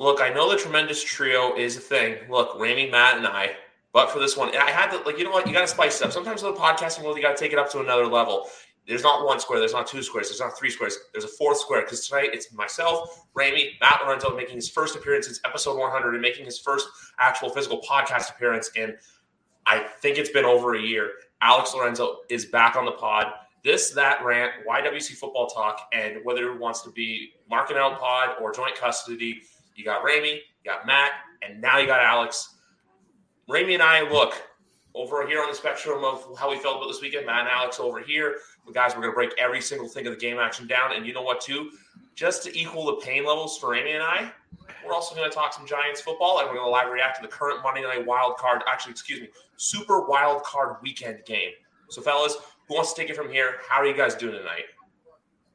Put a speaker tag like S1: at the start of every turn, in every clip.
S1: Look, I know the tremendous trio is a thing. Look, Ramy, Matt, and I. But for this one, and I had to like you know what you got to spice it up. Sometimes in the podcasting world, you got to take it up to another level. There's not one square. There's not two squares. There's not three squares. There's a fourth square because tonight it's myself, Ramy, Matt Lorenzo making his first appearance since episode 100 and making his first actual physical podcast appearance. And I think it's been over a year. Alex Lorenzo is back on the pod. This, that rant, YWC football talk, and whether it wants to be marking out pod or joint custody, you got Ramey, you got Matt, and now you got Alex. Ramey and I look over here on the spectrum of how we felt about this weekend. Matt and Alex over here. The guys, we're going to break every single thing of the game action down. And you know what, too? Just to equal the pain levels for Ramey and I, we're also going to talk some Giants football and we're going to live react to the current Monday night wild card, actually, excuse me, super wild card weekend game. So, fellas, who wants to take it from here? How are you guys doing tonight?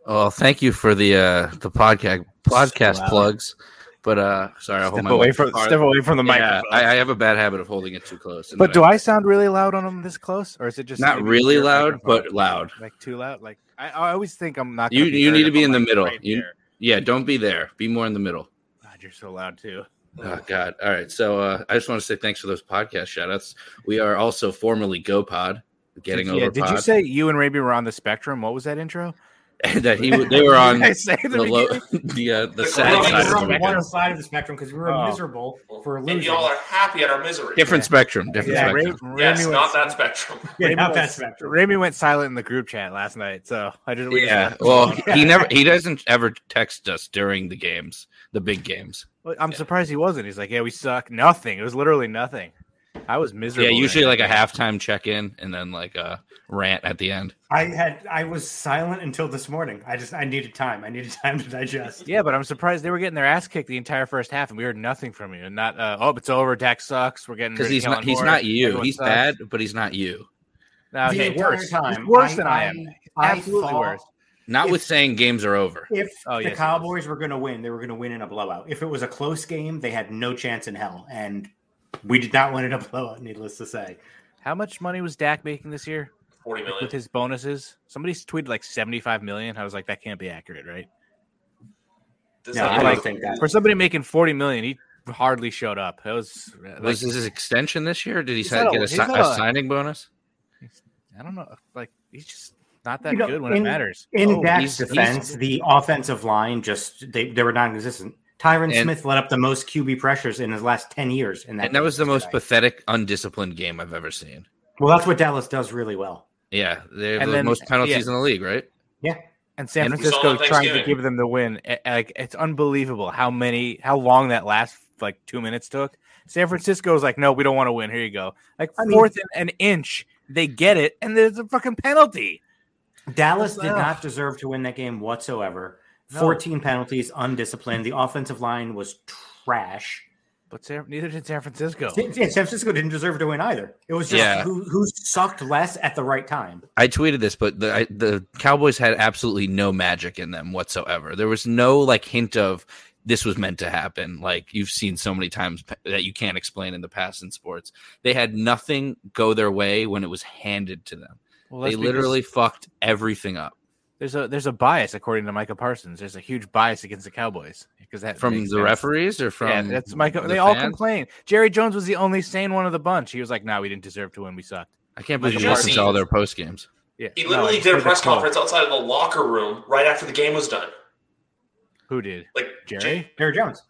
S2: Well, Oh, thank you for the uh, the podcast podcast plugs. But uh, sorry, I hold
S3: Step
S2: my
S3: away
S2: mic
S3: from
S2: farther.
S3: step away from the
S2: Yeah,
S3: microphone.
S2: I, I have a bad habit of holding it too close. and
S3: but
S2: then
S3: do I sound really loud on them this close, or is it just
S2: Not
S3: maybe
S2: really
S3: your
S2: loud,
S3: microphone?
S2: but loud.
S3: Like too loud. Like I, I always think I'm not.
S2: You-
S3: gonna
S2: you
S3: heard
S2: need to
S3: if
S2: be
S3: I'm,
S2: in the
S3: like,
S2: middle.
S3: right
S2: You-
S3: there.
S2: Yeah, don't be there. Be more in the middle.
S3: God, you're so loud too.
S2: Oh God! All right, so uh, I just want to say thanks for those podcast shoutouts. We are also formerly GoPod, getting
S3: did,
S2: over.
S3: Yeah, did you
S2: pod,
S3: say you and Raby were on the spectrum? What was that intro?
S2: that he w- they were on
S3: Did I say at
S2: the
S3: the
S2: low,
S3: beginning?
S2: the uh, the
S1: The
S2: sad
S1: glowing
S2: side of the
S1: room.
S4: we're on one
S2: weekend.
S4: side of the spectrum because we were
S3: Oh.
S4: miserable for
S1: and
S4: losing.
S1: y'all are happy at our misery.
S2: Different spectrum, different
S3: Yeah,
S2: spectrum.
S3: Ra- Ramy
S1: yes,
S3: went-
S1: not that spectrum.
S4: yeah,
S3: Raymond
S4: not that
S3: was-
S4: spectrum.
S3: Raymond went silent in the group chat last night, so I just we just
S2: yeah,
S3: left him
S2: well,
S3: alone.
S2: he never he doesn't ever text us during the games, the big games.
S3: Well, I'm
S2: yeah.
S3: surprised he wasn't. He's like, yeah, we suck. Nothing. It was literally nothing. I was miserable.
S2: Yeah, usually
S3: that
S2: like a halftime check in and then like a rant at the end.
S4: I had I was silent until this morning. I just I needed time. I needed time to digest.
S3: Yeah, but I'm surprised they were getting their ass kicked the entire first half, and we heard nothing from you. And not, uh, oh, it's over. Dak sucks. We're getting
S2: Because he's
S3: rid of Kellen
S2: not he's
S3: Moore.
S2: not you.
S3: Mm. Everyone
S2: He's
S3: sucks.
S2: bad, but he's not you.
S3: No,
S4: the
S3: he's
S4: entire
S3: worse.
S4: time,
S3: He's worse than I am.
S4: I
S3: Absolutely
S4: thought
S3: worse.
S2: Not with
S4: If-
S2: saying games are over.
S4: If
S3: Oh, yes,
S4: the
S3: it is.
S4: Cowboys were going to win, they were going to win in a blowout. If it was a close game, they had no chance in hell, and we did not win in a blowout. Needless to say,
S3: How much money was Dak making this year
S1: 40
S3: like,
S1: million.
S3: with his bonuses? Somebody tweeted like 75 million. I was like, that can't be accurate, right?
S1: Does
S4: no,
S1: that
S4: I
S1: like-
S4: don't think that.
S3: For somebody making 40 million, he hardly showed up. That was like,
S2: Was this his extension this year? Did he
S3: He's
S2: si-
S3: not a-
S2: get a,
S3: he's
S2: si-
S3: not
S2: a
S3: a-
S2: signing bonus?
S3: I don't know. Like he's just not that
S4: You know,
S3: good when it
S4: in-
S3: matters.
S4: In
S3: Oh,
S2: he's-
S4: Dak's
S2: he's-
S4: defense, the offensive line just they, they were non-existent. Tyron
S2: And-
S4: Smith led up the most QB pressures in his last ten years, in that
S2: And that was the
S4: game.
S2: most pathetic, undisciplined game I've ever seen.
S4: Well, that's what Dallas does really well.
S2: Yeah, they have
S3: And
S2: the
S3: then-
S2: most penalties in the league, right?
S3: and San
S2: And
S1: saw
S2: we
S1: it
S3: Francisco
S1: on
S3: trying to
S1: Thanksgiving.
S3: give them the win. eh, Like it's unbelievable how many, how long that last like two minutes took. San Francisco was like, no, we don't want to win. Here you go. Like
S4: I mean-
S3: fourth and an inch, they get it, and there's a fucking penalty.
S4: Dallas
S3: Ugh.
S4: did not deserve to win that game whatsoever.
S3: No.
S4: 14 penalties, undisciplined. The offensive line was trash.
S3: But San, neither did San Francisco.
S4: San San Francisco didn't deserve to win either. It was just
S2: Yeah.
S4: who, who sucked less at the right time.
S2: I tweeted this, but the I, the Cowboys had absolutely no magic in them whatsoever. There was no like hint of this was meant to happen. Like you've seen so many times p- that you can't explain in the past in sports. They had nothing go their way when it was handed to them.
S3: Well,
S2: They
S3: that's because
S2: literally fucked everything up
S3: there's a there's a bias according to Micah Parsons. There's a huge bias against the Cowboys because that
S2: from
S3: makes
S2: the
S3: sense.
S2: referees or from
S3: yeah, that's Micah.
S2: the
S3: They all
S2: fans?
S3: complain. Jerry Jones was the only sane one of the bunch. He was like, "No, we didn't deserve to win. We sucked."
S2: I can't believe
S3: Micah
S2: you listened to all
S1: Parsons.
S2: their post games.
S3: Yeah,
S1: He
S3: No,
S1: literally
S3: I
S1: did a
S3: heard the
S1: press
S3: call.
S1: conference outside of the locker room right after the game was done.
S3: Who did?
S1: Like
S3: Jerry?
S4: Jerry Jones.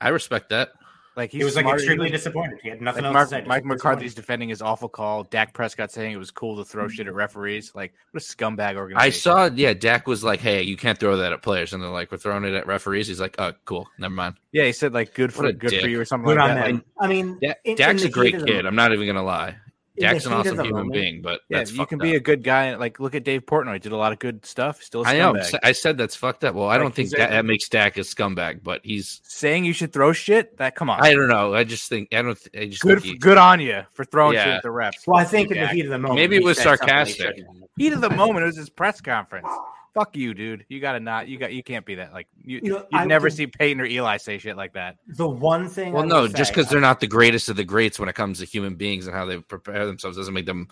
S2: I respect that.
S3: Like
S4: He was like
S3: smart-
S4: extremely
S3: he was-
S4: disappointed. He had nothing
S3: like,
S4: else
S3: Mark,
S4: to say. just
S3: Mike McCarthy's
S4: disappointed.
S3: defending his awful call. Dak Prescott saying it was cool to throw
S4: Mm-hmm.
S3: shit at referees. Like what a scumbag organization.
S2: I saw, yeah, Dak was like, "Hey, you can't throw that at players," and they're like, "We're throwing it at referees." He's like, "Oh, cool, never mind."
S3: Yeah, he said like good for
S2: What a
S3: good
S2: dick.
S3: for you or something
S4: Good
S3: like
S4: on
S3: that.
S4: them. I mean,
S2: Da-
S4: in- in
S2: Dak's
S4: the
S2: a great
S4: heat of the
S2: kid. I'm not even gonna lie.
S4: In the
S2: Dak's an
S4: heat of
S2: awesome
S4: the
S2: human
S4: moment.
S2: being, but
S3: Yeah,
S2: that's
S3: you
S2: fucked
S3: can be
S2: up.
S3: a good guy. and, Like, look at Dave Portnoy. Did a lot of good stuff. Still, a
S2: I know. I'm
S3: scumbag.
S2: sa- I said that's fucked up. Well, I
S3: Like,
S2: don't think
S3: he's a-
S2: that, that makes Dak a scumbag, but he's.
S3: Saying you should throw shit. That come on.
S2: I don't know. I just think I don't. th- I just
S3: good,
S2: think he-
S3: good on you for throwing shit
S2: Yeah.
S3: at the refs.
S4: Well, I think in the
S3: Dak.
S4: heat of the moment,
S2: Maybe it
S4: he
S2: was
S4: said something he
S2: sarcastic.
S4: shouldn't
S1: Um,
S4: have.
S3: heat of the moment. It was his press conference. Fuck you, dude. You gotta not. You got. You can't be that. Like you.
S4: You
S3: You
S4: know,
S3: would
S4: I
S3: never
S4: would-
S3: see Peyton or Eli say shit like that.
S4: The one thing.
S2: Well,
S4: I
S2: no,
S4: will
S2: just
S4: say-
S2: because they're not the greatest of the greats when it comes to human beings and how they prepare themselves doesn't make them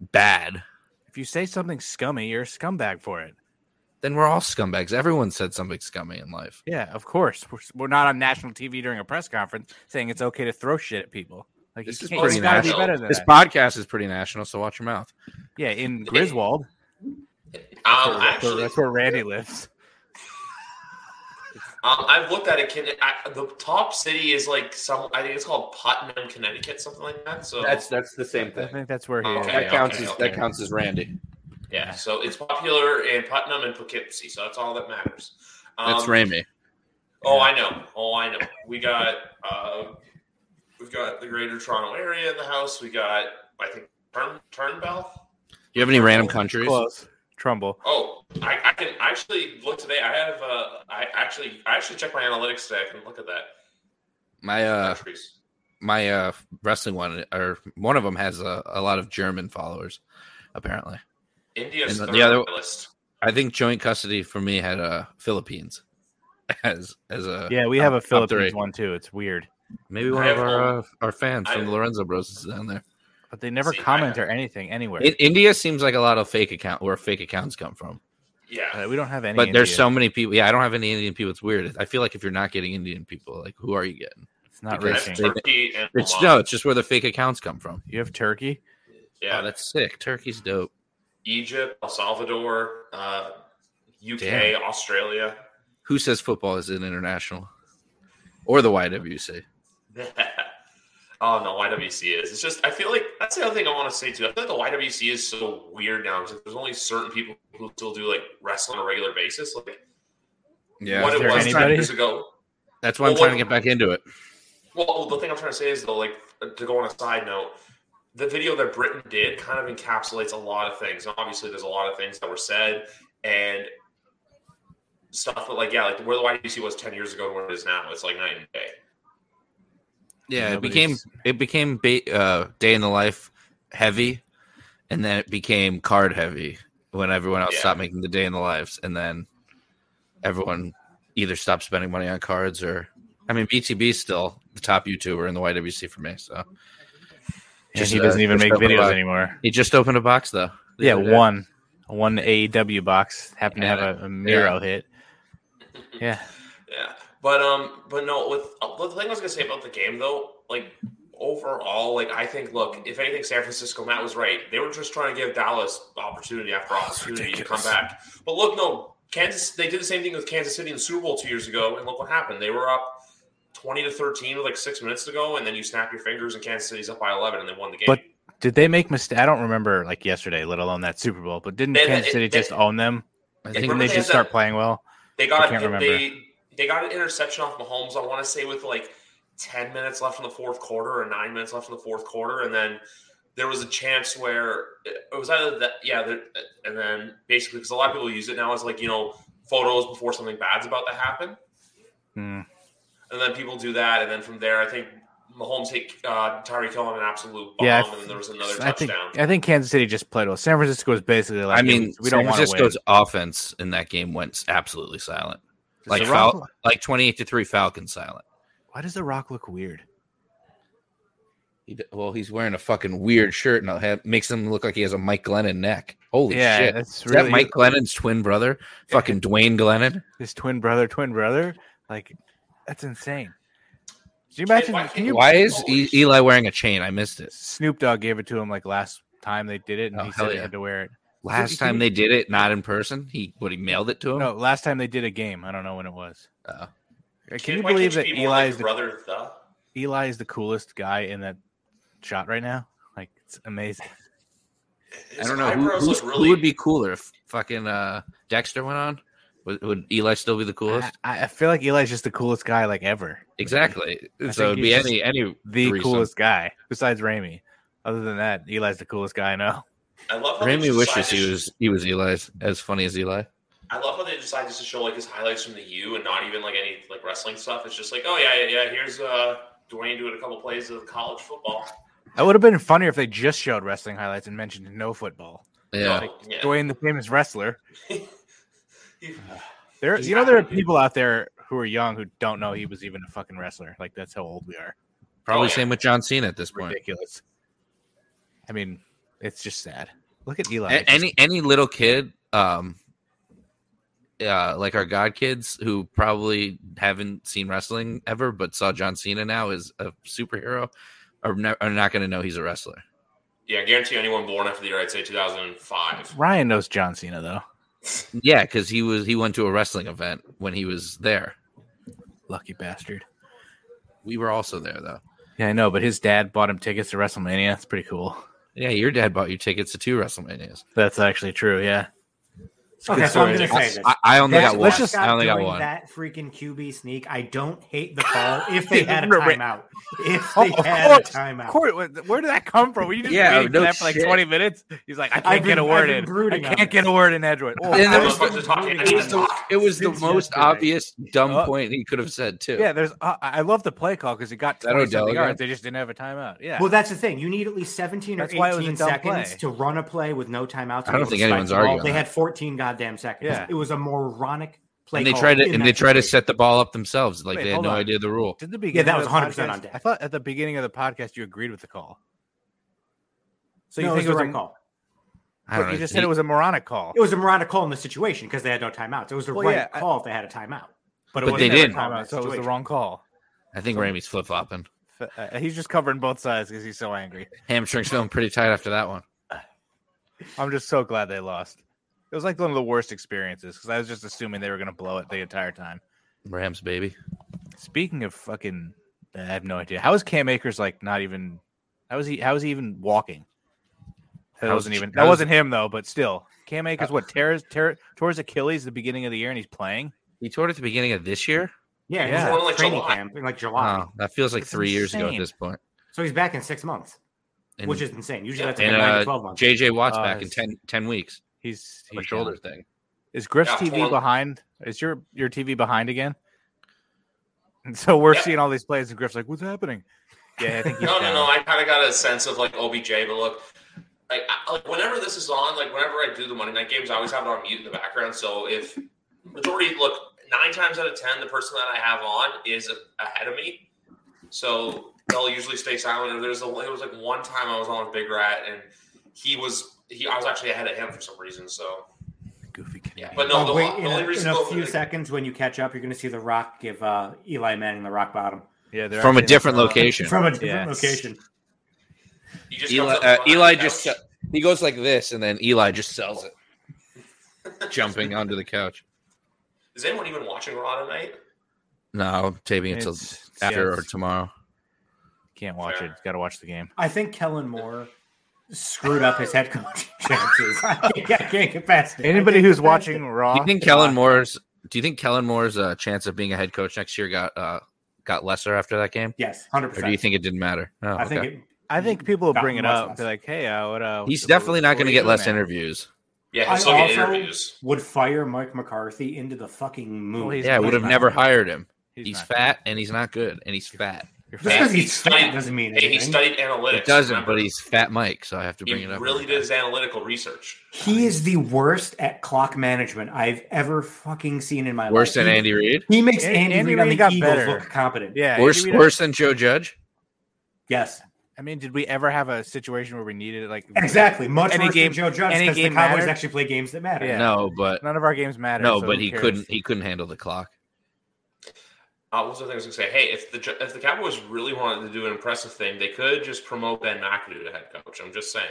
S2: bad.
S3: If you say something scummy, you're a scumbag for it.
S2: Then we're all scumbags. Everyone said something scummy in life.
S3: Yeah, of course. We're, we're not on national TV during a press conference saying it's okay to throw shit at people. Like
S2: This
S3: you
S2: is
S3: can't-
S2: pretty
S3: you gotta be
S2: national.
S3: better than
S2: This
S3: that.
S2: podcast is pretty national, so watch your mouth.
S3: yeah, in Griswold,
S2: Oh,
S1: Um,
S3: that's, where,
S1: actually,
S3: that's where Randy lives.
S1: um, I've looked at it. Can I, the top city is like some? I think it's called Putnam, Connecticut, something like that. So
S2: that's the same
S3: I think that's where
S2: Oh,
S3: he is.
S1: Okay. That counts as- that
S2: counts as Randy.
S1: yeah, so it's popular in Putnam and Poughkeepsie. So that's all that matters. Um,
S2: That's Ramy.
S1: Oh, I know. Oh, I know. We got uh, we've got the Greater Toronto Area in the house. We got I think Turn Turnbell.
S2: You have any random countries?
S3: Close. Trumbull.
S1: Oh, I, I can actually look today. I have uh, I actually I actually checked my analytics today. I can look at that
S2: My uh,
S1: countries.
S2: my uh, wrestling one or one of them has a, a lot of German followers. Apparently,
S1: India's
S2: and
S1: third
S2: the other-
S1: on my list.
S2: I think joint custody for me had uh Philippines as as a
S3: Yeah, we have a
S2: top three.
S3: Philippines one too. It's weird,
S2: Maybe one
S1: I
S2: of
S1: have
S2: our uh, our fans
S1: I-
S2: from the Lorenzo Bros is down there.
S3: but they never
S1: See, I-
S3: comment or anything anywhere.
S2: In, India seems like a lot of fake account where fake accounts come from,
S1: Yeah,
S3: Uh, we don't have any.
S2: but there's
S3: India.
S2: so many people. Yeah, I don't have any Indian people. It's weird. I feel like if you're not getting Indian people, like who are you getting?
S3: It's not
S1: I have
S2: because
S3: reaching.
S2: they-
S1: Turkey and
S2: It's
S1: Oman.
S2: no, it's just where the fake accounts come from.
S3: You have Turkey.
S1: Yeah,
S2: Oh, that's sick. Turkey's dope.
S1: Egypt, El Salvador, uh, UK,
S2: Damn.
S1: Australia.
S2: Who says football is an international or the YWC?
S1: oh no, YWC is. It's just I feel like that's the other thing I want to say too. I feel like the YWC is so weird now. It's like there's only certain people who still do like wrestling on a regular basis. Like what
S3: is
S1: it
S3: there
S1: was ten
S3: anybody?
S1: years ago.
S2: that's why I'm
S1: Well,
S2: trying
S1: what-
S2: to get back into it.
S1: Well, the thing I'm trying to say is though, like uh, to go on a side note, the video that Britain did kind of encapsulates a lot of things. And obviously, there's a lot of things that were said and stuff. But like, yeah, like where the YWC was ten years ago and where it is now, it's like night and day.
S2: Yeah, it
S3: Nobody's-
S2: became it became ba- uh, day in the life heavy, and then it became card heavy when everyone else
S1: Yeah.
S2: stopped making the day in the lives, and then everyone either stopped spending money on cards or, I mean, BTB is still the top YouTuber in the YWC for me. So
S3: And
S2: Just,
S3: he doesn't
S2: uh,
S3: even
S2: just
S3: make
S2: opened a
S3: videos
S2: box.
S3: anymore.
S2: he just opened a box though. the
S3: Yeah,
S2: other day.
S3: one, one AEW box happened to
S2: Yeah.
S3: have a, a Miro hit. Yeah,
S1: Yeah, but um, but no. With uh, the thing I was gonna say about the game though, like overall, like I think, look, if anything, San Francisco Matt was right. They were just trying to give Dallas opportunity after opportunity to come back. But look, no, Kansas. They did the same thing with Kansas City in the Super Bowl two years ago, and look what happened. They were up twenty to thirteen with like six minutes to go, and then you snap your fingers, and Kansas City's up by eleven, and they won the game.
S3: But did they make mistake? I don't remember like yesterday, let alone that Super Bowl. But didn't
S1: They-
S3: Kansas
S1: they-
S3: City
S1: they-
S3: just own them?
S2: I
S1: Yeah,
S2: think
S3: Didn't they
S1: they
S3: just
S1: had
S3: start
S1: that-
S3: playing well?
S1: They got
S3: I can't
S1: a,
S3: remember.
S1: they they got an interception off Mahomes. I want to say with like ten minutes left in the fourth quarter or nine minutes left in the fourth quarter, and then there was a chance where it was either that yeah, there, and then basically because a lot of people use it now as like you know photos before something bad's about to happen,
S3: Hmm.
S1: and then people do that, and then from there I think Mahomes hit uh, Tyreek Hill on an absolute bomb,
S3: Yeah, I
S1: and then there was another
S3: I think
S1: touchdown.
S3: I think Kansas City just played well. San Francisco was basically like,
S2: I mean,
S3: we
S2: San
S3: don't want to win.
S2: Francisco's offense in that game went absolutely silent,
S3: Does
S2: like
S3: The Rock
S2: Fal-
S3: look-
S2: like twenty eight to three Falcon silent.
S3: why does The Rock look weird?
S2: He, d- well, he's wearing a fucking weird shirt, and it makes him look like he has a Mike Glennon neck. Holy
S3: yeah,
S2: shit!
S3: that's
S2: Is
S3: really
S2: that Mike Glennon's twin brother? Fucking Dwayne Glennon.
S3: his twin brother, twin brother. Like, that's insane. Did you
S1: Kid,
S3: imagine?
S1: why
S3: Can
S1: can't
S3: you?
S1: you-
S2: Why is e- Eli wearing a chain? I missed it.
S3: Snoop Dogg gave it to him like last time they did it, and
S2: Oh,
S3: he
S2: hell
S3: said he
S2: yeah.
S3: had to wear it.
S2: Last time they did it, not in person. He what he mailed it to him.
S3: No, last time they did a game. I don't know when it was.
S2: Uh,
S3: Can
S1: Kid,
S3: you
S1: why can't
S3: believe that
S1: be more
S3: Eli
S1: like
S3: is the,
S1: brother the?
S3: Eli is the coolest guy in that shot right now? Like, it's amazing.
S2: I
S1: His
S2: don't know who,
S1: eyebrows
S2: who's-
S1: look
S2: who would be cooler if fucking uh, Dexter went on. Would, would Eli still be the coolest?
S3: I, I feel like Eli's just the coolest guy like ever.
S2: exactly.
S3: I
S2: So
S3: think
S2: it'd be
S3: he's
S2: any any
S3: The
S2: threesome.
S3: coolest guy besides Raimi. Other than that, Eli's the coolest guy I know.
S1: I love how they
S2: Rami
S1: just
S2: wishes
S1: decided-
S2: he was he was Eli's as funny as Eli.
S1: I love how they decide just to show like his highlights from the U and not even like any like wrestling stuff. It's just like, oh yeah, yeah, yeah. Here's uh Dwayne doing a couple plays of college football.
S3: That would have been funnier if they just showed wrestling highlights and mentioned no football.
S2: Yeah.
S1: Oh, yeah.
S3: Dwayne, the famous wrestler.
S1: He-
S3: There,
S1: He's
S3: you know, there are
S1: happy.
S3: people out there who are young who don't know he was even a fucking wrestler. Like that's how old we are.
S2: Probably
S1: Oh, yeah.
S2: same with John Cena at this point.
S3: Ridiculous. I mean, it's just sad. Look at Eli.
S2: A- any any little kid, um, uh, like our god kids who probably haven't seen wrestling ever, but saw John Cena now as a superhero, are, ne- are not going to know he's a wrestler.
S1: yeah, I guarantee anyone born after the year I'd say 2005.
S3: Ryan knows John Cena though.
S2: Yeah, because he was he went to a wrestling event when he was there.
S3: Lucky bastard.
S2: We were also there though.
S3: Yeah, I know, but his dad bought him tickets to WrestleMania. That's pretty cool.
S2: Yeah, your dad bought you tickets to two WrestleManias.
S3: That's actually true. Yeah. It's a good
S4: Okay, so I'm
S3: story.
S4: gonna say this.
S2: I, I only
S4: That's-
S2: got one.
S4: let's
S3: let's just-
S2: I only got
S4: doing
S2: one.
S4: That freaking QB sneak. I don't hate the call if they had a
S3: You're right.
S4: timeout. If
S3: Oh,
S4: they
S3: of
S4: had
S3: course,
S4: a timeout.
S3: Of course, wh- where did that come from? Were you just
S2: Yeah,
S3: waiting
S2: no
S3: for that for like
S2: shit.
S3: 20 minutes? He's like, I can't
S4: I've
S3: get a
S4: been-
S3: word
S4: I've been
S3: in. I
S4: brooding on
S3: can't get
S4: this.
S3: a word in edgeway. Oh,
S2: And
S3: I
S2: there
S3: was-
S2: was- It was the, it was the
S4: Since
S2: most
S4: yesterday.
S2: obvious dumb
S3: Oh.
S2: point he could have said too.
S3: yeah, there's. Uh, I I love the play call because it got
S2: That
S3: 20
S2: Odell
S3: something
S2: guy?
S3: yards. They just didn't have a timeout. Yeah.
S4: Well, that's the thing. You need at least 17
S3: That's
S4: or
S3: why it was
S4: 18
S3: a dumb
S4: seconds
S3: play.
S4: to run a play with no timeouts.
S2: I don't
S4: and
S2: think
S4: spike
S2: anyone's
S4: the ball.
S2: arguing
S4: They
S2: that.
S4: had 14 goddamn seconds.
S3: Yeah.
S4: It was a moronic play.
S2: and they
S4: call
S2: tried
S3: oh,
S2: to
S4: in
S2: and
S4: that
S2: they tried to
S4: situation.
S2: set the ball up themselves. Like
S3: Wait,
S2: they had
S3: hold
S2: no
S3: on.
S2: idea the rule.
S3: Did the beginning?
S4: that
S3: of
S4: was
S3: the
S4: 100% on
S3: podcast-
S4: Dak.
S3: I thought at the beginning of the podcast you agreed with the call. So you
S4: No,
S3: think
S4: it was the
S3: a,
S4: right call?
S2: I don't
S3: but
S2: know.
S3: You just said it was a moronic call.
S4: It was a moronic call in the situation because they had no timeouts. It was the
S3: Well,
S4: right
S3: yeah, I-
S4: call if they had a timeout.
S2: But
S4: wasn't
S2: they
S4: their
S2: didn't.
S4: timeout
S3: so it was the
S4: situation.
S3: wrong call.
S2: I think Ramey's flip flopping.
S3: F- uh, he's just covering both sides because he's so angry.
S2: Hamstring's feeling pretty tight after that one.
S3: I'm just so glad they lost. It was like one of the worst experiences because I was just assuming they were going to blow it the entire time.
S2: Rams baby.
S3: Speaking of fucking, I have no idea. How is Cam Akers like not even? How is he? How is he even walking? That
S2: How's-
S3: wasn't even. That
S2: how's-
S3: wasn't him though. But still, Cam Akers
S1: Uh,
S3: what tears tear, tore his Achilles at the beginning of the year and he's playing.
S2: He tore it at the beginning of this year.
S4: Yeah, it
S3: Yeah.
S4: was
S1: Well, like
S4: like training
S1: July.
S4: camp in like July.
S2: Wow, that feels like
S3: That's
S2: three years ago at
S3: insane.
S2: this point.
S4: So he's back in six months,
S2: And,
S4: which is insane. Usually
S1: Yeah.
S4: that's like
S2: and
S4: nine
S2: uh,
S4: to 12 months.
S2: JJ Watts
S3: Uh,
S2: back in
S3: it's-
S2: 10, 10 weeks.
S3: He's
S2: A
S3: he's
S2: shoulder
S3: shoulders.
S2: thing.
S3: Is Griff's
S1: Yeah,
S3: TV
S1: torn.
S3: behind? Is your your TV behind again? And so we're
S1: Yeah.
S3: seeing all these plays and Griff's like, "What's happening?" Yeah, I think he's
S1: No, no,
S3: down.
S1: no. I kind of got a sense of like OBJ, but look, like, I, like whenever this is on, like whenever I do the Monday night games, I always have it on mute in the background. So if majority look nine times out of ten, the person that I have on is a- ahead of me, so they'll usually stay silent. Or there's a it was like one time I was on with Big Rat and he was he I was actually ahead of him for some reason. So
S3: Goofy
S1: yeah,
S3: Canadian.
S1: but no,
S4: Oh,
S1: the,
S4: wait,
S1: the
S4: in,
S1: only
S4: a,
S1: reason
S4: in a
S1: though-
S4: few seconds when you catch up, you're going to see The Rock give uh, Eli Manning the rock bottom
S3: yeah, they're
S2: From a
S3: actually in the
S2: different
S3: front.
S2: location.
S4: from a different
S3: Yeah.
S4: location.
S1: he just
S2: Eli,
S1: comes up to
S2: uh,
S1: my
S2: Eli
S1: couch.
S2: just se- he goes like this, and then Eli just sells it, jumping onto the couch.
S1: is anyone even watching Raw tonight?
S2: No, I'm taping it till
S3: It's- yeah,
S2: after or
S3: it's-
S2: tomorrow.
S3: Can't watch
S1: Fair.
S3: it. Got to watch the game.
S4: I think Kellen Moore screwed up his head coaching chances. I, think I can't get past it.
S3: Anybody who's watching Raw,
S2: Do you think Kellen Moore's? Do you think Kellen Moore's uh, chance of being a head coach next year got uh, got lesser after that game,
S4: Yes, hundred
S2: or do you
S4: percent.
S2: think it didn't matter? Oh,
S4: I think
S2: okay.
S4: it,
S3: I think people will
S4: Got
S3: bring it
S4: much
S3: up.
S4: less.
S3: Be like, "Hey, uh, what?" Uh,
S2: he's
S3: what-
S2: definitely
S3: what
S2: not
S3: are
S2: going to
S3: you
S2: get
S3: doing,
S2: less
S3: man?
S2: interviews.
S1: Yeah,
S4: I
S1: he's still getting
S4: also-
S1: interviews.
S4: would fire Mike McCarthy into the fucking moon.
S3: Well, he's-
S2: yeah, I would have
S3: not-
S2: never hired him. He's,
S3: not-
S2: fat and he's not good and he's fat.
S3: You're
S4: Just
S3: fat.
S4: because he's fat doesn't mean
S1: Hey, he
S4: anything.
S1: studied analytics.
S2: It doesn't,
S1: remember?
S2: but he's fat Mike, so I have to bring
S1: he
S2: it up.
S1: really did his analytical research.
S4: He is the worst at clock management I've ever fucking seen in my
S2: Worse
S4: life.
S2: than Andy Reid.
S4: He, he makes
S3: An-
S4: Andy,
S3: Andy
S4: Reid on
S3: Reid
S4: the
S3: got
S4: Eagles
S3: better.
S4: look competent.
S3: Yeah,
S2: Worse,
S3: did we-
S2: worse than Joe Judge.
S4: Yes,
S3: I mean, did we ever have a situation where we needed like
S4: exactly. Much
S3: Any
S4: worse
S3: game-
S4: than Joe Judge
S3: any
S4: because the
S3: game
S4: Cowboys
S3: mattered?
S4: actually play games that matter.
S3: Yeah.
S2: No, but
S3: None of our games matter.
S2: no,
S3: so
S2: but
S3: who
S2: he
S3: cares?
S2: couldn't. He couldn't handle the clock.
S1: Uh, what was the thing I was going to say? Hey, if the Gi- if the Cowboys really wanted to do an impressive thing, they could just promote Ben McAdoo to head coach. I'm just saying.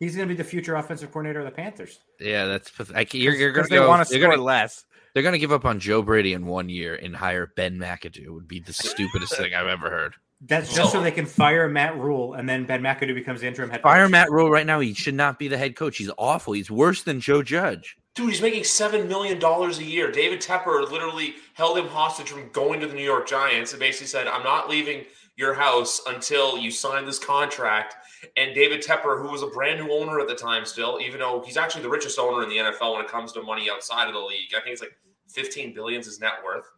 S4: He's going to be the future offensive coordinator of the Panthers.
S2: Yeah, that's. path- I, can't- you're, you're going
S3: 'Cause
S2: to
S3: they
S2: go.
S3: want to
S2: you're
S3: score
S2: gonna-
S3: less.
S2: They're going to give up on Joe Brady in one year and hire Ben McAdoo. Would be the stupidest thing I've ever heard.
S4: That's just so they can fire Matt Rule and then Ben McAdoo becomes the interim head coach.
S2: Fire Matt Rule right now. He should not be the head coach. He's awful. He's worse than Joe Judge.
S1: Dude, he's making seven million dollars a year. David Tepper literally held him hostage from going to the New York Giants and basically said, "I'm not leaving your house until you sign this contract." And David Tepper, who was a brand new owner at the time, still, even though he's actually the richest owner in the NFL when it comes to money outside of the league, I think it's like 15 billions is net worth.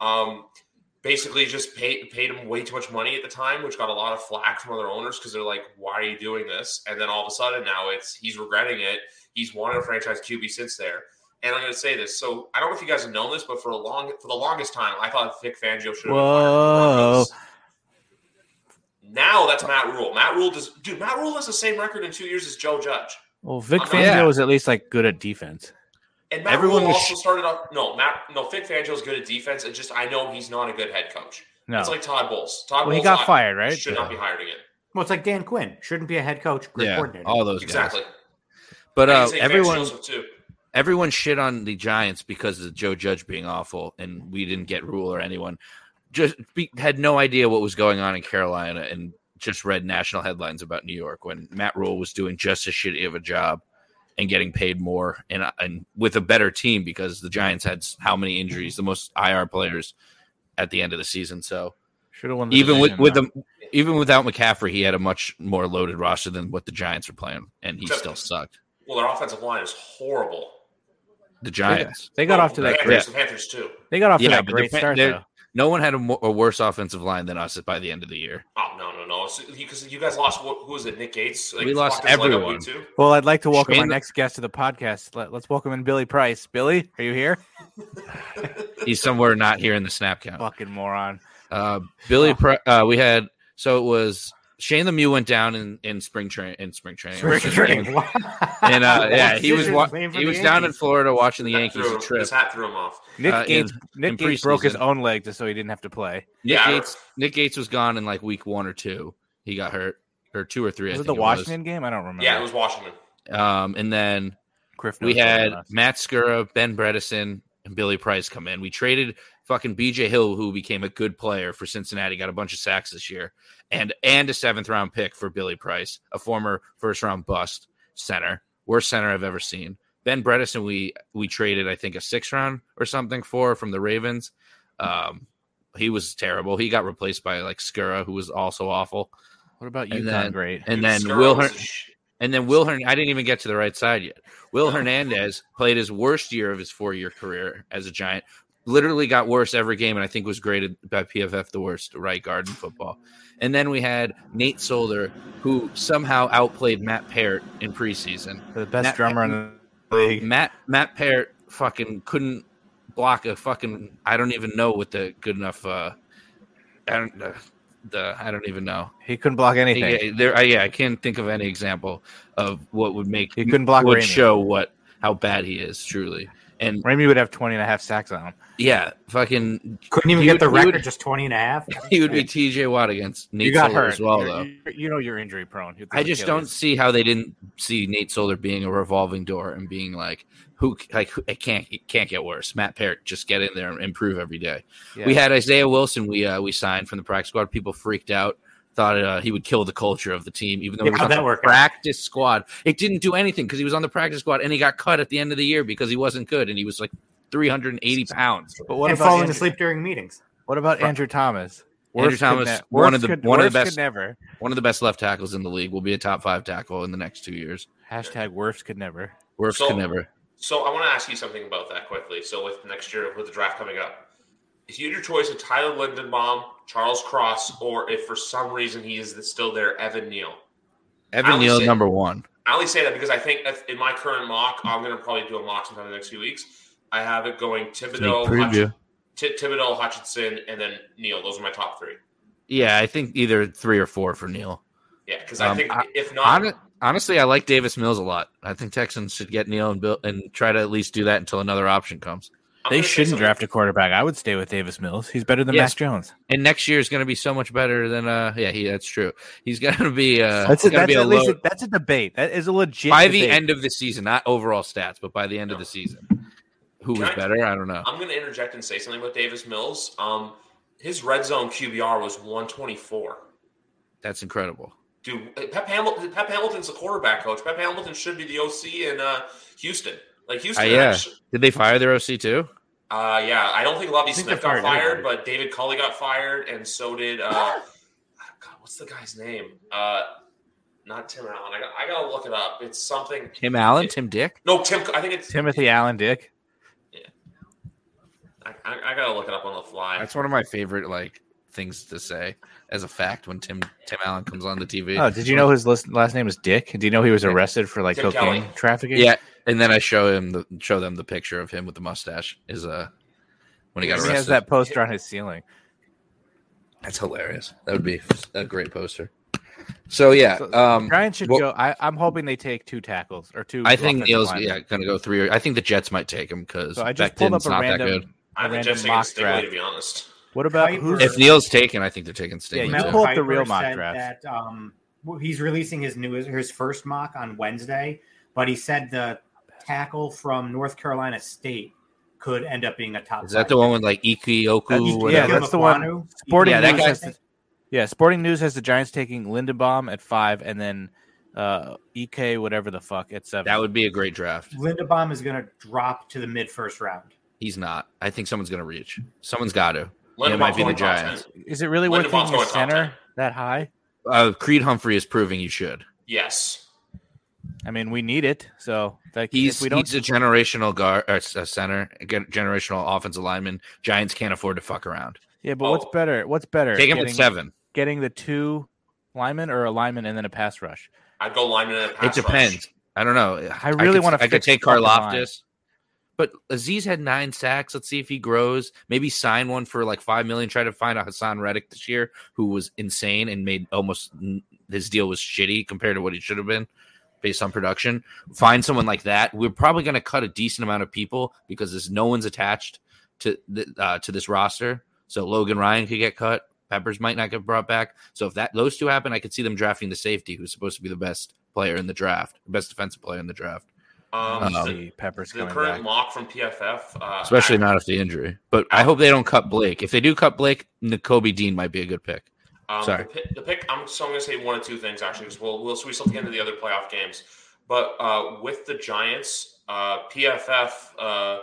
S1: Um, basically, just paid paid him way too much money at the time, which got a lot of flack from other owners because they're like, "Why are you doing this?" And then all of a sudden, now it's he's regretting it. He's wanted a franchise QB since there. And I'm going to say this. So I don't know if you guys have known this, but for a long for the longest time, I thought Vic Fangio should have
S3: Whoa.
S1: been fired. Now that's Matt Rule. Matt Rule does dude. Matt Rule has the same record in two years as Joe Judge.
S3: Well, Vic
S1: I'm not-
S3: Fangio
S2: Yeah.
S3: is at least like good at defense.
S1: And Matt
S2: Everyone
S1: Rule
S2: was
S1: also
S2: sh-
S1: started off. No, Matt. No, Vic Fangio's good at defense. It's just I know he's not a good head coach.
S3: No,
S1: It's like Todd Bowles. Todd
S3: well, he
S1: Bowles
S3: got
S1: not-
S3: fired, right?
S1: Should not be hired again.
S4: Well, it's like Dan Quinn shouldn't be a head coach, great
S2: yeah,
S4: coordinator.
S2: all those
S1: Exactly.
S2: guys. But
S1: I
S2: uh,
S1: can say Vance
S2: everyone,
S1: Joseph, too.
S2: everyone shit on the Giants because of Joe Judge being awful, and we didn't get Rule or anyone. Just be, had no idea what was going on in Carolina, and just read national headlines about New York when Matt Rule was doing just as shitty of a job and getting paid more, and and with a better team because the Giants had s- how many injuries, the most IR players at the end of the season. So
S3: Should have won. The
S2: even with
S3: division,
S2: with
S3: though.
S2: the even without McCaffrey, he had a much more loaded roster than what the Giants were playing, and he
S1: Except-
S2: still sucked.
S1: Well, their offensive line is horrible.
S2: The Giants.
S3: they got off to that
S1: The
S3: great.
S1: Panthers, the Panthers too.
S3: They got off
S2: Yeah,
S3: to that
S2: but
S3: great
S2: they're-
S3: start
S2: they're-
S3: though.
S2: No one had a, mo- a worse offensive line than us by the end of the year.
S1: Oh no, no, no! Because you guys lost. What, who was it? Nick Gates.
S2: We lost
S1: fucked his leg up
S2: everyone.
S1: week two?
S3: Well, I'd like to welcome our
S2: Shane-
S3: next guest to the podcast. Let, let's welcome in Billy Price. Billy, are you here?
S2: He's somewhere not here in the snap count.
S3: Fucking moron.
S2: Uh, Billy, Pre- uh, we had so it was Shane Lemieux went down in in spring train in spring training. And uh, yeah, he was wa- he was down in Florida watching the
S1: Hat
S2: Yankees
S1: threw
S2: a
S1: him-
S2: trip.
S1: His hat threw him off.
S3: Nick
S2: Uh,
S3: Gates.
S2: in
S3: Nick Gates broke his
S2: preseason.
S3: own leg just so he didn't have to play.
S2: Nick
S1: Yeah.
S2: Gates Nick Gates was gone in like week one or two. He got hurt or two or three.
S3: Was
S2: I think
S3: it the
S2: it was.
S3: Washington game? I don't remember.
S1: Yeah, it was Washington.
S2: Um, and then
S3: Griff
S2: we
S3: knows better
S2: had
S3: than us.
S2: Matt Skura, Ben Bredesen, and Billy Price come in. We traded fucking BJ Hill, who became a good player for Cincinnati, got a bunch of sacks this year, and and a seventh round pick for Billy Price, a former first round bust center, worst center I've ever seen. Ben Bredesen, we we traded I think a six round or something for from the Ravens. Um, he was terrible. He got replaced by like Skura, who was also awful.
S3: What about
S2: and
S3: UConn?
S2: then-
S3: great.
S2: And
S1: Dude,
S2: then
S1: Skura
S2: Will
S1: was
S2: Hern-
S1: a sh-
S2: and then Will Hern- I didn't even get to the right side yet. Will Hernandez played his worst year of his four year career as a Giant. Literally got worse every game, and I think was graded by PFF the worst right guard in football. And then we had Nate Solder, who somehow outplayed Matt Parrott in preseason.
S3: the best
S2: Matt-
S3: drummer in the league.
S2: Matt Matt Parrott fucking couldn't block a fucking I don't even know what the good enough uh I don't uh, the I don't even know
S3: He couldn't block anything.
S2: yeah, there, I, yeah, I can't think of any example of what would make
S3: He couldn't block
S2: would
S3: Raimi.
S2: show what how bad he is truly. And
S3: Ramey would have 20 and a half sacks on him.
S2: yeah, fucking,
S4: Couldn't even
S2: You-
S4: get the
S2: you would-
S4: record, just 20 and a half.
S2: he would be T.J. Watt against Nate
S3: you got
S2: Solder
S3: hurt.
S2: as well,
S3: You're-
S2: though.
S3: you you know you're injury prone. You're the
S2: I just don't
S3: Achilles.
S2: see how they didn't see Nate Solder being a revolving door and being like, who like who- it can't it can't get worse. Matt Parrott just get in there and improve every day.
S3: Yeah.
S2: We had Isaiah Wilson. We uh, we signed from the practice squad. People freaked out, thought uh, he would kill the culture of the team, even though
S4: Yeah,
S2: he was
S4: how'd
S2: on the
S4: that work out?
S2: practice squad. It didn't do anything because he was on the practice squad and he got cut at the end of the year because he wasn't good and he was like 380 pounds.
S3: But what
S4: and
S3: about
S4: falling
S3: Andrew,
S4: asleep during meetings.
S3: What about Andrew Thomas?
S2: Andrew
S3: Worst could
S2: Thomas,
S3: ne-
S2: one
S3: worst
S2: of the-
S3: could-
S2: one of the
S3: worst
S2: best-
S3: Could never.
S2: One of the best left tackles in the league. Will be a top five tackle in the next two years.
S3: Hashtag worst could never.
S2: Worse
S1: So-
S2: could never.
S1: So I want to ask you something about that quickly. So with next year, with the draft coming up, if you had your choice of Tyler Lindenbaum, Charles Cross, or if for some reason he is still there, Evan Neal. I
S2: Evan
S1: would
S2: Neal
S1: say-
S2: number one.
S1: I only say that because I think if- in my current mock, I'm going to probably do a mock sometime in the next few weeks. I have it going Thibodeau, Hutch- T- Thibodeau, Hutchinson, and then Neal. Those are my top three.
S2: Yeah, I think either three or four for Neal.
S1: Yeah, because I
S2: Um,
S1: think
S2: I-
S1: if not,
S2: Hon- Honestly, I like Davis Mills a lot. I think Texans should get Neal and Bill and try to at least do that until another option comes.
S1: I'm
S3: They
S1: gonna say
S3: shouldn't
S1: something-
S3: draft a quarterback. I would stay with Davis Mills. He's better than
S2: Yes.
S3: Max Jones.
S2: And next year is going to be so much better than uh yeah he that's true. He's going to be uh
S3: That's,
S2: going to
S3: a, that's
S2: be a
S3: at least
S2: low,
S3: a, that's a debate. That is a legit
S2: by the
S3: debate.
S2: end of the season, not overall stats, but by the end of the season, who
S1: Can
S2: was
S1: I-
S2: better? I don't know.
S1: I'm going to interject and say something about Davis Mills. Um, his red zone QBR was 124.
S2: That's incredible.
S1: Dude, Pep Hamilton. Pep Hamilton's the quarterback coach. Pep Hamilton should be the OC in uh, Houston. Like Houston,
S2: Uh, yeah.
S1: actually-
S2: Did they fire their OC too?
S1: Uh, yeah, I don't think Lovey
S4: I think
S1: Smith
S4: they're
S1: got
S4: fired
S1: fired,
S4: everybody.
S1: but David Culley got fired, and so did uh,
S2: Ah!
S1: God, what's the guy's name? Uh, not Tim Allen. I got I gotta look it up. It's something.
S2: Tim Allen, Tim Dick.
S1: No, Tim. I think it's.
S3: Timothy Allen Dick.
S1: I, I, I gotta look it up on the fly.
S2: That's one of my favorite like things to say as a fact when Tim Tim Allen comes on the TV.
S3: Oh, did you know his list, last name is Dick? Do you know he was arrested for like
S1: Dick
S3: cocaine
S1: Kelly.
S3: trafficking?
S2: Yeah, and then I show him the show them the picture of him with the mustache is uh when he
S3: he
S2: got arrested.
S3: has that poster on his ceiling.
S2: That's hilarious. That would be a great poster. So yeah, um,
S3: Ryan should
S2: well-
S3: go. I, I'm hoping they take two tackles or two.
S2: I think
S3: offensive
S2: Neil's
S3: linemen.
S2: yeah going to go three. I think the Jets might take him because
S3: So I just pulled up a
S2: not that
S3: random.
S2: good.
S1: I
S3: a
S1: think
S3: random
S1: Jets
S3: mock
S1: against Stingley,
S3: draft.
S1: to be honest.
S3: What about
S4: Piper-
S3: who's
S2: If Neil's taken, I think they're taking
S3: Yeah,
S2: Stingley
S3: you
S2: too.
S3: pull up the real
S4: Kiper
S3: mock
S4: said
S3: drafts.
S4: That, um, well, he's releasing his new his first mock on Wednesday, but he said the tackle from North Carolina State could end up being a top.
S2: Is that the one with like Ikioku?
S3: That's-
S2: or
S3: yeah,
S2: whatever?
S3: that's the one. Sporting
S2: Yeah, that
S3: News
S2: guy-
S3: has the, yeah, Sporting News has the Giants taking Lindenbaum at five, and then uh, Ek whatever the fuck at seven.
S2: that would be a great draft.
S4: Lindebaum is going to drop to the mid first round.
S2: He's not. I think someone's going to reach. Someone's got to.
S1: Linderbaum's
S2: might be the
S1: going top ten.
S2: Giants.
S3: Is it really worth
S1: Lindenbaum's
S3: taking a
S1: going top
S3: center
S1: ten.
S3: that high?
S2: Uh, Creed Humphrey is proving you should.
S1: Yes.
S3: I mean, we need it. So like,
S2: He's
S3: if we don't.
S2: he's a generational guard, or s- a center, a gen- generational offensive lineman. Giants can't afford to fuck around.
S3: yeah, but what's
S1: oh.
S3: better? What's better?
S2: Take him
S3: getting,
S2: at seven.
S3: Getting the two linemen or a lineman and then a pass rush.
S1: I'd go lineman and a
S2: It
S1: pass
S2: depends.
S1: rush.
S2: I don't know.
S3: I really
S2: could-
S3: wanna
S2: I could
S3: fix
S2: take
S3: the fucking
S2: Karloftis, but Aziz had nine sacks. Let's see if he grows. Maybe sign one for like five million. Try to find a Hassan Reddick this year, who was insane and made almost his deal was shitty compared to what he should have been based on production. Find someone like that. We're probably going to cut a decent amount of people because there's no one's attached to th- uh, to this roster. So Logan Ryan could get cut. Peppers might not get brought back. So if that those two happen, I could see them drafting the safety, who's supposed to be the best player in the draft, best defensive player in the draft.
S1: Um,
S2: Um,
S1: the,
S3: See, Peppers
S1: the
S3: coming
S1: current
S3: back.
S1: mock from PFF, uh,
S2: Especially
S1: I-
S2: not if the injury. But I hope they don't cut Blake. If they do cut Blake, Nicobe Dean might be a good pick.
S1: Um,
S2: Sorry.
S1: The pick, the pick I'm so I'm going to say one of two things actually because we'll we'll squeeze something into the other playoff games. But uh, with the Giants, uh, PFF uh,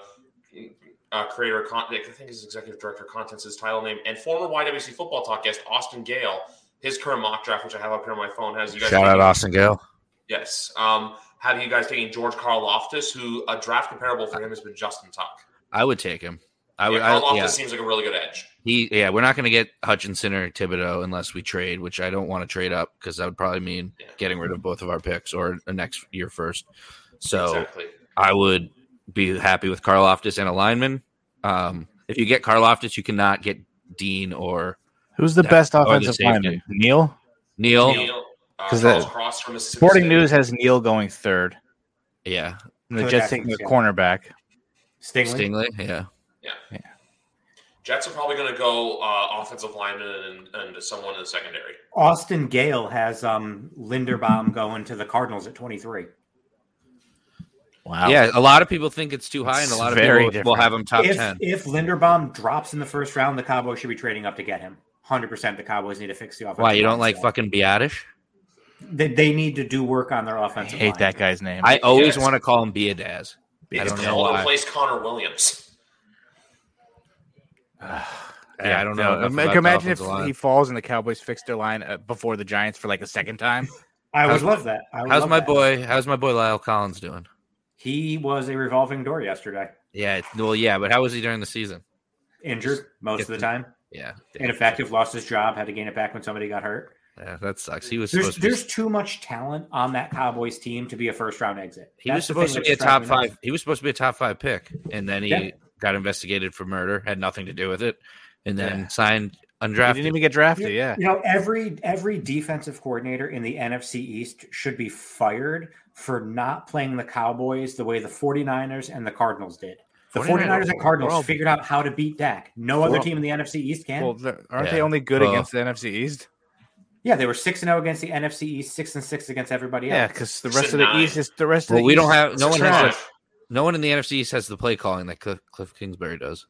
S1: uh, creator, con- I think his executive director of contents, his title name, and former YWC football talk guest Austin Gale, his current mock draft, which I have up here on my phone, has you guys.
S2: Shout out Austin Gale.
S1: Yes. Um, have you guys taking George Karloftis, who a draft comparable for him has been Justin Tuck?
S2: I would take him. I would.
S1: Yeah, Karloftis
S2: I, yeah,
S1: seems like a really good edge.
S2: he. Yeah, we're not going to get Hutchinson or Thibodeau unless we trade, which I don't want to trade up because that would probably mean
S1: Yeah.
S2: getting rid of both of our picks or a next year first. So
S1: Exactly.
S2: I would be happy with Karloftis and a lineman. Um, if you get Karloftis, you cannot get Dean or
S3: Who's the
S2: that-
S3: best
S2: or Oh, the
S3: offensive
S2: safety.
S3: lineman? Neil.
S2: Neil.
S1: Neil, uh,
S3: 'Cause
S1: Charles
S3: that-
S1: Cross from Mississippi
S3: Sporting
S1: State.
S3: News has Neil going third.
S2: Yeah,
S3: And the
S4: Third
S3: Jets
S4: after
S3: taking a
S4: Stingley.
S3: cornerback.
S4: Stingley.
S2: Stingley. Yeah,
S1: Jets are probably going to go uh, offensive lineman and, and someone in the secondary.
S4: Austin Gale has um, Linderbaum going to the Cardinals at 23.
S3: Wow.
S2: yeah. A lot of people think it's too high, and a
S3: It's
S2: lot of
S3: very
S2: people will
S3: different.
S2: have him top
S4: if,
S2: ten.
S4: if Linderbaum drops in the first round, the Cowboys should be trading up to get him. 100% the Cowboys need to fix the offense.
S2: Why you don't like fucking Biadish?
S4: They, they need to do work on their
S3: I
S4: offense.
S3: hate that guy's name.
S2: I
S1: Yes.
S2: always want to call him Biadaz. I
S1: It's
S2: don't know
S1: called to
S2: why.
S1: replace Connor Williams.
S2: Yeah, I don't know. enough
S3: Ima-
S2: about the
S3: imagine if
S2: offensive line.
S3: he falls and the Cowboys fix their line uh, before the Giants for like a second time.
S4: I would
S2: How's-
S4: love that. I would
S2: How's
S4: love
S2: my
S4: that.
S2: boy? How's my boy Lyle Collins doing?
S4: He was a revolving door yesterday.
S2: Yeah, it's- well, yeah, but how was he during the season?
S4: Injured most of the time.
S2: Yeah,
S4: Ineffective. Lost his job. Had to gain it back when somebody got hurt.
S2: yeah, that sucks. He was
S4: There's
S2: supposed to. Be,
S4: there's too much talent on that Cowboys team to be a first round exit.
S2: he was
S4: That's the
S2: supposed to
S4: thing
S2: be a
S4: that's
S2: top
S4: driving us.
S2: five. He was supposed to be a top five pick, and then he
S4: Yeah.
S2: got investigated for murder, had nothing to do with it, and then
S3: Yeah.
S2: signed
S3: He
S2: undrafted.
S3: didn't even get drafted. Yeah.
S4: You know, every every defensive coordinator in the NFC East should be fired for not playing the Cowboys the way the 49ers and the Cardinals did. The 49ers,
S2: 49ers
S4: and Cardinals
S3: world.
S4: figured out how to beat Dak. No other
S3: World.
S4: team in the NFC East can.
S3: Well, they're- aren't
S2: Yeah.
S3: they only good
S2: Well-
S3: against the NFC East?
S4: yeah, they were 6 and 0 against the NFC East, 6 and 6 against everybody
S3: Yeah,
S4: else.
S3: because the
S1: Six
S3: rest of
S1: and
S3: the
S1: nine.
S3: East is the rest of
S2: Well,
S3: the
S2: we
S3: East
S2: don't
S3: is
S2: have- no one has
S3: trash.
S2: no one in the NFC East has the play calling that Cliff, Cliff Kingsbury does.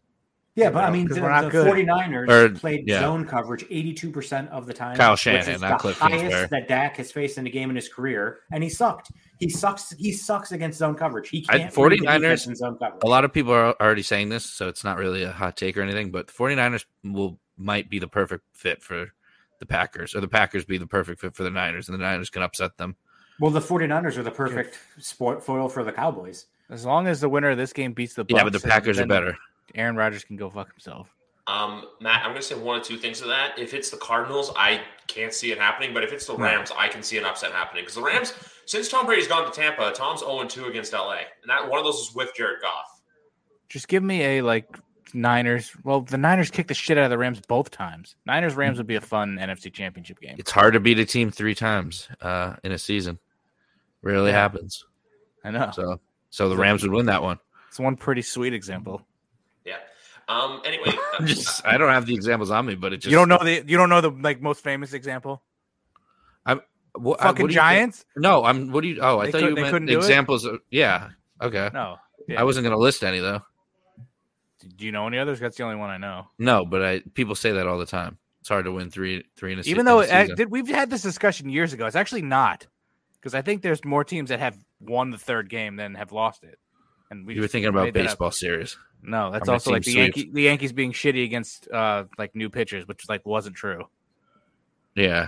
S4: Yeah, but I mean, the,
S3: 'Cause
S4: the
S3: we're not good.
S4: 49ers
S2: Or-
S4: played
S2: yeah.
S4: zone coverage 82% of the time.
S2: Kyle
S4: which
S2: Shanahan,
S4: is
S2: not
S4: the
S2: Cliff
S4: highest
S2: Kingsbury.
S4: that Dak has faced in a game in his career, and he sucked. He sucks. He sucks against zone coverage. He
S2: I-
S4: can't. read the
S2: 49ers
S4: defense in zone coverage.
S2: A lot of people are already saying this, so it's not really a hot take or anything, but the 49ers will might be the perfect fit for the Packers, or the Packers be the perfect fit for the Niners, and the Niners can upset them.
S4: Well, the 49ers are the perfect sport foil for the Cowboys.
S3: As long as the winner of this game beats the Bucks,
S2: yeah, but the Packers are
S3: then
S2: better.
S3: Aaron Rodgers can go fuck himself.
S1: Um, Matt, I'm gonna say one or two things to that. If it's the Cardinals, I can't see it happening. But if it's the Rams, I can see an upset happening because the Rams, since Tom Brady's gone to Tampa, Tom's 0 2 against LA, and that one of those is with Jared Goff.
S3: Just give me a like Niners. Well, the Niners kicked the shit out of the Rams both times. Niners Rams would be a fun NFC Championship game.
S2: It's hard to beat a team three times uh, in a season. Rarely happens.
S3: I know.
S2: So, so the Rams would win that one.
S3: It's one pretty sweet example.
S1: Yeah. Um. Anyway, uh,
S2: Just, I don't have the examples on me, but it just
S3: you don't know the you don't know the like most famous example.
S2: What- I- what
S3: Fucking
S2: do you think-
S3: Giants.
S2: No, I'm. What do you? Oh, I
S3: They
S2: thought
S3: could-
S2: you
S3: they
S2: meant
S3: couldn't do it?
S2: examples. Of, yeah. Okay.
S3: No. Yeah.
S2: I wasn't gonna list any though.
S3: Do you know any others? That's the only one I know.
S2: No, but I people say that all the time. It's hard to win three three in a se-
S3: even
S2: in
S3: though
S2: a
S3: it, I,
S2: season.
S3: did, we've had this discussion years ago, it's actually not because I think there's more teams that have won the third game than have lost it. And we
S2: you were
S3: just
S2: thinking about
S3: made that up.
S2: baseball series.
S3: No, that's
S2: many
S3: also like the
S2: teams sweep?
S3: Yankee, the Yankees being shitty against uh like new pitchers, which like wasn't true.
S2: Yeah.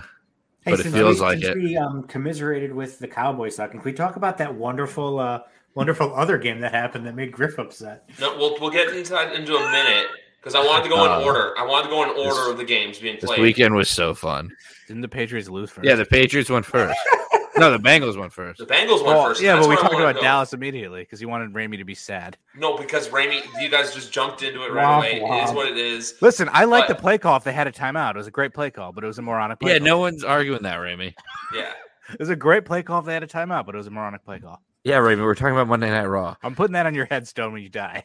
S4: Hey,
S2: But it
S4: since
S2: feels
S4: we,
S2: like
S4: since
S2: it.
S4: we um, commiserated with the Cowboys sucking, can we talk about that wonderful, uh, wonderful other game that happened that made Griff upset?
S1: no, we'll we'll get into that into a minute because I wanted to go in
S2: Uh,
S1: order. I wanted to go in order
S2: this-
S1: of the games being
S2: This
S1: played.
S2: weekend was so fun.
S3: Didn't the Patriots lose first?
S2: Yeah, the Patriots went first. no, the Bengals went first.
S1: The Bengals won
S3: Well,
S1: first.
S3: yeah,
S1: That's
S3: but we
S1: where I
S3: talked
S1: wanna
S3: about
S1: go.
S3: Dallas immediately because he wanted Ramey to be sad.
S1: No, because Ramey, you guys just jumped into it right
S4: Womp
S1: away. It is
S4: womp.
S1: what it is.
S3: Listen, I like
S1: But-
S3: the play call. If they had a timeout, it was a great play call, but it was a moronic. Play
S2: Yeah,
S3: call.
S2: no one's arguing that, Ramy.
S1: Yeah.
S3: it was a great play call. If they had a timeout, but it was a moronic play call.
S2: Yeah, Ramy. We're talking about Monday Night Raw.
S3: I'm putting that on your headstone when you die.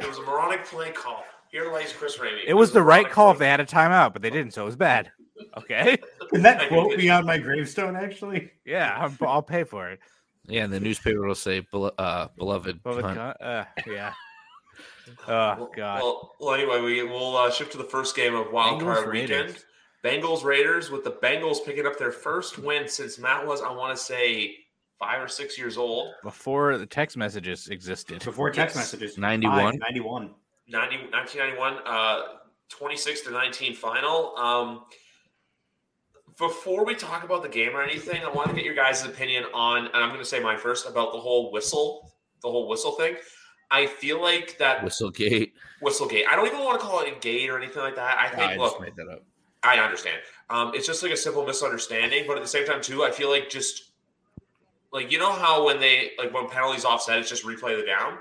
S1: It was a moronic play call. Here lies Chris Ramey.
S3: It was
S1: a
S3: the right
S1: moronic
S3: call if
S1: play-
S3: they had a timeout, but they didn't, so it was bad. Okay.
S4: Can
S1: I
S4: that
S1: can
S4: quote
S1: get
S4: be
S1: you.
S4: on my gravestone? Actually,
S3: Yeah, I'm, I'll pay for it.
S2: Yeah, and the newspaper will say, "Belo- uh, "Beloved."
S3: But with
S2: punt.
S3: con- uh, yeah. Oh
S1: Well,
S3: god.
S1: Well, well anyway, we, we'll uh, shift to the first game of Wild
S3: Bengals,
S1: Card
S3: Raiders.
S1: Weekend. Bengals Raiders with the Bengals picking up their first win since Matt was, I want to say, five or six years old.
S3: Before the text messages existed.
S4: before text
S1: Yes.
S4: messages,
S2: 91?
S4: Five, 91.
S1: 90, 1991, uh, 26 to 19 final. Um, before we talk about the game or anything, I want to get your guys' opinion on, and I'm going to say mine first about the whole whistle, the whole whistle thing. I feel like that
S2: Whistlegate.
S1: Whistlegate. I don't even want to call it a gate or anything like that. I
S2: Nah,
S1: think,
S2: I just
S1: look,
S2: made that up.
S1: I understand. Um, it's just like a simple misunderstanding, but at the same time, too, I feel like just like you know how when they like when penalties offset, it's just replay the down.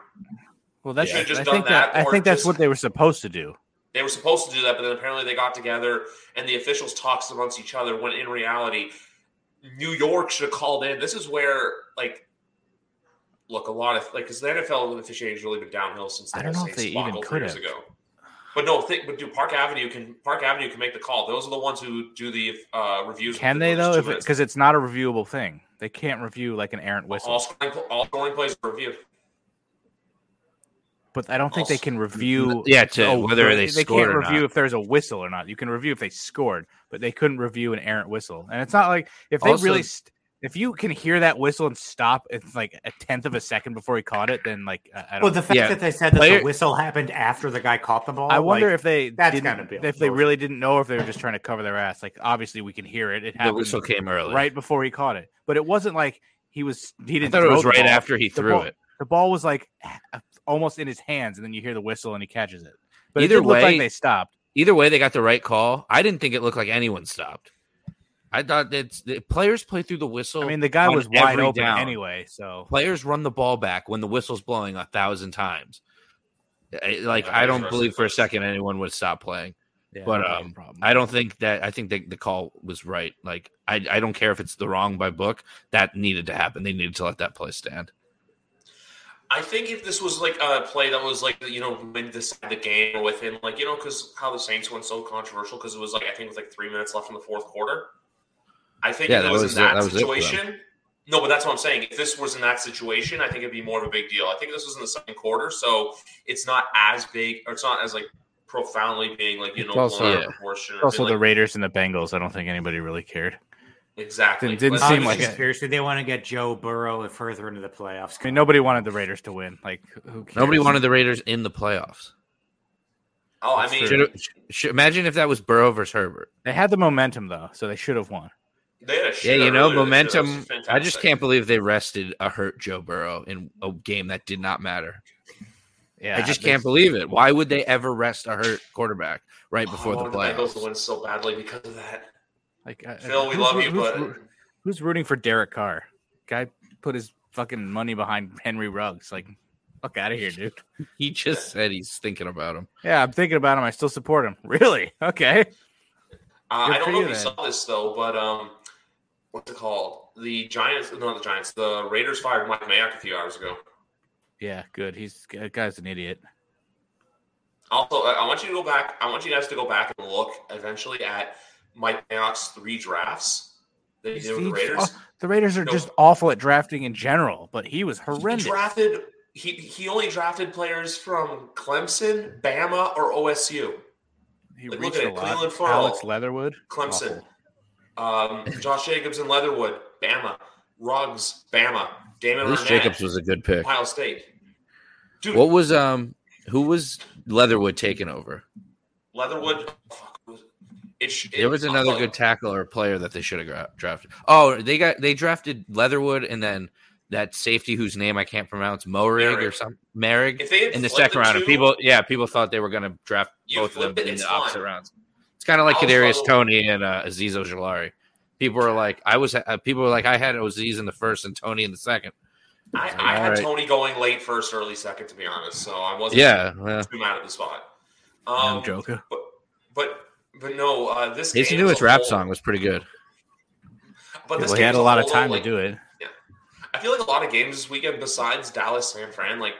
S3: Well, that's
S1: Should've just
S3: I
S1: done
S3: think that,
S1: that,
S3: I
S1: or
S3: think that's
S1: just-
S3: what they were supposed to do.
S1: They were supposed to do that, but then apparently they got together and the officials talked amongst each other. When in reality, New York should have called in. This is where like. Look, a lot of like because the NFL officiating has really been downhill since the
S3: I don't
S1: whole
S3: know if
S1: Saints
S3: they even
S1: debacle three
S3: could
S1: years
S3: have.
S1: ago. But no, think, but do Park Avenue can Park Avenue can make the call. Those are the ones who do the uh, reviews.
S3: Can
S1: with the
S3: they though?
S1: two
S3: If
S1: minutes.
S3: because it's not a reviewable thing, they can't review like an errant whistle.
S1: All scoring, all scoring plays are reviewed.
S3: but I don't think they can review.
S2: Yeah, to
S3: oh,
S2: whether they,
S3: they
S2: scored
S3: can't
S2: or
S3: review
S2: not.
S3: if there's a whistle or not. You can review if they scored, but they couldn't review an errant whistle. And it's not like if they
S2: Also-
S3: really st- if you can hear that whistle and stop it's like a tenth of a second before he caught it, then like I I don't.
S4: Well, the fact
S2: Yeah.
S4: that they said that
S2: Player-
S4: the whistle happened after the guy caught the ball,
S3: I wonder
S4: like,
S3: if they
S4: that's
S3: didn't-
S4: gotta be
S3: if they
S4: unfortunate.
S3: really didn't know or if they were just trying to cover their ass. Like obviously we can hear it. It
S2: The
S3: happened
S2: whistle came early.
S3: right before he caught it, but it wasn't like he was. He
S2: I
S3: didn't.
S2: thought it
S3: throw
S2: was
S3: the
S2: right
S3: ball.
S2: after he
S3: The
S2: threw
S3: ball-
S2: it.
S3: The ball was like uh, almost in his hands, and then you hear the whistle and he catches it. But
S2: Either
S3: it did look
S2: way-
S3: like they stopped.
S2: Either way, they got the right call. I didn't think it looked like anyone stopped. I thought that the players play through the whistle.
S3: I mean, the guy
S2: on
S3: was wide
S2: every
S3: open
S2: down.
S3: anyway, so
S2: Players run the ball back when the whistle's blowing a thousand times. I- Like
S1: Yeah,
S2: I
S1: that's
S2: don't
S1: what I
S2: believe
S1: said
S2: for a
S1: first.
S2: second anyone would stop playing.
S3: Yeah,
S2: But,
S3: that'd be a
S2: um,
S3: problem.
S2: I don't think that. I think that the call was right. Like I, I don't care if it's the wrong by book. That needed to happen. They needed to let that play stand.
S1: I think if this was like a play that was like you know win this the game or within like you know because how the Saints went so controversial because it was like I think with like three minutes left in the fourth quarter. I think
S2: Yeah,
S1: if it
S2: that
S1: was,
S2: was it-
S1: in that,
S2: that was it for them.
S1: situation. No, but that's what I'm saying. If this was in that situation, I think it'd be more of a big deal. I think this was in the second quarter, so it's not as big, or it's not as like profoundly being like you know
S3: It's also-
S1: blown out of
S2: Yeah.
S1: proportion. or
S3: Also,
S1: being,
S3: the
S1: like,
S3: Raiders and the Bengals. I don't think anybody really cared.
S1: exactly
S3: didn't- didn't
S1: But-
S3: seem
S4: Obviously,
S3: like it.
S4: seriously, they want to get Joe Burrow further into the playoffs.
S3: I mean, nobody wanted the Raiders to win. Like, who cares?
S2: Nobody wanted the Raiders in the playoffs.
S1: Oh, I
S3: That's
S1: mean,
S3: true.
S2: Should- sh- imagine if that was Burrow versus Herbert.
S3: They had the momentum though, so they should have won.
S1: they had a
S2: Yeah,
S1: shooter
S2: you know,
S1: earlier this year. That was
S2: momentum. I just
S1: fantastic.
S2: can't believe they rested a hurt Joe Burrow in a game that did not matter.
S3: Yeah,
S2: I just
S3: they-
S2: can't believe it. Why would they ever rest a hurt quarterback right
S1: Oh, I
S2: before the
S1: wanted Bengals to
S2: playoffs?
S1: win so badly because of that.
S3: Like, I- I-
S1: Phil, we
S3: who's-
S1: love you,
S3: who's-
S1: but uh,
S3: who's- who's rooting for Derek Carr? Guy put his fucking money behind Henry Ruggs. Like, fuck out of here, dude.
S2: He just said he's thinking about him.
S3: Yeah, I'm thinking about him. I still support him. Really? Okay.
S1: Uh,
S3: Good
S1: I don't
S3: for
S1: know
S3: you
S1: if you
S3: then.
S1: saw this though, but um, what's it called? The Giants, not the Giants. The Raiders fired Mike Mayock a few hours ago.
S3: Yeah, good. He's that guy's an idiot.
S1: Also, I I want you to go back. I want you guys to go back and look eventually at Mike Mayock's three drafts that he
S3: He's-
S1: did with the
S3: he's
S1: Raiders.
S3: aw- the Raiders are
S1: No.
S3: just awful at drafting in general, but he was
S1: He
S3: horrendous.
S1: drafted. He he only drafted players from Clemson, Bama, or OSU.
S3: He
S1: Like,
S3: reached
S1: look at
S3: a
S1: it,
S3: lot.
S1: Cleveland Farrell,
S3: Alex Leatherwood,
S1: Clemson,
S3: awful.
S1: um, Josh Jacobs and Leatherwood, Bama, Ruggs, Bama, Damon
S2: At least
S1: Arnett,
S2: Jacobs was a good pick.
S1: Ohio State. Dude,
S2: What was um? Who was Leatherwood taking over?
S1: Leatherwood. fuck, who was- It, sh- it-
S2: There was another
S1: oh,
S2: good tackle or player that they should have gra- drafted. Oh, they got they drafted Leatherwood and then that safety whose name I can't pronounce, Morig or
S1: Merrig.
S2: something, Merrig
S1: If they had
S2: in the
S1: flipped
S2: second round.
S1: two,
S2: And people, yeah, people thought they were going to draft
S1: You
S2: both of
S1: flip
S2: them
S1: it,
S2: in
S1: it's
S2: the
S1: fine.
S2: opposite rounds. It's kind of like
S1: I was
S2: Kadarius
S1: probably-
S2: Tony and uh, Aziz Ojolari. People were like, I was. Uh, people were like, I had Aziz in the first and Tony in the second.
S1: I,
S2: All
S1: I had
S2: right.
S1: Tony going late first, early second, to be honest. So I wasn't
S2: Yeah, well,
S1: too mad at the spot.
S3: no
S1: Um,
S3: joker.
S1: but but no, uh, this
S2: his
S1: game was
S2: newest
S1: a
S2: rap
S1: whole-
S2: song was pretty good.
S1: But this
S3: Well, he
S1: game
S3: had
S1: was
S3: a lot of
S1: whole,
S3: time
S1: like,
S3: to do it.
S1: I feel like a lot of games this weekend, besides Dallas, San Fran, like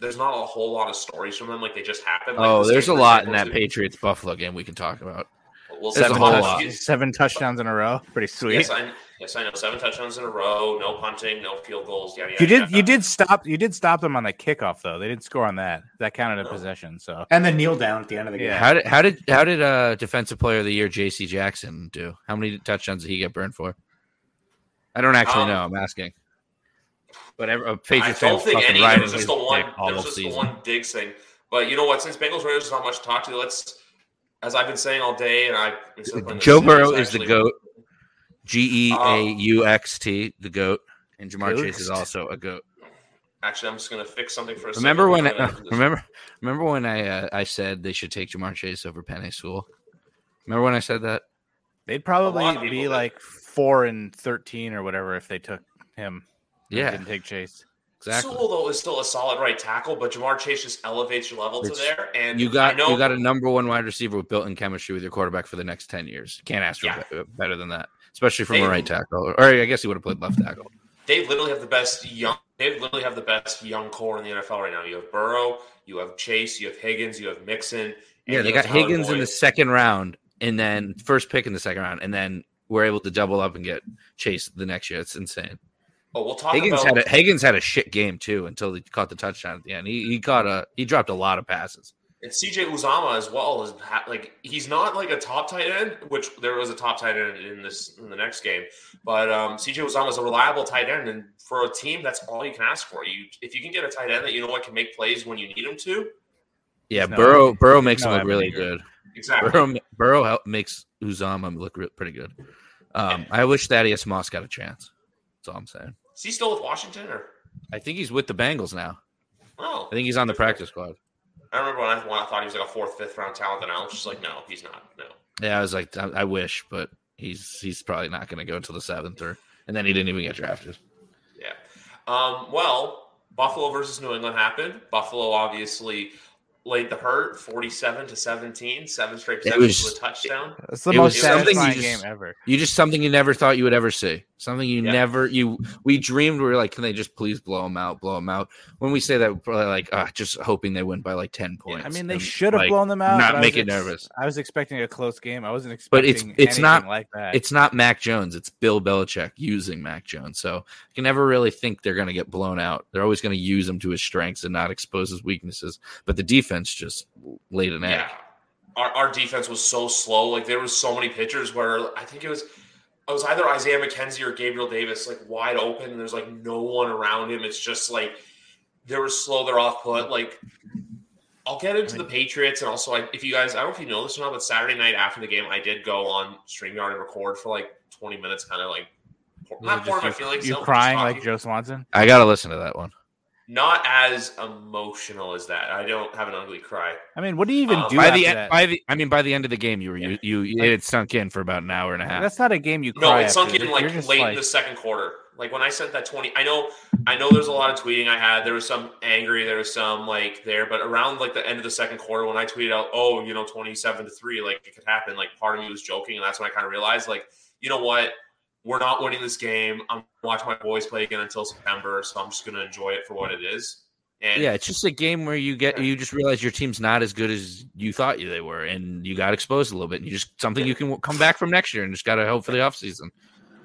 S1: there's not a whole lot of stories from them. Like they just happened. Like,
S2: Oh,
S1: this
S2: there's a
S1: game, for
S2: lot in that
S1: example,
S2: Patriots Buffalo game we can talk about.
S1: is- Well,
S2: There's
S1: seven
S2: a whole
S1: touch-
S2: lot.
S3: Seven touchdowns in a row. Pretty sweet.
S1: Yes, I, yes, I know. Seven touchdowns in a row, no punting, no field goals. Yada, yada,
S3: you did.
S1: yada.
S3: You did stop. You did stop them on the kickoff, though. They didn't score on that. That counted a
S1: No.
S3: possession. So
S4: And then kneel down at the end of the
S3: Yeah.
S4: game.
S2: How did how did how did uh defensive player of the year JC Jackson do? How many touchdowns did he get burned for? I don't actually
S1: Um,
S2: know. I'm asking. But every, a
S1: I
S2: Patriots fan
S1: don't
S2: was
S1: think
S2: fucking
S1: any.
S2: riding
S1: There's just
S2: his
S1: the one.
S2: dick all
S1: There's just the
S2: season.
S1: one Diggs thing. But you know what? Since Bengals Raiders, there's not much to talk to. Let's, as I've been saying all day, and I. instead of putting this
S2: Joe
S1: in,
S2: Burrow
S1: it's
S2: is the
S1: actually-
S2: goat. G E A U X T, the goat, and Jamar Chase is
S3: Goat.
S2: also a goat.
S1: Actually, I'm just going to fix something for a
S2: Remember when?
S1: second.
S2: I, remember remember when I uh, I said they should take Jamar Chase over Penny School. Remember when I said that?
S3: they'd
S1: lot of
S3: probably
S1: people
S3: be
S1: did.
S3: like four and thirteen or whatever if they took him. and
S2: Yeah,
S3: didn't take Chase.
S2: exactly.
S1: Sewell though is still a solid right tackle, but Jamar Chase just elevates your level to
S2: It's-
S1: there, and
S2: You got
S1: I know
S2: you got a number one wide receiver with built-in chemistry with your quarterback for the next ten years. Can't ask for
S1: Yeah.
S2: be- better than that, especially from
S1: They-
S2: a right tackle. Or I guess he would have played left tackle.
S1: they literally have the best young. They literally have the best young core in the NFL right now. You have Burrow, you have Chase, you have Higgins, you have Mixon. and
S2: Yeah, they
S1: you
S2: got
S1: have Tyler
S2: Higgins in
S1: Boyd.
S2: the second round, and then first pick in the second round, and then we're able to double up and get Chase the next year. It's insane.
S1: Oh, we'll talk
S2: Higgins
S1: about
S2: had a, Higgins had a shit game too until he caught the touchdown at the end. He, he caught a he dropped a lot of passes.
S1: And CJ Uzama as well is ha- like he's not like a top tight end, which there was a top tight end in this in the next game. But um, CJ Uzama is a reliable tight end, and for a team, that's all you can ask for. You if you can get a tight end that you know what can make plays when you need him to,
S2: Yeah,
S3: No.
S2: Burrow Burrow makes
S3: No
S2: him look really
S3: avenue.
S2: good.
S1: exactly.
S2: Burrow, Burrow help, makes Uzama look re- pretty good. Um, I wish Thaddeus Moss got a chance. That's all I'm saying.
S1: Is he still with Washington or?
S2: I think he's with the Bengals now.
S1: Oh,
S2: I think he's on the practice squad.
S1: I remember when I, when I thought he was like a fourth, fifth round talent, and I was just like, no, he's not. No,
S2: Yeah, I was like, I, I wish, but he's he's probably not going to go until the seventh or, and then he didn't even get drafted.
S1: Yeah. Um, well, Buffalo versus New England happened. Buffalo obviously laid the hurt 47 to 17, seven straight
S2: It
S1: possessions
S2: was-
S1: with a touchdown.
S3: It's the
S2: It
S3: most
S1: was something you
S3: satisfying
S2: just-
S3: game ever.
S2: You just something you never thought you would ever see. Something you
S1: Yeah.
S2: never you we dreamed we were like, can they just please blow them out, blow them out? When we say that, we're probably like, ah, just hoping they win by like ten points.
S3: I mean, they
S2: and,
S3: should have
S2: like,
S3: blown them out.
S2: not
S3: but I
S2: make
S3: was
S2: it nervous.
S3: I was expecting a close game. I wasn't
S2: But it's-
S3: expecting.
S2: it's
S3: anything
S2: not-
S3: like that.
S2: It's not Mac Jones; it's Bill Belichick using Mac Jones. So you can never really think they're going to get blown out. They're always going to use him to his strengths and not expose his weaknesses. But the defense just laid an egg.
S1: Yeah. Our, our defense was so slow. Like there was so many pitchers where I think it was it was either Isaiah McKenzie or Gabriel Davis, like wide open. And there's like no one around him. It's just like they were slow, they're off put. Like I'll get into the Patriots and also I, if you guys I don't know if you know this or not, but Saturday night after the game I did go on StreamYard and record for like 20 minutes, kind of like pour-
S3: Was it
S1: not pouring my
S3: just you,
S1: feelings.
S3: you
S1: out,
S3: crying
S1: just
S3: like
S1: talking.
S3: Joe Swanson?
S2: I got to listen to that one.
S1: Not as emotional as that. I don't have an ugly cry.
S3: I mean, what do you even
S1: Uh,
S3: do
S2: by
S3: after
S2: the e-,
S3: that?
S2: by the I mean by the end of the game, you were
S1: Yeah.
S2: you, you it had sunk in for about an hour and a half.
S3: That's not a game you
S1: No,
S3: cry.
S1: it sunk
S3: after.
S1: in
S3: You're
S1: like
S3: just
S1: late in the second quarter. Like when I sent that twenty, I know, I know. There's a lot of tweeting I had. There was some angry. There was some like there, but around like the end of the second quarter, when I tweeted out, "Oh, you know, twenty-seven to three, like it could happen." Like part of me was joking, and that's when I kind of realized, like, you know what, we're not winning this game. I'm watching my boys play again until September, so I'm just gonna enjoy it for what it is. And
S2: yeah, it's just a game where you get you just realize your team's not as good as you thought you they were, and you got exposed a little bit. And you just something you can come back from next year, and just got to hope for the offseason.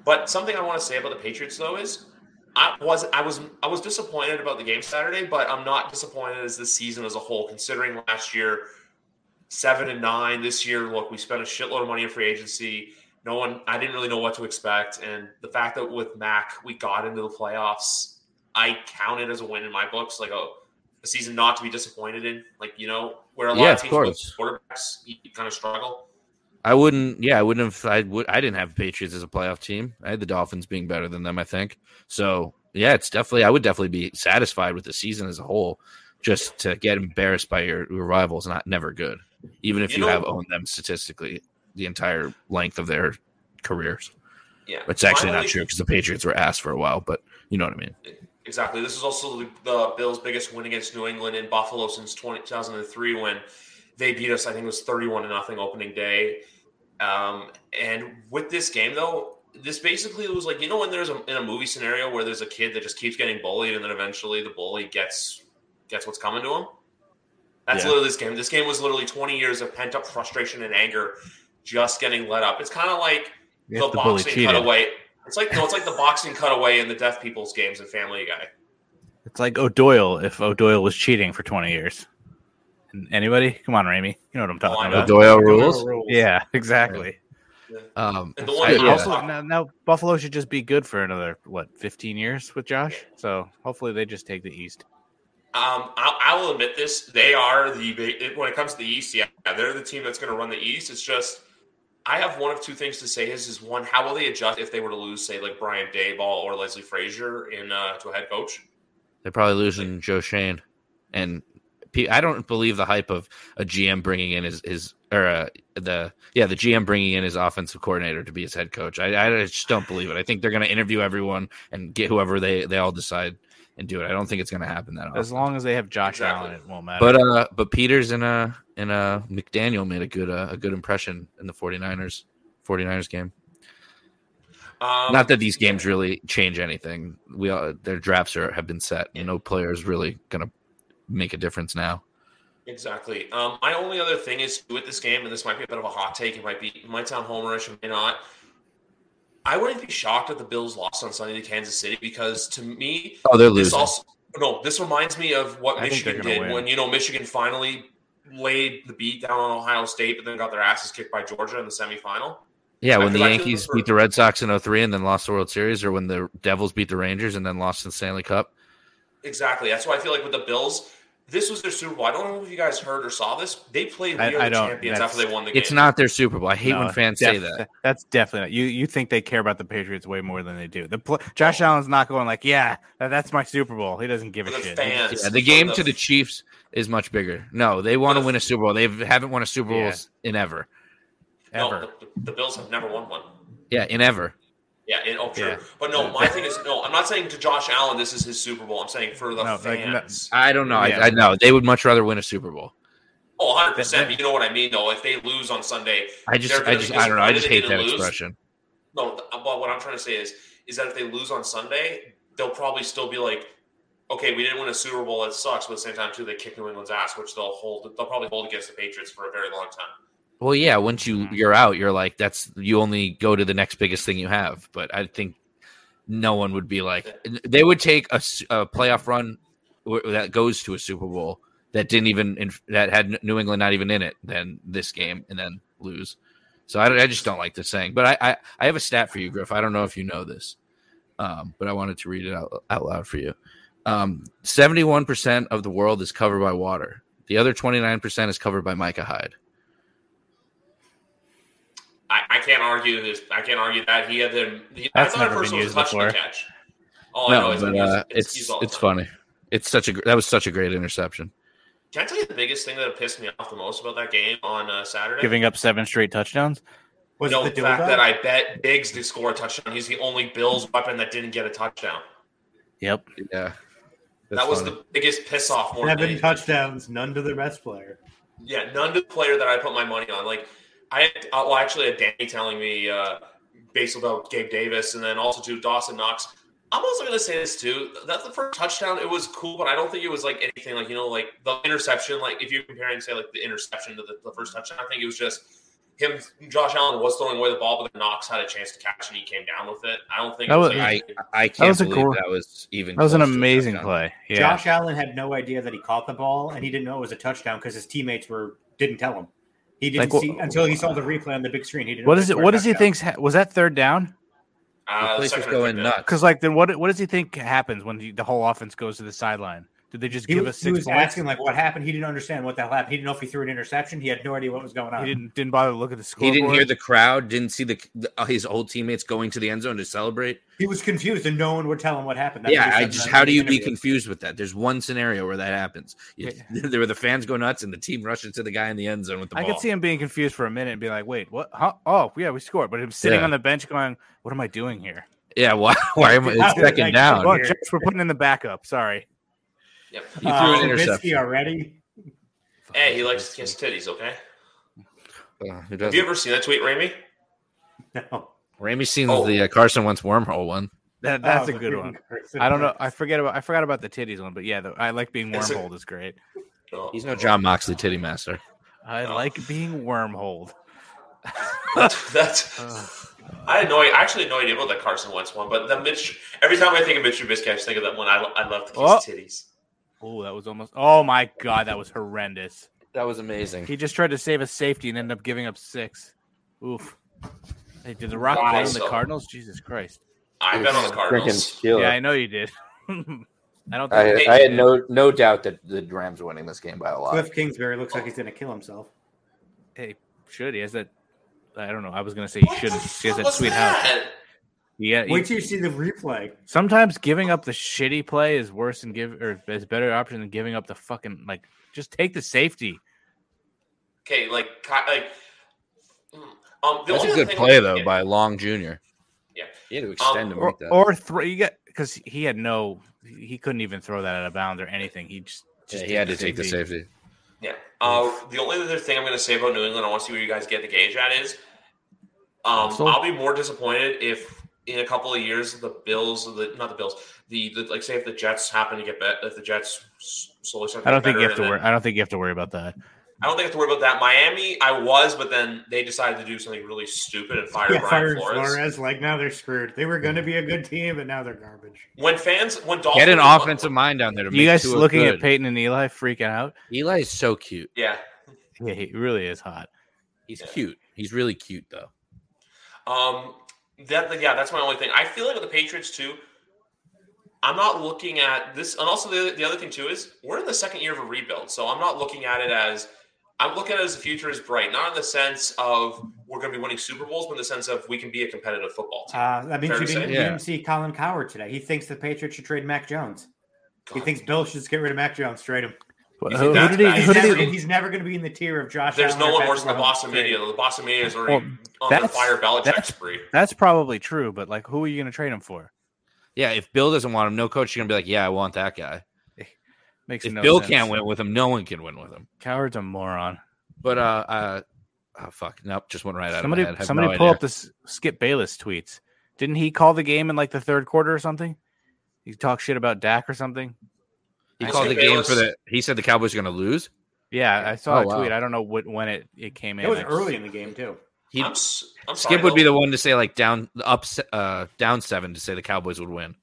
S1: But something I want to say about the Patriots though is I was I was I was disappointed about the game Saturday, but I'm not disappointed as the season as a whole, considering last year seven and nine. This year, look, we spent a shitload of money in free agency. No one I didn't really know what to expect. And the fact that with Mac we got into the playoffs, I counted as a win in my books, like a, a season not to be disappointed in. Like, you know, where a lot
S2: Yeah,
S1: of
S2: of
S1: teams with
S2: course.
S1: quarterbacks you kind of struggle.
S2: I wouldn't, yeah, I wouldn't have. I would. I didn't have Patriots as a playoff team. I had the Dolphins being better than them. I think so. Yeah, it's definitely. I would definitely be satisfied with the season as a whole. Just to get embarrassed by your, your rivals, not never good. Even if
S1: You
S2: you,
S1: know-
S2: have owned them statistically the entire length of their careers.
S1: Yeah.
S2: It's actually
S1: Finally-
S2: not true because the Patriots were asked for a while, but you know what I mean.
S1: Exactly. This is also the, the Bills' biggest win against New England in Buffalo since 20, 2003 when they beat us. I think it was 31 to nothing opening day. Um, and with this game, though, this basically was like you know when there's a, in a movie scenario where there's a kid that just keeps getting bullied, and then eventually the bully gets gets what's coming to him. That's
S2: Yeah.
S1: literally this game. This game was literally 20 years of pent up frustration and anger just getting let up. It's kind of like
S3: If
S1: the,
S3: the bully
S1: boxing
S3: cheated.
S1: cutaway. It's like no, it's like the boxing cutaway in the deaf people's games in Family Guy.
S3: It's like O'Doyle if O'Doyle was cheating for 20 years. And Anybody? Come on, Ramey. You know what I'm
S1: Oh, I
S3: talking
S1: know.
S3: about.
S2: Doyle rules.
S3: Yeah, exactly.
S2: Um,
S1: And the one
S2: I-
S1: that
S2: yeah.
S1: also-
S3: Also, now, now Buffalo should just be good for another what 15 years with Josh. So hopefully they just take the East.
S1: Um, I, I will admit this. They are the big- when it comes to the East, yeah, they're the team that's going to run the East. It's just I have one of two things to say. Is is one, how will they adjust if they were to lose, say, like Brian Dayball or Leslie Frazier in uh, to a head coach?
S2: they're probably losing Joe Shane, and P- I don't believe the hype of a GM bringing in his his or uh, the yeah the GM bringing in his offensive coordinator to be his head coach. I, I just don't believe it. I think they're going to interview everyone and get whoever they they all decide and do it. I don't think it's going to happen that
S3: As
S2: often.
S3: long as they have Josh
S1: Exactly.
S3: Allen, it won't matter.
S2: But uh, but Peters and uh and uh McDaniel made a good uh, a good impression in the 49ers 49ers game.
S1: Um,
S2: Not that these games really change anything. We all, their drafts are have been set. and No player is really going to make a difference now.
S1: Exactly. Um, my only other thing is with this game, and this might be a bit of a hot take. It might be it might sound homerish, it may not. I wouldn't be shocked if the Bills lost on Sunday to Kansas City because to me,
S2: Oh, they're
S1: this
S2: losing.
S1: also no. This reminds me of what
S3: I think they're
S1: Michigan
S3: gonna
S1: did
S3: win.
S1: when you know Michigan finally laid the beat down on Ohio State, but then got their asses kicked by Georgia in the semifinal.
S2: yeah, when the
S1: because I feel
S2: Yankees
S1: for-
S2: beat the Red Sox in 03 and then lost the World Series, or when the Devils beat the Rangers and then lost in the Stanley Cup.
S1: Exactly. That's why I feel like with the Bills, this was their Super Bowl. I don't know if you guys heard or saw this. They played We
S3: I-
S1: Are the
S3: I don't.
S1: Champions
S3: That's-
S1: after they won the game.
S2: It's not their Super Bowl. I hate
S3: No,
S2: when fans say
S3: def-
S2: that.
S3: That's definitely not. You you think they care about the Patriots way more than they do. The
S4: Oh.
S3: pl- Josh Allen's not going like, yeah, that- that's my Super Bowl. He doesn't give
S1: for
S3: a
S1: the
S3: shit.
S1: fans.
S2: Yeah,
S1: for
S2: the game to the Chiefs is much bigger. No, they want to
S1: the-
S2: win a Super Bowl. They haven't won a Super Bowl
S3: Yeah.
S2: in ever.
S1: no,
S3: Ever.
S1: the- the Bills have never won one.
S2: Yeah, in ever.
S1: Yeah, it, oh, true.
S3: Yeah.
S1: But no, my thing is, no, I'm not saying to Josh Allen this is his Super Bowl. I'm saying for the
S3: No, like, no-
S1: fans.
S2: I don't know.
S3: Yeah.
S2: I, I know they would much rather win a Super Bowl.
S1: oh, 100%.
S3: that-
S1: but you know what I mean, though? If they lose on Sunday,
S2: I just,
S1: They're
S2: I
S1: gonna
S2: just,
S1: be
S2: I don't know. I just
S1: disappointed
S2: hate
S1: they
S2: that
S1: didn't lose.
S2: expression.
S1: no, th- well, what I'm trying to say is is that if they lose on Sunday, they'll probably still be like, okay, we didn't win a Super Bowl. It sucks. But at the same time, too, they kicked New England's ass, which they'll hold. They'll probably hold against the Patriots for a very long time.
S2: Well, yeah. Once you you're out, you're like that's you only go to the next biggest thing you have. But I think no one would be like they would take a, s- a playoff run w- that goes to a Super Bowl that didn't even in, that had New England not even in it. Then this game and then lose. So I, don't- I just don't like this saying. But I, I I have a stat for you, Griff. I don't know if you know this, um, but I wanted to read it out, out loud for you. Seventy one percent of the world is covered by water. The other twenty nine percent is covered by mica hide.
S1: I, I can't argue this. I can't argue that he had them. He,
S3: That's
S1: I thought
S3: never
S1: at first
S3: been
S1: it was a
S3: used
S1: touchdown
S3: before.
S1: catch. All I know
S2: no,
S1: is
S2: but
S1: he was-
S2: uh, it's
S1: he's
S2: it's,
S1: all the time.
S2: funny. It's such a gr- that was such a great interception.
S1: Can I tell you the biggest thing that pissed me off the most about that game on uh, Saturday?
S3: Giving up seven straight touchdowns.
S4: Was
S1: no,
S4: it
S1: the
S4: the
S1: fact
S4: dildo?
S1: that I bet Diggs to score a touchdown. He's the only Bills weapon that didn't get a touchdown.
S3: Yep.
S2: Yeah,
S1: that was the biggest piss off more than
S4: Seven
S1: anything.
S4: touchdowns, none to the best player.
S1: Yeah, none to the player that I put my money on. Like I had, uh, well, actually had Danny telling me uh, based about Gabe Davis, and then also to Dawson Knox. I'm also gonna say this too. That's the first touchdown. It was cool, but I don't think it was like anything like you know like the interception. Like if you're comparing say like the interception to the, the first touchdown, I think it was just him. Josh Allen was throwing away the ball, but then Knox had a chance to catch and he came down with it. I don't think
S3: That
S1: it was,
S3: was-
S1: like,
S2: I I can't
S3: That was a
S2: believe
S3: cool-
S2: that was even
S3: That was an
S2: close to a
S3: amazing
S2: touchdown.
S3: play. Yeah.
S4: Josh Allen had no idea that he caught the ball, and he didn't know it was a touchdown because his teammates were didn't tell him. He didn't
S3: Like, wh-
S4: see until he saw the replay on the big screen. He didn't.
S3: what
S4: know
S3: is
S4: they
S3: it?
S4: scored a
S3: What does he
S4: touchdown.
S3: think? Was that third down?
S1: uh,
S2: The place was
S1: second or
S2: going
S1: third down.
S2: nuts.
S3: Because like then what? What does he think happens when the, the whole offense goes to the sideline? Did they just
S4: He
S3: give
S4: was,
S3: us
S4: he
S3: six
S4: was
S3: points?
S4: asking like what happened. He didn't understand what the hell happened. He didn't know if he threw an interception. He had no idea what was going on.
S3: He didn't didn't bother to look at
S2: Uh,
S3: the
S2: He
S3: scoreboard.
S2: didn't hear the crowd. Didn't see the, the uh, his old teammates going to the end zone to celebrate.
S4: He was confused, and no one would tell him what happened. That's what
S2: yeah,
S4: he
S2: I
S4: said in
S2: just
S4: the
S2: how do you be
S4: interview.
S2: confused with that? There's one scenario where that happens. You, there were the fans go nuts and the team rushes to the guy in the end zone with the
S3: I
S2: ball.
S3: could see him being confused for a minute and be like, "Wait, what? Huh? Oh, yeah, we scored." But him sitting
S2: Yeah.
S3: on the bench going, "What am I doing here?"
S2: yeah, why? Why am I
S4: Like,
S2: it's second
S4: like,
S2: down?
S4: Oh,
S3: Oh,
S4: yeah.
S3: Josh, we're putting in the backup. Sorry.
S1: Yep.
S2: He threw
S4: Uh,
S2: an interception.
S4: Trubisky already.
S1: Hey, he likes to kiss titties. Okay.
S2: Uh, who
S1: Have you
S2: doesn't?
S1: ever seen that tweet, Ramey?
S4: No,
S2: Ramey seen
S1: Oh.
S2: the uh, Carson Wentz wormhole one.
S3: That, that's
S4: Oh,
S3: a good
S4: freaking
S3: one.
S4: Carson
S3: I don't know.
S4: Wentz.
S3: I forget about. I forgot about the titties one, but yeah, the, I like being
S1: It's a-
S3: wormholed is great.
S1: No.
S2: He's no John Moxley titty master.
S3: I
S1: Oh.
S3: like being wormholed.
S1: That's, that's I had no I actually had no idea about that Carson Wentz one, but the Mitch every time I think of Mitch Trubisky, I just think of that one. I, I love to kiss
S3: Oh.
S1: titties.
S3: Oh, that was almost. Oh my god, that was horrendous.
S2: That was amazing.
S3: He just tried to save a safety and ended up giving up six. Oof. Hey, did the Rock
S1: Wow,
S3: bet on the
S1: so-
S3: Cardinals? Jesus Christ.
S1: I bet on the Cardinals.
S2: Killer.
S3: Yeah, I know you did. I don't. Think
S2: I,
S1: Hey.
S2: I had no no doubt that the Rams were winning this game by a lot.
S4: Cliff Kingsbury looks like he's going to kill himself.
S3: Hey, should he has that? I don't know. I was gonna say he shouldn't. He has that sweet house. Yeah. he-
S4: Wait till you see the replay.
S3: sometimes giving up the shitty play is worse than give or is a better option than giving up the fucking like. Just take the safety.
S1: Okay, like Ki- like mm, um the
S2: That's
S1: only
S2: a good
S1: thing-
S2: play though
S1: yeah,
S2: by Long Jr.
S1: Yeah.
S2: he had to extend him
S3: Or,
S2: like that.
S3: or throw you got because he had no, he couldn't even throw that out of bounds or anything. He just,
S2: Yeah,
S3: just
S2: he had to take the safety.
S1: Yeah. Uh, the only other thing I'm gonna say about New England, I want to see where you guys get the gauge at is um
S3: So-
S1: I'll be more disappointed if in a couple of years the Bills the not the Bills, the, the like say if the Jets happen to get better if the Jets s- slowly start to
S3: I don't
S1: get
S3: think you
S1: better
S3: have to
S1: and
S3: worry.
S1: then-
S3: I don't think you have to worry about that.
S1: I don't think I have to worry about that. Miami, I was, but then they decided to do something really stupid and fire
S4: Yeah,
S1: Brian
S4: fired
S1: Flores.
S4: Flores. Like now they're screwed. They were going to be a good team, and now they're garbage.
S1: When fans, when Dolphins
S2: Get an
S1: won-
S2: offensive mind down there to make
S3: You guys
S2: Tua
S3: looking at
S2: good.
S3: Peyton and Eli freaking out?
S2: Eli is so cute.
S1: yeah.
S3: Yeah, he really is hot.
S2: He's
S1: Yeah.
S2: cute. He's really cute though.
S1: Um, that yeah, that's my only thing. I feel like with the Patriots too. I'm not looking at this, and also the, the other thing too is we're in the second year of a rebuild, so I'm not looking at it as I'm looking at it as the future is bright, not in the sense of we're going to be winning Super Bowls, but in the sense of we can be a competitive football team.
S4: Uh, that means
S1: Fair
S4: you
S1: to
S4: didn't,
S1: say.
S4: you
S2: Yeah.
S4: didn't see Colin Coward today. He thinks the Patriots should trade Mac Jones. He thinks Bill should just get rid of Mac Jones, trade him.
S1: You
S3: Who,
S1: think
S3: who
S1: that's
S3: did he?
S1: bad?
S3: Who
S4: He's
S3: did
S4: never,
S3: he
S4: he's never going to be in the tier of Josh.
S1: There's
S4: Allen
S1: no
S4: or
S1: one
S4: Patrick
S1: worse than the
S4: Mahomes.
S1: Boston
S4: Trade
S1: media.
S4: him.
S1: The Boston media is
S3: Well,
S1: already on the
S3: that's-
S1: fire Belichick
S3: that's-
S1: spree.
S3: that's probably true, but like, who are you going to trade him for?
S2: Yeah, if Bill doesn't want him, no coach is gonna be like, "Yeah, I want that guy."
S3: Makes
S2: if
S3: no
S2: Bill
S3: sense.
S2: can't win with him, no one can win with him.
S3: Coward's a moron.
S2: But uh, uh oh, fuck, nope, just went right out
S3: somebody,
S2: of my head. I have
S3: somebody,
S2: no
S3: pull
S2: idea.
S3: up this Skip Bayless tweets. Didn't he call the game in like the third quarter or something? He talked shit about Dak or something.
S2: He
S1: I
S2: called
S1: see.
S2: the game
S1: Bayless-
S2: for the. He said the Cowboys are going to lose.
S3: Yeah, I saw
S2: Oh,
S3: a
S2: wow.
S3: tweet. I don't know what, when it, it came in.
S4: It was
S3: I just-
S4: early in the game too.
S2: He
S1: I'm, s- I'm sorry,
S2: Skip would be
S1: though.
S2: the one to say like down up se- uh down seven to say the Cowboys would win.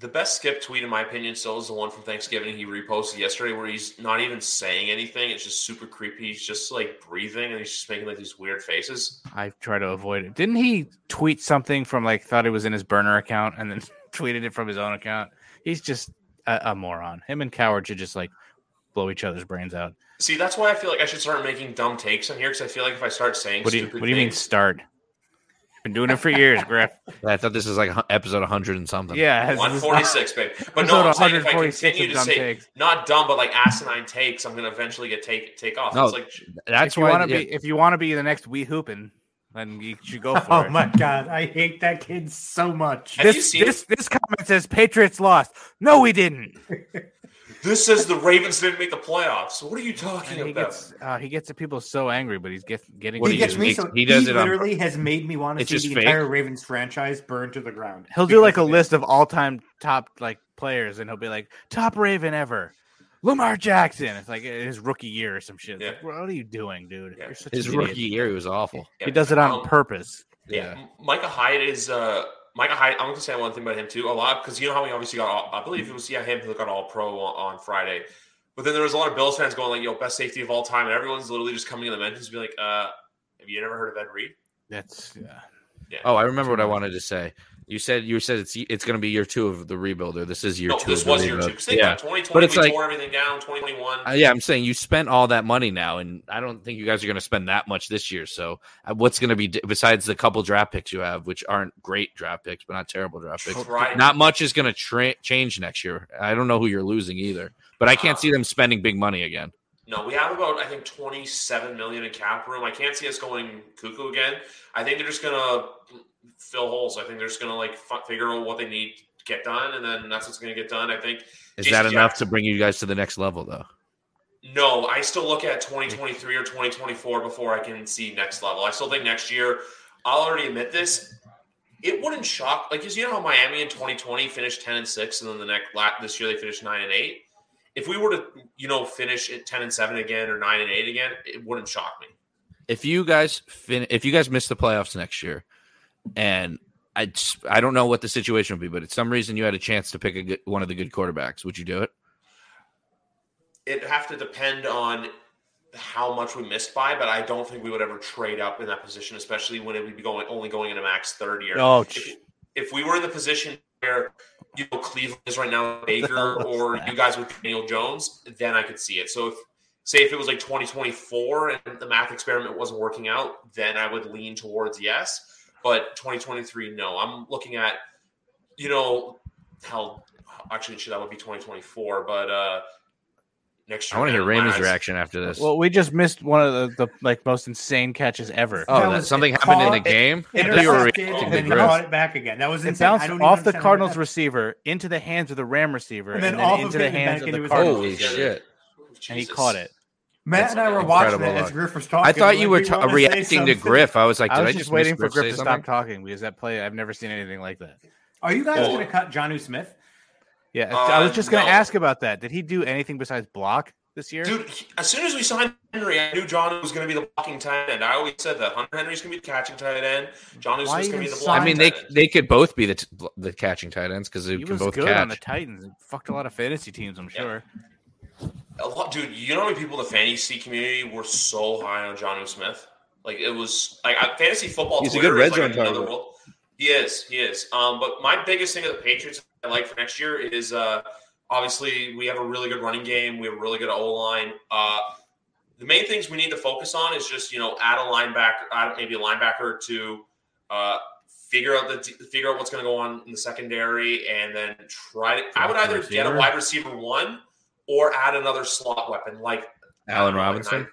S1: The best skip tweet, in my opinion, still is the one from Thanksgiving he reposted yesterday, where he's not even saying anything. It's just super creepy. He's just like breathing and he's just making like these weird faces.
S3: I try to avoid it. Didn't he tweet something from like thought it was in his burner account and then tweeted it from his own account? He's just a, a moron. Him and Coward should just like blow each other's brains out.
S1: See, that's why I feel like I should start making dumb takes on here because I feel like if I start saying
S3: What do you
S1: stupid
S3: What do you mean
S1: things-
S3: start? Been doing it for years, Griff.
S2: I thought this was like hu- episode 100 and something.
S3: Yeah, this is not-
S1: 146, babe. But no, I'm
S3: episode
S1: saying if I
S3: 146
S1: continue
S3: of
S1: to
S3: dumb
S1: say
S3: takes.
S1: not dumb, but like asinine takes, I'm gonna eventually get take take off.
S2: No,
S1: it's like
S2: that's
S3: if you
S2: why.
S3: want to
S2: yeah,
S3: be if you want to be the next wee hoopin, then you should go for
S4: Oh
S3: it.
S4: my god, I hate that kid so much.
S1: Have you
S3: This
S1: seen
S3: this this comment says Patriots lost. No, we didn't.
S1: this says the Ravens didn't make the playoffs. What are you talking
S3: And he
S1: about?
S3: gets uh, he gets the people so angry, but he's get, getting
S2: What
S4: he
S2: do you
S4: gets
S2: do?
S4: me
S2: He-
S4: so
S2: he does it on
S4: literally has made me want to
S2: It's
S4: see
S2: just
S4: the
S2: fake.
S4: entire Ravens franchise burn to the ground.
S3: He'll do like a
S4: Because of it.
S3: list of all time top like players, and he'll be like top Raven ever, Lamar Jackson. It's like in his rookie year or some shit. It's
S1: Yeah.
S3: like, what are you doing, dude?
S1: Yeah.
S3: You're such
S2: his
S3: an idiot."
S2: rookie year, he was awful.
S3: He does it on
S1: Um,
S3: purpose.
S1: Yeah. M- Micah Hyde is uh Micah Hyde. I'm gonna say one thing about him too. A lot because you know how he obviously got. All, I believe it was yeah him who got all pro on, on Friday. But then there was a lot of Bills fans going like, "Yo, best safety of all time," and everyone's literally just coming in the mentions, being like, "Uh, have you never heard of Ed Reed?"
S3: That's yeah.
S2: Oh, I remember what I wanted to say. You said you said it's it's going to be year two of the rebuilder. This is year
S1: No,
S2: two.
S1: this
S2: of the
S1: was year two.
S2: rebuild.
S1: 'Cause think
S2: Yeah,
S1: about it, 2020,
S2: But it's
S1: we
S2: like-
S1: tore everything down. 2021,
S2: Uh, yeah. I'm saying you spent all that money now, and I don't think you guys are going to spend that much this year. So uh, what's going to be di- besides the couple draft picks you have, which aren't great draft picks, but not terrible draft picks.
S1: right?
S2: Not much is going to tra- change next year. I don't know who you're losing either, but I can't see them spending big money again.
S1: No, we have about I think 27 million in cap room. I can't see us going cuckoo again. I think they're just gonna fill holes. I think they're just gonna like f- figure out what they need to get done, and then that's what's gonna get done. I think.
S2: Is
S1: Jason
S2: that enough
S1: Jackson-
S2: to bring you guys to the next level, though?
S1: No, I still look at 2023 or 2024 before I can see next level. I still think next year. I'll already admit this. It wouldn't shock like 'cause you know how Miami in 2020 finished 10 and six, and then the next lap this year they finished nine and eight. If we were to you know finish at 10 and seven again or nine and eight again, it wouldn't shock me.
S2: If you guys fin- if you guys miss the playoffs next year, and I just, I don't know what the situation would be, but at some reason you had a chance to pick a good, one of the good quarterbacks, would you do it?
S1: it'd have to depend on how much we missed by, but I don't think we would ever trade up in that position, especially when it would be going only going into max third year.
S3: Oh,
S1: if, if we were in the position where you know Cleveland is right now Baker or you guys with Daniel Jones, then I could see it. So if say if it was like 2024 and the math experiment wasn't working out, then I would lean towards yes. But 2023, no. I'm looking at you know hell actually shit that would be 2024, but uh next year.
S2: I want to hear
S1: man, my
S2: Raymond's
S1: eyes-
S2: reaction after this.
S3: Well, we just missed one of the, the like most insane catches ever.
S2: oh,
S4: that
S2: that,
S4: was-
S2: something
S4: it
S2: happened in
S4: caught-
S2: a game. I thought you were
S4: Intercepted
S2: reacting
S4: and
S2: to
S4: then
S2: Griff.
S4: caught it back again. That was
S3: It
S4: insane. I
S3: bounced
S4: don't even
S3: off the
S4: understand how
S3: Cardinals
S4: that-
S3: receiver into the hands of the Ram receiver and
S4: And then
S3: then,
S4: off
S3: into
S4: of it
S3: the
S4: and
S3: hands
S4: back
S3: of
S4: into
S3: the
S4: his
S3: Cardinals.
S2: Holy
S1: Jesus.
S2: shit!
S3: And he
S1: Jesus.
S3: caught it.
S4: Matt
S1: That's
S4: and I were
S1: incredible
S4: watching that
S2: luck.
S4: as Griff was talking.
S2: I thought you
S4: Like,
S2: were
S4: we
S2: ta-
S4: wanted to say
S2: reacting to
S4: something.
S2: Griff. I was like,
S3: I
S2: did I,
S3: was
S2: just
S3: just waiting
S2: miss
S3: for Griff
S2: say
S3: to
S2: something?
S3: stop talking because that play I've never seen anything like that.
S4: Are you guys
S1: Well-
S4: going to cut Johnu Smith?
S3: Yeah, I was
S1: Uh,
S3: just going
S1: no.
S3: to ask about that. Did he do anything besides block this year?
S1: Dude, he- as soon as we signed Henry, I knew John was going to be the blocking tight end. I always said that Hunter Henry's going to be the catching tight end. John was
S3: Why
S1: going to be
S3: even
S1: the
S3: sign
S1: blocking
S2: I mean, they
S1: tight end.
S2: they could both be the t- the catching tight ends because they
S3: he
S2: can
S3: was
S2: both
S3: good on the
S2: catch.
S3: Titans. He fucked a lot of fantasy teams, I'm sure.
S1: A lot, dude. You know how many people in the fantasy community were so high on John Smith? Like it was like I- fantasy football.
S2: He's a
S1: Twitter
S2: good
S1: is,
S2: red
S1: like,
S2: zone
S1: another
S2: target.
S1: world. He is. He is. Um, but my biggest thing of the Patriots I like for next year is uh, obviously we have a really good running game. We have a really good O line. Uh, the main things we need to focus on is just you know add a linebacker, add maybe a linebacker to uh, figure out the figure out what's going to go on in the secondary, and then try. To, I would either get a
S3: Receiver.
S1: wide receiver one or add another slot weapon like
S2: Allen
S1: like
S2: Robinson.
S1: nine-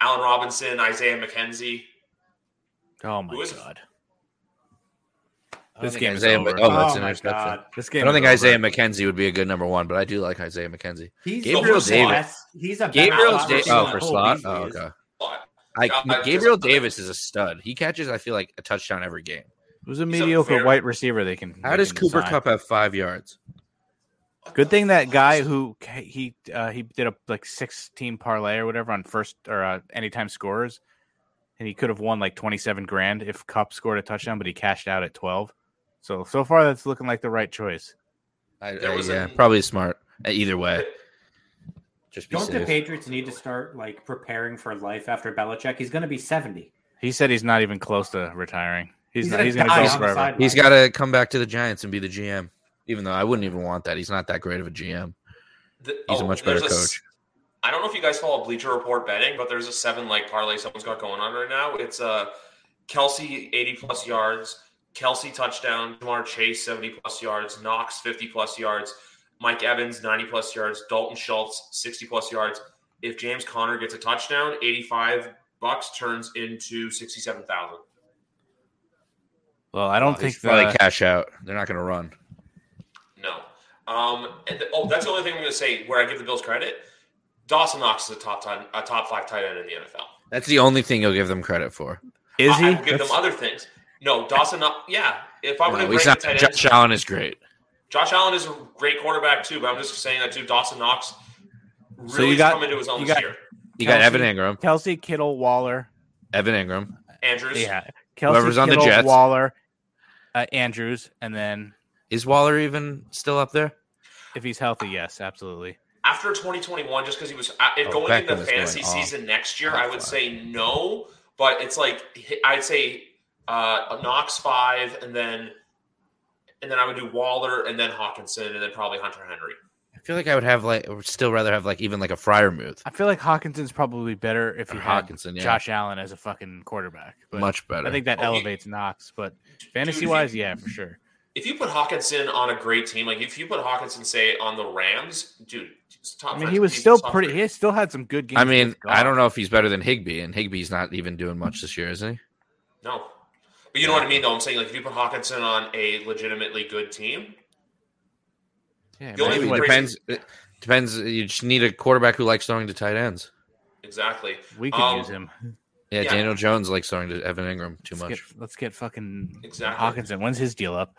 S1: Allen Robinson, Isaiah McKenzie.
S3: Oh my
S1: Who is-
S3: god. I don't
S2: This
S3: think
S2: game is
S3: Isaiah
S2: over.
S3: Mc-
S2: Oh, that's
S4: oh
S2: an
S4: my
S2: interception.
S4: god,
S3: This game
S2: I don't
S3: is
S2: think
S3: over.
S2: Isaiah McKenzie would be a good number one, but I do like Isaiah McKenzie.
S4: he's
S1: Gabriel
S4: the
S1: Davis.
S4: best- He's a
S2: Gabriel,
S1: Slot
S2: da-
S1: receiver.
S2: oh, for slot. Oh, okay.
S1: Slot.
S2: I,
S1: Yeah, I-
S2: Gabriel Davis is a stud. He catches, I feel like, a touchdown every game.
S3: It was a
S1: He's a
S3: mediocre
S1: fair-
S3: white receiver. They can.
S2: How
S3: they
S2: does
S3: can
S2: Cooper
S3: sign.
S2: Cup have five yards?
S3: Good thing that guy who ca- he uh, he did a like six team parlay or whatever on first or uh, anytime scorers, and he could have won like twenty seven grand if Cup scored a touchdown, but he cashed out at twelve. So so far, that's looking like the right choice.
S2: I,
S1: There
S2: I-
S1: was a-
S2: yeah, probably smart. Uh, Either way, just be
S4: Don't the
S2: safe.
S4: Patriots need to start like preparing for life after Belichick? He's going to be seventy.
S3: He said he's not even close to retiring. He's
S4: He's
S3: not,
S4: gonna
S3: he's going to
S4: die
S3: go
S4: on the
S3: forever.
S4: sideline.
S2: He's got to come back to the Giants and be the GM. Even though I wouldn't even want that. He's not that great of a GM.
S1: The-
S2: He's a
S1: oh,
S2: much better
S1: there's s-
S2: coach.
S1: I don't know if you guys follow Bleacher Report betting, but there's a seven leg parlay someone's got going on right now. It's uh, Kelsey 80 plus yards, Kelsey touchdown, Jamar Chase 70 plus yards, Knox 50 plus yards, Mike Evans 90 plus yards, Dalton Schultz 60 plus yards. If James Conner gets a touchdown, 85 bucks turns into 67,000.
S3: Well, I don't think
S2: He's probably
S3: the-
S2: cash out. They're not going to run.
S1: No. Um, and the- oh, that's the only thing I'm going to say where I give the Bills credit. Dawson Knox is a top ten, a top five tight end in the NFL.
S2: That's the only thing you'll give them credit for.
S3: is
S1: I,
S3: he?
S1: I would give them other things. No, Dawson. Knox- yeah, if I were
S2: No,
S1: to rank
S2: he's not,
S1: tight ends,
S2: Josh Allen is great.
S1: Josh Allen is a great quarterback too. But I'm just saying that too. Dawson Knox really
S3: So you
S1: has
S3: got-
S1: come into his own
S3: you
S1: this
S3: got-
S1: year.
S2: You got
S3: Kelsey.
S2: Evan Ingram.
S3: Kelsey Kittle Waller.
S2: Evan Ingram.
S1: Andrews,
S3: Yeah, Kelsey
S2: Whoever's on the
S3: Kittle
S2: Jets.
S3: Waller, uh, Andrews, and then
S2: Is Waller even still up there?
S3: if he's healthy, yes, absolutely.
S1: after 2021, just because he was I- if
S2: Oh,
S1: going into
S2: Beckham
S1: the
S2: is
S1: fantasy
S2: going off.
S1: season next year,
S2: Top
S1: I would
S2: five.
S1: say no. But it's like hi- I'd say uh, Knox five, and then and then I would do Waller, and then Hawkinson, and then probably Hunter Henry.
S2: I feel like I would have like or still rather have like even like a Fryermuth.
S3: I feel like Hawkinson's probably better if
S2: Or
S3: he had
S2: Hawkinson, yeah.
S3: Josh Allen as a fucking quarterback. But
S2: Much better.
S3: I think that
S1: Okay.
S3: elevates Knox, but fantasy wise, yeah, for sure.
S1: If you put Hawkinson on a great team, like if you put Hawkinson, say on the Rams, dude, it's top
S3: I mean,
S1: five.
S3: he was
S1: He's
S3: still
S1: top
S3: pretty.
S1: three.
S3: He still had some good games.
S2: I mean,
S3: against God.
S2: I don't know if he's better than Higby, and Higby's not even doing much this year, is he?
S1: No. But you know what I mean, though. I'm saying, like, if you put Hawkinson on a legitimately good team,
S3: Yeah,
S1: The only
S3: maybe
S1: thing
S2: It
S3: like-
S1: Brady-
S2: depends. It depends. You just need a quarterback who likes throwing to tight ends.
S1: exactly.
S3: we could
S1: um,
S3: use him.
S2: Yeah,
S1: Yeah.
S2: Daniel Jones likes throwing to Evan Ingram too
S3: Let's
S2: much.
S3: get, let's get fucking
S1: Exactly.
S3: Hawkinson. When's his deal up?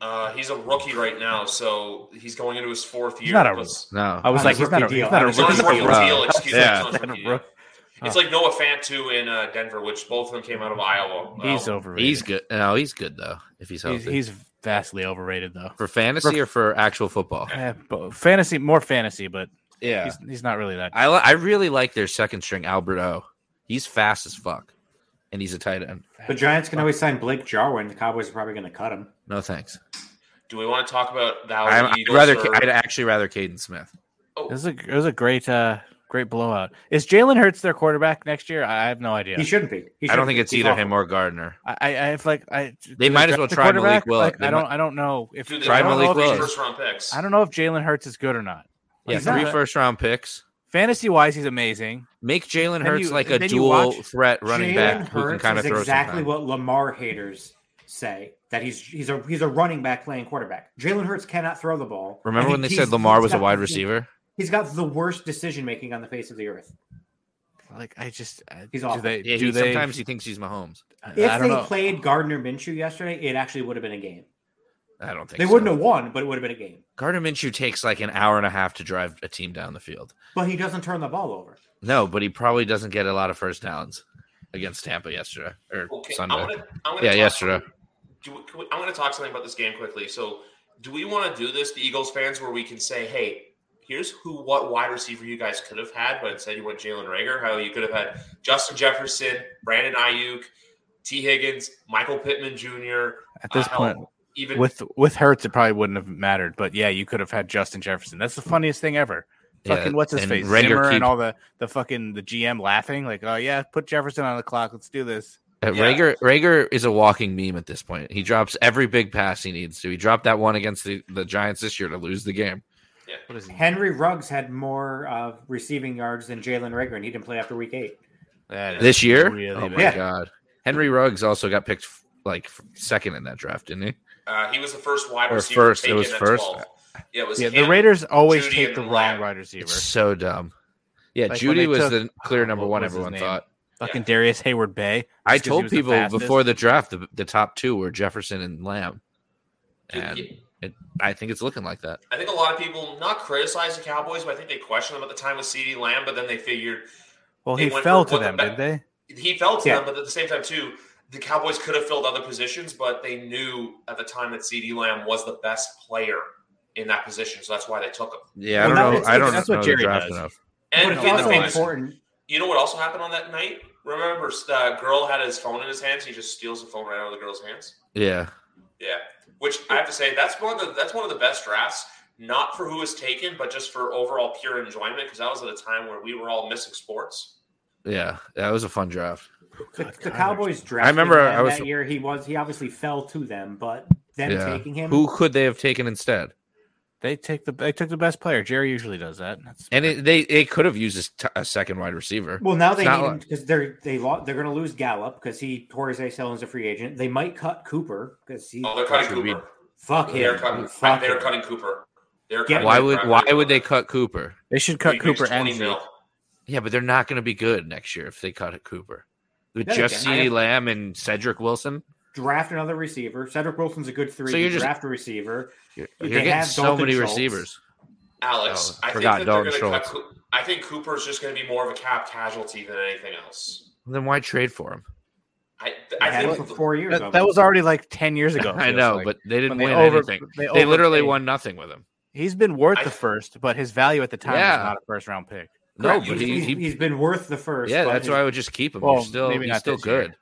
S1: Uh, he's a rookie right now, so he's going into his fourth year.
S3: He's not a
S1: Plus-
S2: No,
S3: I was
S4: Not
S3: like,
S4: his
S3: he's not a,
S4: rookie deal.
S3: he's not a
S1: It's not his
S3: rookie
S1: rookie
S3: deal.
S1: deal. Excuse me.
S2: Yeah.
S1: It's, not his rookie deal. It's
S3: Oh.
S1: like Noah Fant too in uh, Denver, which both of them came out of Iowa. Um,
S3: He's
S1: Well,
S3: overrated.
S2: he's good. No, he's good though. If he's healthy,
S3: He's, he's vastly overrated though.
S2: for fantasy or for actual football.
S3: Eh, but fantasy, more fantasy, but
S2: Yeah,
S3: he's, he's not really that.
S2: I li- I really like their second string Albert O. He's fast as fuck, and he's a tight end.
S4: The Giants can always sign Blake Jarwin. The Cowboys are probably going to cut him.
S2: No thanks.
S1: do we want to talk about that?
S2: I'm, I'd rather. Ca- I'd actually rather Caden Smith.
S3: It was a it was a great uh great blowout. Is Jalen Hurts their quarterback next year? I I have no idea.
S4: He shouldn't be. He
S2: I don't
S4: shouldn't
S2: think
S4: be.
S2: it's
S4: He's
S2: either
S4: awful.
S2: him or Gardner.
S3: I I have like I
S2: They might as well try Malik
S3: quarterback?
S2: Willis.
S3: Like,
S2: They
S3: I don't I don't know if
S1: Dude,
S2: Try
S1: I don't know
S2: Malik
S1: if these
S2: Willis.
S1: first round picks.
S3: I don't know if Jalen Hurts is good or not.
S2: Yeah,
S4: He's
S2: three
S4: not.
S2: first round picks.
S3: Fantasy wise, he's amazing.
S2: Make Jalen
S3: Then
S2: Hurts
S3: you-
S2: like a
S3: then you
S2: dual
S3: watch
S2: threat running
S4: Jalen
S2: back who can
S4: Hurts
S2: kind of
S4: is
S2: throw
S4: exactly
S2: sometime.
S4: what Lamar haters say that he's he's a he's a running back playing quarterback. Jalen Hurts cannot throw the ball.
S2: Remember
S4: And
S2: when they
S4: he's-
S2: said Lamar
S4: he's
S2: was a
S4: got-
S2: wide receiver?
S4: He's got the worst decision making on the face of the earth.
S3: Like I just I-
S4: He's
S3: do
S4: awful.
S3: they
S2: Yeah,
S3: do
S2: he,
S3: they
S2: sometimes he thinks he's Mahomes.
S3: I, I
S4: If
S3: don't
S4: they
S3: know.
S4: played Gardner Minshew yesterday, it actually would have been a game.
S2: I don't think
S4: They
S2: so.
S4: wouldn't have won, but it would have been a game.
S2: Gardner Minshew takes like an hour and a half to drive a team down the field.
S4: But he doesn't turn the ball over.
S2: No, but he probably doesn't get a lot of first downs against Tampa yesterday or
S1: Okay,
S2: Sunday.
S1: I'm gonna, I'm gonna
S2: yeah,
S1: talk-
S2: yesterday.
S1: Do we, can we- I'm going to talk something about this game quickly. So, do we want to do this, the Eagles fans, where we can say, "Hey, here's who, what wide receiver you guys could have had, but instead you went Jalen Rager. How you could have had Justin Jefferson, Brandon Ayuk, T. Higgins, Michael Pittman Jr.
S3: at this
S1: uh, hell,
S3: point
S1: even
S3: with with Hurts it probably wouldn't have mattered. But yeah, you could have had Justin Jefferson. That's the
S1: Mm.
S3: funniest thing ever.
S2: Yeah,
S3: Fucking what's his
S2: and
S3: face?
S2: Rager
S3: Zimmer
S2: keep-
S3: and all the the fucking the GM laughing like, oh yeah, put Jefferson on the clock. Let's do this.
S2: Uh,
S1: Yeah.
S2: Rager Rager is a walking meme at this point. He drops every big pass he needs to. He dropped that one against the, the Giants this year to lose the game.
S3: What is he?
S4: Henry Ruggs had more uh, receiving yards than Jalen Rager, and he didn't play after week eight.
S3: That is
S2: This year?
S3: really
S2: oh my
S3: bad.
S2: god. Henry Ruggs also got picked f- like f- second in that draft, didn't he?
S1: uh, he was the first wide
S2: Or
S1: receiver.
S2: first, it
S1: taken
S2: was
S1: at
S2: first.
S1: 12. Yeah, it was
S3: Yeah, the
S1: him.
S3: Raiders always
S1: Judy
S3: take
S1: and
S3: the wrong
S1: Lamb.
S3: wide receiver.
S2: It's so dumb. Yeah,
S3: Like when
S2: Judy
S3: they
S2: was
S3: took- Oh,
S2: the clear number
S3: what
S2: one
S3: was his
S2: everyone
S3: name?
S2: thought.
S3: Fucking Darius Hayward Bay.
S2: I
S3: just 'cause he
S2: told
S3: was the
S2: people
S3: fastest.
S2: before the draft the, the top two were Jefferson and Lamb.
S1: Dude,
S2: And
S1: yeah,
S2: it, I think it's looking like that.
S1: I think a lot of people not criticize the Cowboys, but I think they questioned them at the time with CD Lamb, but then they figured
S3: Well,
S1: they
S3: he
S1: went
S3: fell
S1: for
S3: to
S1: one
S3: them,
S1: back.
S3: did they?
S1: he fell to
S4: Yeah.
S1: them, but at the same time, too, the Cowboys could have filled other positions, but they knew at the time that CD Lamb was the best player in that position, so that's why they took him.
S2: Yeah,
S3: Well,
S2: I don't
S3: that's-
S2: know. I don't
S3: that's
S2: know
S3: what
S2: the
S3: Jerry
S2: draft
S3: does.
S2: enough.
S1: And in
S4: But it's
S1: the
S4: also
S1: famous,
S4: important.
S1: you know what also happened on that night? Remember, uh, girl had his phone in his hands. He just steals the phone right out of the girl's hands.
S2: Yeah.
S1: Yeah, which I have to say, that's one of the that's one of the best drafts. Not for who was taken, but just for overall pure enjoyment, because that was at a time where we were all missing sports.
S2: Yeah. That was a fun draft.
S4: The, the Cowboys drafted
S2: remember
S4: him
S2: I was-
S4: that year. He was he obviously fell to them, but them
S2: Yeah.
S4: taking him.
S2: Who could they have taken instead?
S3: They take the they took the best player. Jerry usually does that. That's
S2: And it, they they could have used a, t- a second wide receiver.
S4: Well, now they
S2: It's not
S4: need him
S2: like-
S4: because they're they lo- they're going to lose Gallup because he tore his ACL and is a free agent. They might cut Cooper because he
S1: Oh, they're cutting
S2: Should we-
S1: Cooper.
S4: fuck him.
S1: They're cutting.
S4: Fuck
S1: They're
S4: him.
S1: cutting Cooper. They're
S4: Yeah.
S1: cutting
S2: Why
S1: Cooper.
S2: would
S1: I'm
S2: why
S1: cutting
S2: would they
S1: Cooper.
S2: cut Cooper?
S3: they should cut
S1: He makes
S3: Cooper and
S1: 20 mil.
S3: Zeke.
S2: Yeah, but they're not going to be good next year if they cut at Cooper. With
S4: Yeah, they
S2: just
S4: can. I
S2: CeeDee
S4: have-
S2: Lamb and Cedric Wilson,
S4: Draft another receiver. Cedric Wilson's a good three.
S2: So
S4: you
S2: you're just-
S4: draft a receiver.
S2: you're,
S4: They
S2: you're getting
S4: have
S2: so
S4: Dalton
S2: many
S4: Schultz.
S2: receivers.
S1: Alex,
S2: Oh,
S1: I think
S2: forgot
S1: that they're
S2: Dalton
S1: going to cut.
S2: Schultz.
S1: Coo- I think Cooper is just going to be more of a cap casualty than anything else.
S2: Then why trade for him?
S1: I,
S4: I
S1: I
S4: had him for
S1: think
S4: four years.
S3: That, that was already like ten years ago. it
S2: I
S3: feels
S2: know,
S3: like,
S2: but they didn't
S3: when
S2: win
S3: over-
S2: anything. They literally
S3: overpaid.
S2: won nothing with him.
S3: He's been worth
S1: I-
S3: the first, but his value at the time
S2: Yeah.
S3: was not a first round pick.
S2: No,
S1: Correct.
S2: but
S4: he's,
S2: he,
S4: he's-
S2: he
S4: he's been worth the first.
S2: yeah,
S4: but
S2: that's
S4: he-
S2: why I would just keep him.
S3: Well,
S2: you're still
S3: maybe
S2: he's
S3: not
S2: still
S3: this year.
S2: good.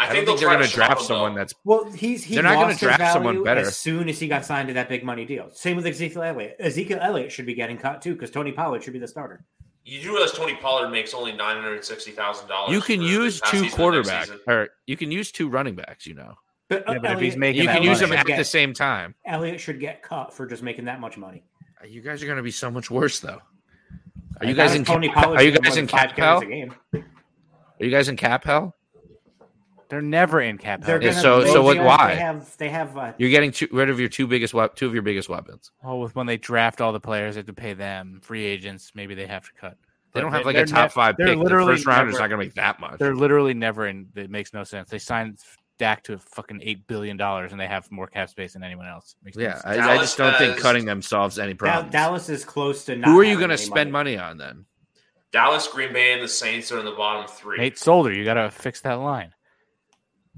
S1: I
S2: I,
S1: think
S2: don't
S1: they'll
S2: think
S1: try
S2: they're going
S1: to
S2: to draft
S1: shop him,
S2: someone
S1: though.
S2: that's
S4: Well, he's he
S2: They're not gonna
S4: lost his
S2: draft someone
S4: value
S2: better.
S4: as soon as he got signed to that big money deal. Same with Ezekiel Elliott. Ezekiel Elliott should be getting cut too because Tony Pollard should be the starter.
S1: You do realize Tony Pollard makes only nine hundred sixty thousand dollars.
S2: you can use two quarterbacks or you can use two running backs. You know,
S4: But, uh,
S3: Yeah, but if he's
S4: Elliott-
S3: making
S2: you
S3: that
S2: can use
S3: money.
S2: them at
S4: Yeah.
S2: the same time.
S4: Elliott should get cut for just making that much money.
S2: Uh, You guys are going to be so much worse though. Are you
S4: Not
S2: guys
S4: if
S2: in cap,
S4: Tony Pollard's
S2: are you
S4: getting
S2: guys
S4: more
S2: in
S4: than five
S2: cap hell?
S4: carries a game.
S2: Are you guys in cap hell?
S3: They're never in cap.
S4: They're
S3: hell.
S2: Yeah,
S4: gonna
S2: so-
S4: lose
S2: so what-
S4: the guys
S2: why?
S4: They have they have uh,
S2: You're getting two, rid of your two biggest wep- two of your biggest weapons.
S3: Well, Oh, with when they draft all the players, they have to pay them. Free agents, maybe they have to cut.
S2: They
S3: But
S2: don't have
S3: they-
S2: like a
S3: they're
S2: top
S3: nev-
S2: five
S3: they're
S2: pick. The
S3: literally
S2: first round is
S3: never-
S2: not going to make that much.
S3: They're literally never in. It makes no sense. They signed Dak to fucking eight billion dollars, and they have more cap space than anyone else. Makes no
S2: Yeah,
S3: sense.
S2: I, I just don't think
S1: Dallas
S2: cutting them solves any
S4: Dal-
S2: problems.
S4: Dallas is close to. Not
S2: Who are you
S4: having
S2: going to
S4: any
S2: spend money. on then?
S1: Dallas, Green Bay, and the Saints are in the bottom three.
S3: Nate Solder, you gotta fix that line.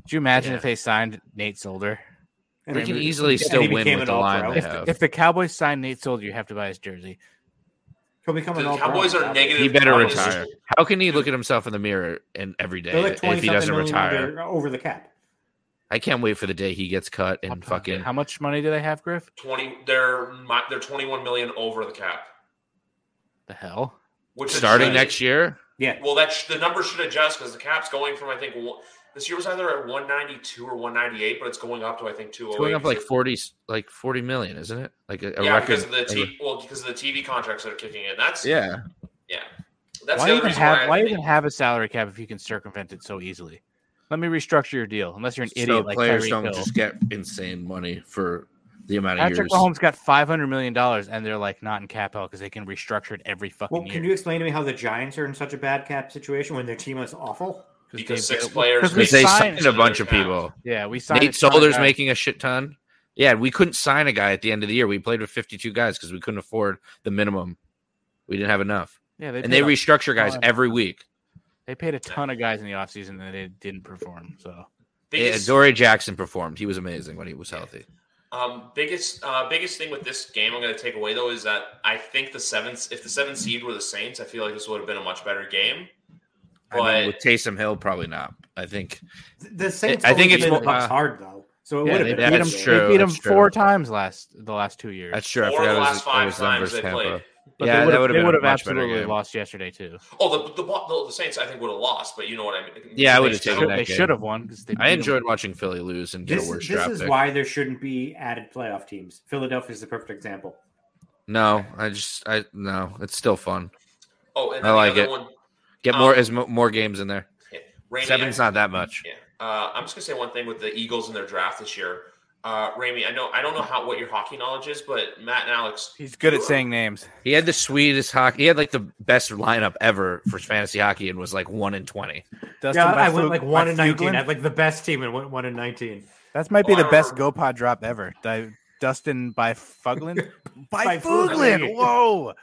S3: Could you imagine
S2: Yeah.
S3: if they signed Nate Solder?
S4: And
S2: they
S4: he
S2: can
S4: be-
S2: easily
S4: and he
S2: still win
S4: became
S2: with
S4: an
S2: the line
S4: all-pro.
S2: they
S3: If,
S2: have.
S3: if the Cowboys sign Nate Solder, you have to buy his jersey.
S4: He'll become an
S1: The
S4: all-pro.
S1: Cowboys are
S4: Obviously.
S1: negative.
S2: He better
S1: Cowboys-
S2: retire. How can he look at himself in the mirror and every day
S4: They're like
S2: if
S4: twenty
S2: he doesn't retire?
S4: Under, over the cap.
S2: I can't wait for the day he gets cut and fucking.
S3: How much money do they have, Griff?
S1: Twenty. They're mi- they're twenty one million over the cap.
S3: The hell?
S1: Which
S2: starting
S1: is,
S2: next year.
S4: Yeah,
S1: Well, that sh- the number should adjust because the cap's going from I think one- this year was either at one ninety two or one ninety eight, but it's going up to I think two oh
S2: It's
S1: hundred
S2: going up like forty, like forty million, isn't it? Like a, a
S1: yeah,
S2: record.
S1: because of the t- well, because of the TV contracts that are kicking in. That's yeah.
S2: yeah,
S1: That's
S3: why
S1: the other
S3: even
S1: reason
S3: have
S1: why
S3: why
S1: I
S3: even
S1: think-
S3: have a salary cap if you can circumvent it so easily? Let me restructure your deal. Unless you're an
S2: so
S3: idiot like
S2: players
S3: Tyreek
S2: don't
S3: Hill.
S2: just get insane money for the amount of years.
S3: Patrick Mahomes got five hundred million dollars, and they're like not in cap hell because they can restructure it every fucking
S4: Well,
S3: year.
S4: can you explain to me how the Giants are in such a bad cap situation when their team is awful?
S1: because
S3: they-
S1: six players
S3: because we
S2: Because they
S3: signed-
S2: signed a bunch of people.
S3: yeah, we signed
S2: Nate
S3: a ton of
S2: Solder's
S3: guys.
S2: making a shit ton. Yeah, we couldn't sign a guy at the end of the year. We played with fifty-two guys because we couldn't afford the minimum. We didn't have enough,
S3: Yeah, they
S2: and they
S3: paid a-
S2: restructure guys
S3: ton.
S2: every week.
S3: They paid a ton of guys in the offseason that they didn't perform. So
S2: Yeah,
S1: biggest,
S2: Dory Eh, Jackson performed. He was amazing when he was healthy.
S1: um, biggest uh, biggest thing with this game I'm going to take away though is that I think the seventh if the seventh seed were the Saints, I feel like this would have been a much better game.
S2: I mean,
S1: But
S2: with Taysom Hill, probably not. I think
S4: The Saints.
S2: I think
S4: always
S2: it's
S4: play the
S2: more-
S4: Bucks
S2: uh,
S4: hard though, so it
S3: yeah,
S4: would
S3: they
S4: have
S3: beat
S4: been.
S2: that's
S3: them,
S4: easy.
S2: true,
S3: They beat
S2: that's
S3: them
S2: true.
S3: four times last the last two years.
S2: that's true. I
S1: Four of
S2: forgot
S1: the
S2: it was,
S1: last five
S2: it was them
S1: times
S2: versus
S1: they
S2: Tampa.
S1: played.
S2: yeah,
S3: But they
S2: that
S3: would've-
S2: would have
S3: they
S2: been
S3: would
S2: a
S3: have
S2: much better
S3: absolutely
S2: game.
S3: lost yesterday too.
S1: oh, the the, the the Saints I think would have lost, but you know what I mean.
S2: Yeah, I would have
S1: They-
S2: taken that
S3: They
S2: game.
S3: should have won because they.
S2: I
S3: beat 'em.
S2: enjoyed watching Philly lose and get
S4: This,
S2: a worse
S4: this
S2: draft
S4: is
S2: pick.
S4: why there shouldn't be added playoff teams. Philadelphia is the perfect example.
S2: No, I just I no, it's still fun.
S1: Oh, and
S2: I
S1: then the
S2: like
S1: other
S2: it.
S1: One,
S2: Get
S1: Um,
S2: more as mo- more games in there.
S1: Randy,
S2: Seven's
S1: I-
S2: not that much.
S1: Yeah. Uh, I'm just gonna say one thing with the Eagles in their draft this year. Uh, Rami, I know I don't know how what your hockey knowledge is, but Matt and Alex,
S3: He's good at saying names.
S2: He had the sweetest hockey. He had like the best lineup ever for fantasy hockey and was like one in twenty.
S3: Dustin
S4: yeah, I
S3: Byfuglien-
S4: went like one in nineteen. I
S3: Byfuglien?
S4: had like the best team and went one in nineteen.
S3: That might be
S1: Oh, I
S3: the best
S1: remember.
S3: GoPod drop ever. Di- Dustin by Fuglin. by
S4: Byfuglien.
S3: Fuglin. Whoa.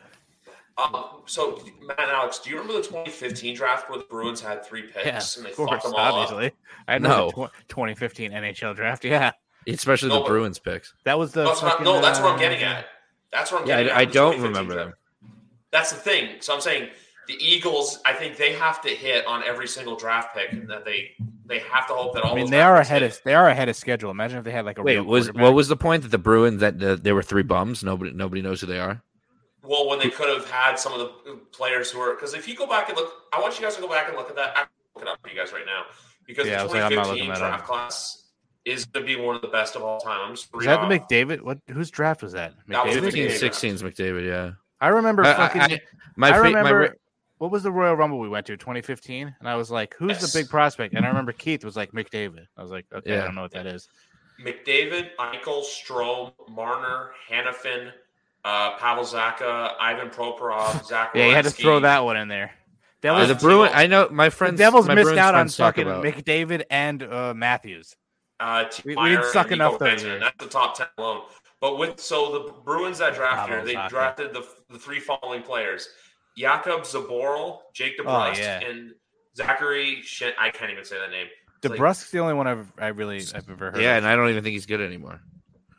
S1: um, so Matt and Alex, do you remember the 2015 draft where the Bruins had three picks
S3: Yeah,
S1: and they
S3: of
S1: fucked
S3: course,
S1: them all up?
S3: obviously. I know
S2: No.
S3: the tw- 2015 NHL draft. Yeah,
S2: Especially
S1: No,
S2: the
S1: but-
S2: Bruins picks.
S3: that was the.
S1: That's what I-
S3: fucking,
S1: no, that's what I'm
S3: uh,
S1: getting at. That's what I'm
S2: Yeah,
S1: getting at.
S2: I, I
S1: with the
S2: don't
S1: 2015
S2: remember
S1: draft.
S2: them.
S1: That's the thing. So I'm saying the Eagles. I think they have to hit on every single draft pick, and that they they have to hope that all.
S3: I mean,
S1: those
S3: they
S1: draft
S3: are
S1: picks
S3: ahead
S1: hit.
S3: of they are ahead of schedule. Imagine if they had like a
S2: Wait,
S3: real
S2: was
S3: quarterback.
S2: what was the point that the Bruins that uh, there were three bums? Nobody nobody knows who they are.
S1: Well, when they could have had some of the players who are because if you go back and look, I want you guys to go back and look at that. I'm looking up for you guys right now because
S3: Yeah,
S1: the
S3: I was like, I'm not
S1: 2015
S3: looking that
S1: draft
S3: up.
S1: class is going to be one of the best of all time. I'm just
S3: was
S1: reading
S3: that the
S1: off.
S3: McDavid? What whose draft was that?
S1: That was
S3: McDavid?
S1: the-
S2: 15,
S1: McDavid.
S2: 16 is McDavid. Yeah,
S3: I remember.
S2: I- I-
S3: fucking, I,
S2: I- my fa- my
S3: remember.
S2: re-
S3: what was the Royal Rumble we went to 2015? And I was like, "Who's
S1: Yes.
S3: the big prospect?" And I remember Keith was like, "McDavid." I was like, "Okay, I
S2: Yeah.
S3: don't know what that is."
S1: McDavid, Eichel, Strom, Marner, Hannafin, uh, Pavel Zaka, Ivan Proporov, Zach.
S3: Yeah, you had to
S1: Werenski.
S3: throw that one in there. That
S1: Uh,
S3: was
S2: the
S1: Timo-
S2: Bruin. I know my
S3: the
S2: friends.
S3: Devils
S2: my
S3: missed
S2: Bruins
S3: out on
S2: friends talk
S3: fucking
S2: about-
S3: McDavid and uh, Matthews.
S1: Uh, T-
S3: We- we
S1: Meyer
S3: didn't suck
S1: and
S3: enough
S1: Nico
S3: those
S1: Benjamin.
S3: years.
S1: That's the top ten alone. But with so the Bruins that drafted her,
S3: Pavel
S1: they
S3: Zacha.
S1: drafted the, the three following players: Jakob Zaboral, Jake DeBrusque,
S3: Oh, yeah.
S1: and Zachary. Shen- I can't even say that name. It's like-
S3: DeBrusque's the only one I've I really I've ever heard.
S2: Yeah,
S3: of.
S2: and I don't even think he's good anymore.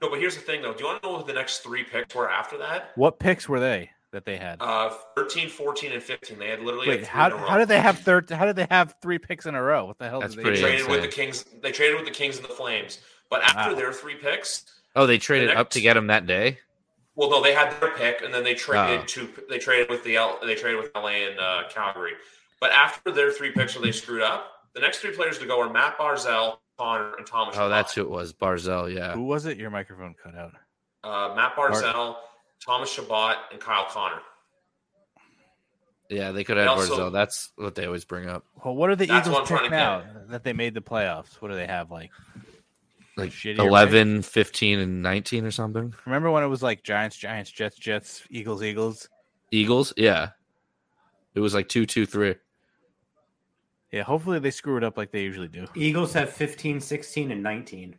S1: No, but here's the thing, though. Do you want to know who the next three picks were after that?
S3: What picks were they that they had?
S1: Uh, 13, 14, and 15. They had literally
S3: Wait, how, how did they have third? How did they have three picks in a row? What the hell?
S2: That's
S3: did
S1: They
S3: they
S2: pretty-
S1: traded with the
S2: insane.
S1: Kings. They traded with the Kings and the Flames. But after
S3: Wow.
S1: their three picks,
S2: Oh, they traded up
S1: next-
S2: to get him that day.
S1: Well, no, they had their pick, and then they traded
S2: Oh.
S1: two. They traded with the L. They traded with LA and uh, Calgary. But after their three picks, where they screwed up, the next three players to go are Matt Barzell, Connor, and Thomas.
S2: Oh, that's who
S1: Shabbat.
S2: it was. Barzell. Yeah.
S3: Who was it? Your microphone cut out.
S1: Uh, Matt Barzell, Thomas Shabbat, and Kyle Connor.
S2: Yeah, they could
S1: They
S2: have
S1: also-
S2: Barzell. That's what they always bring up.
S3: Well, what are the
S1: That's what
S3: Eagles
S1: I'm trying
S3: pick now
S1: to
S3: that they made the playoffs? What do they have like?
S2: Like
S3: Shittier
S2: 11, 15, and 19 or something.
S3: Remember when it was like Giants, Giants, Jets, Jets, Eagles, Eagles?
S2: Eagles. Yeah. It was like two, two, three.
S3: Yeah, hopefully they screw it up like they usually do.
S4: Eagles have 15, 16, and nineteen.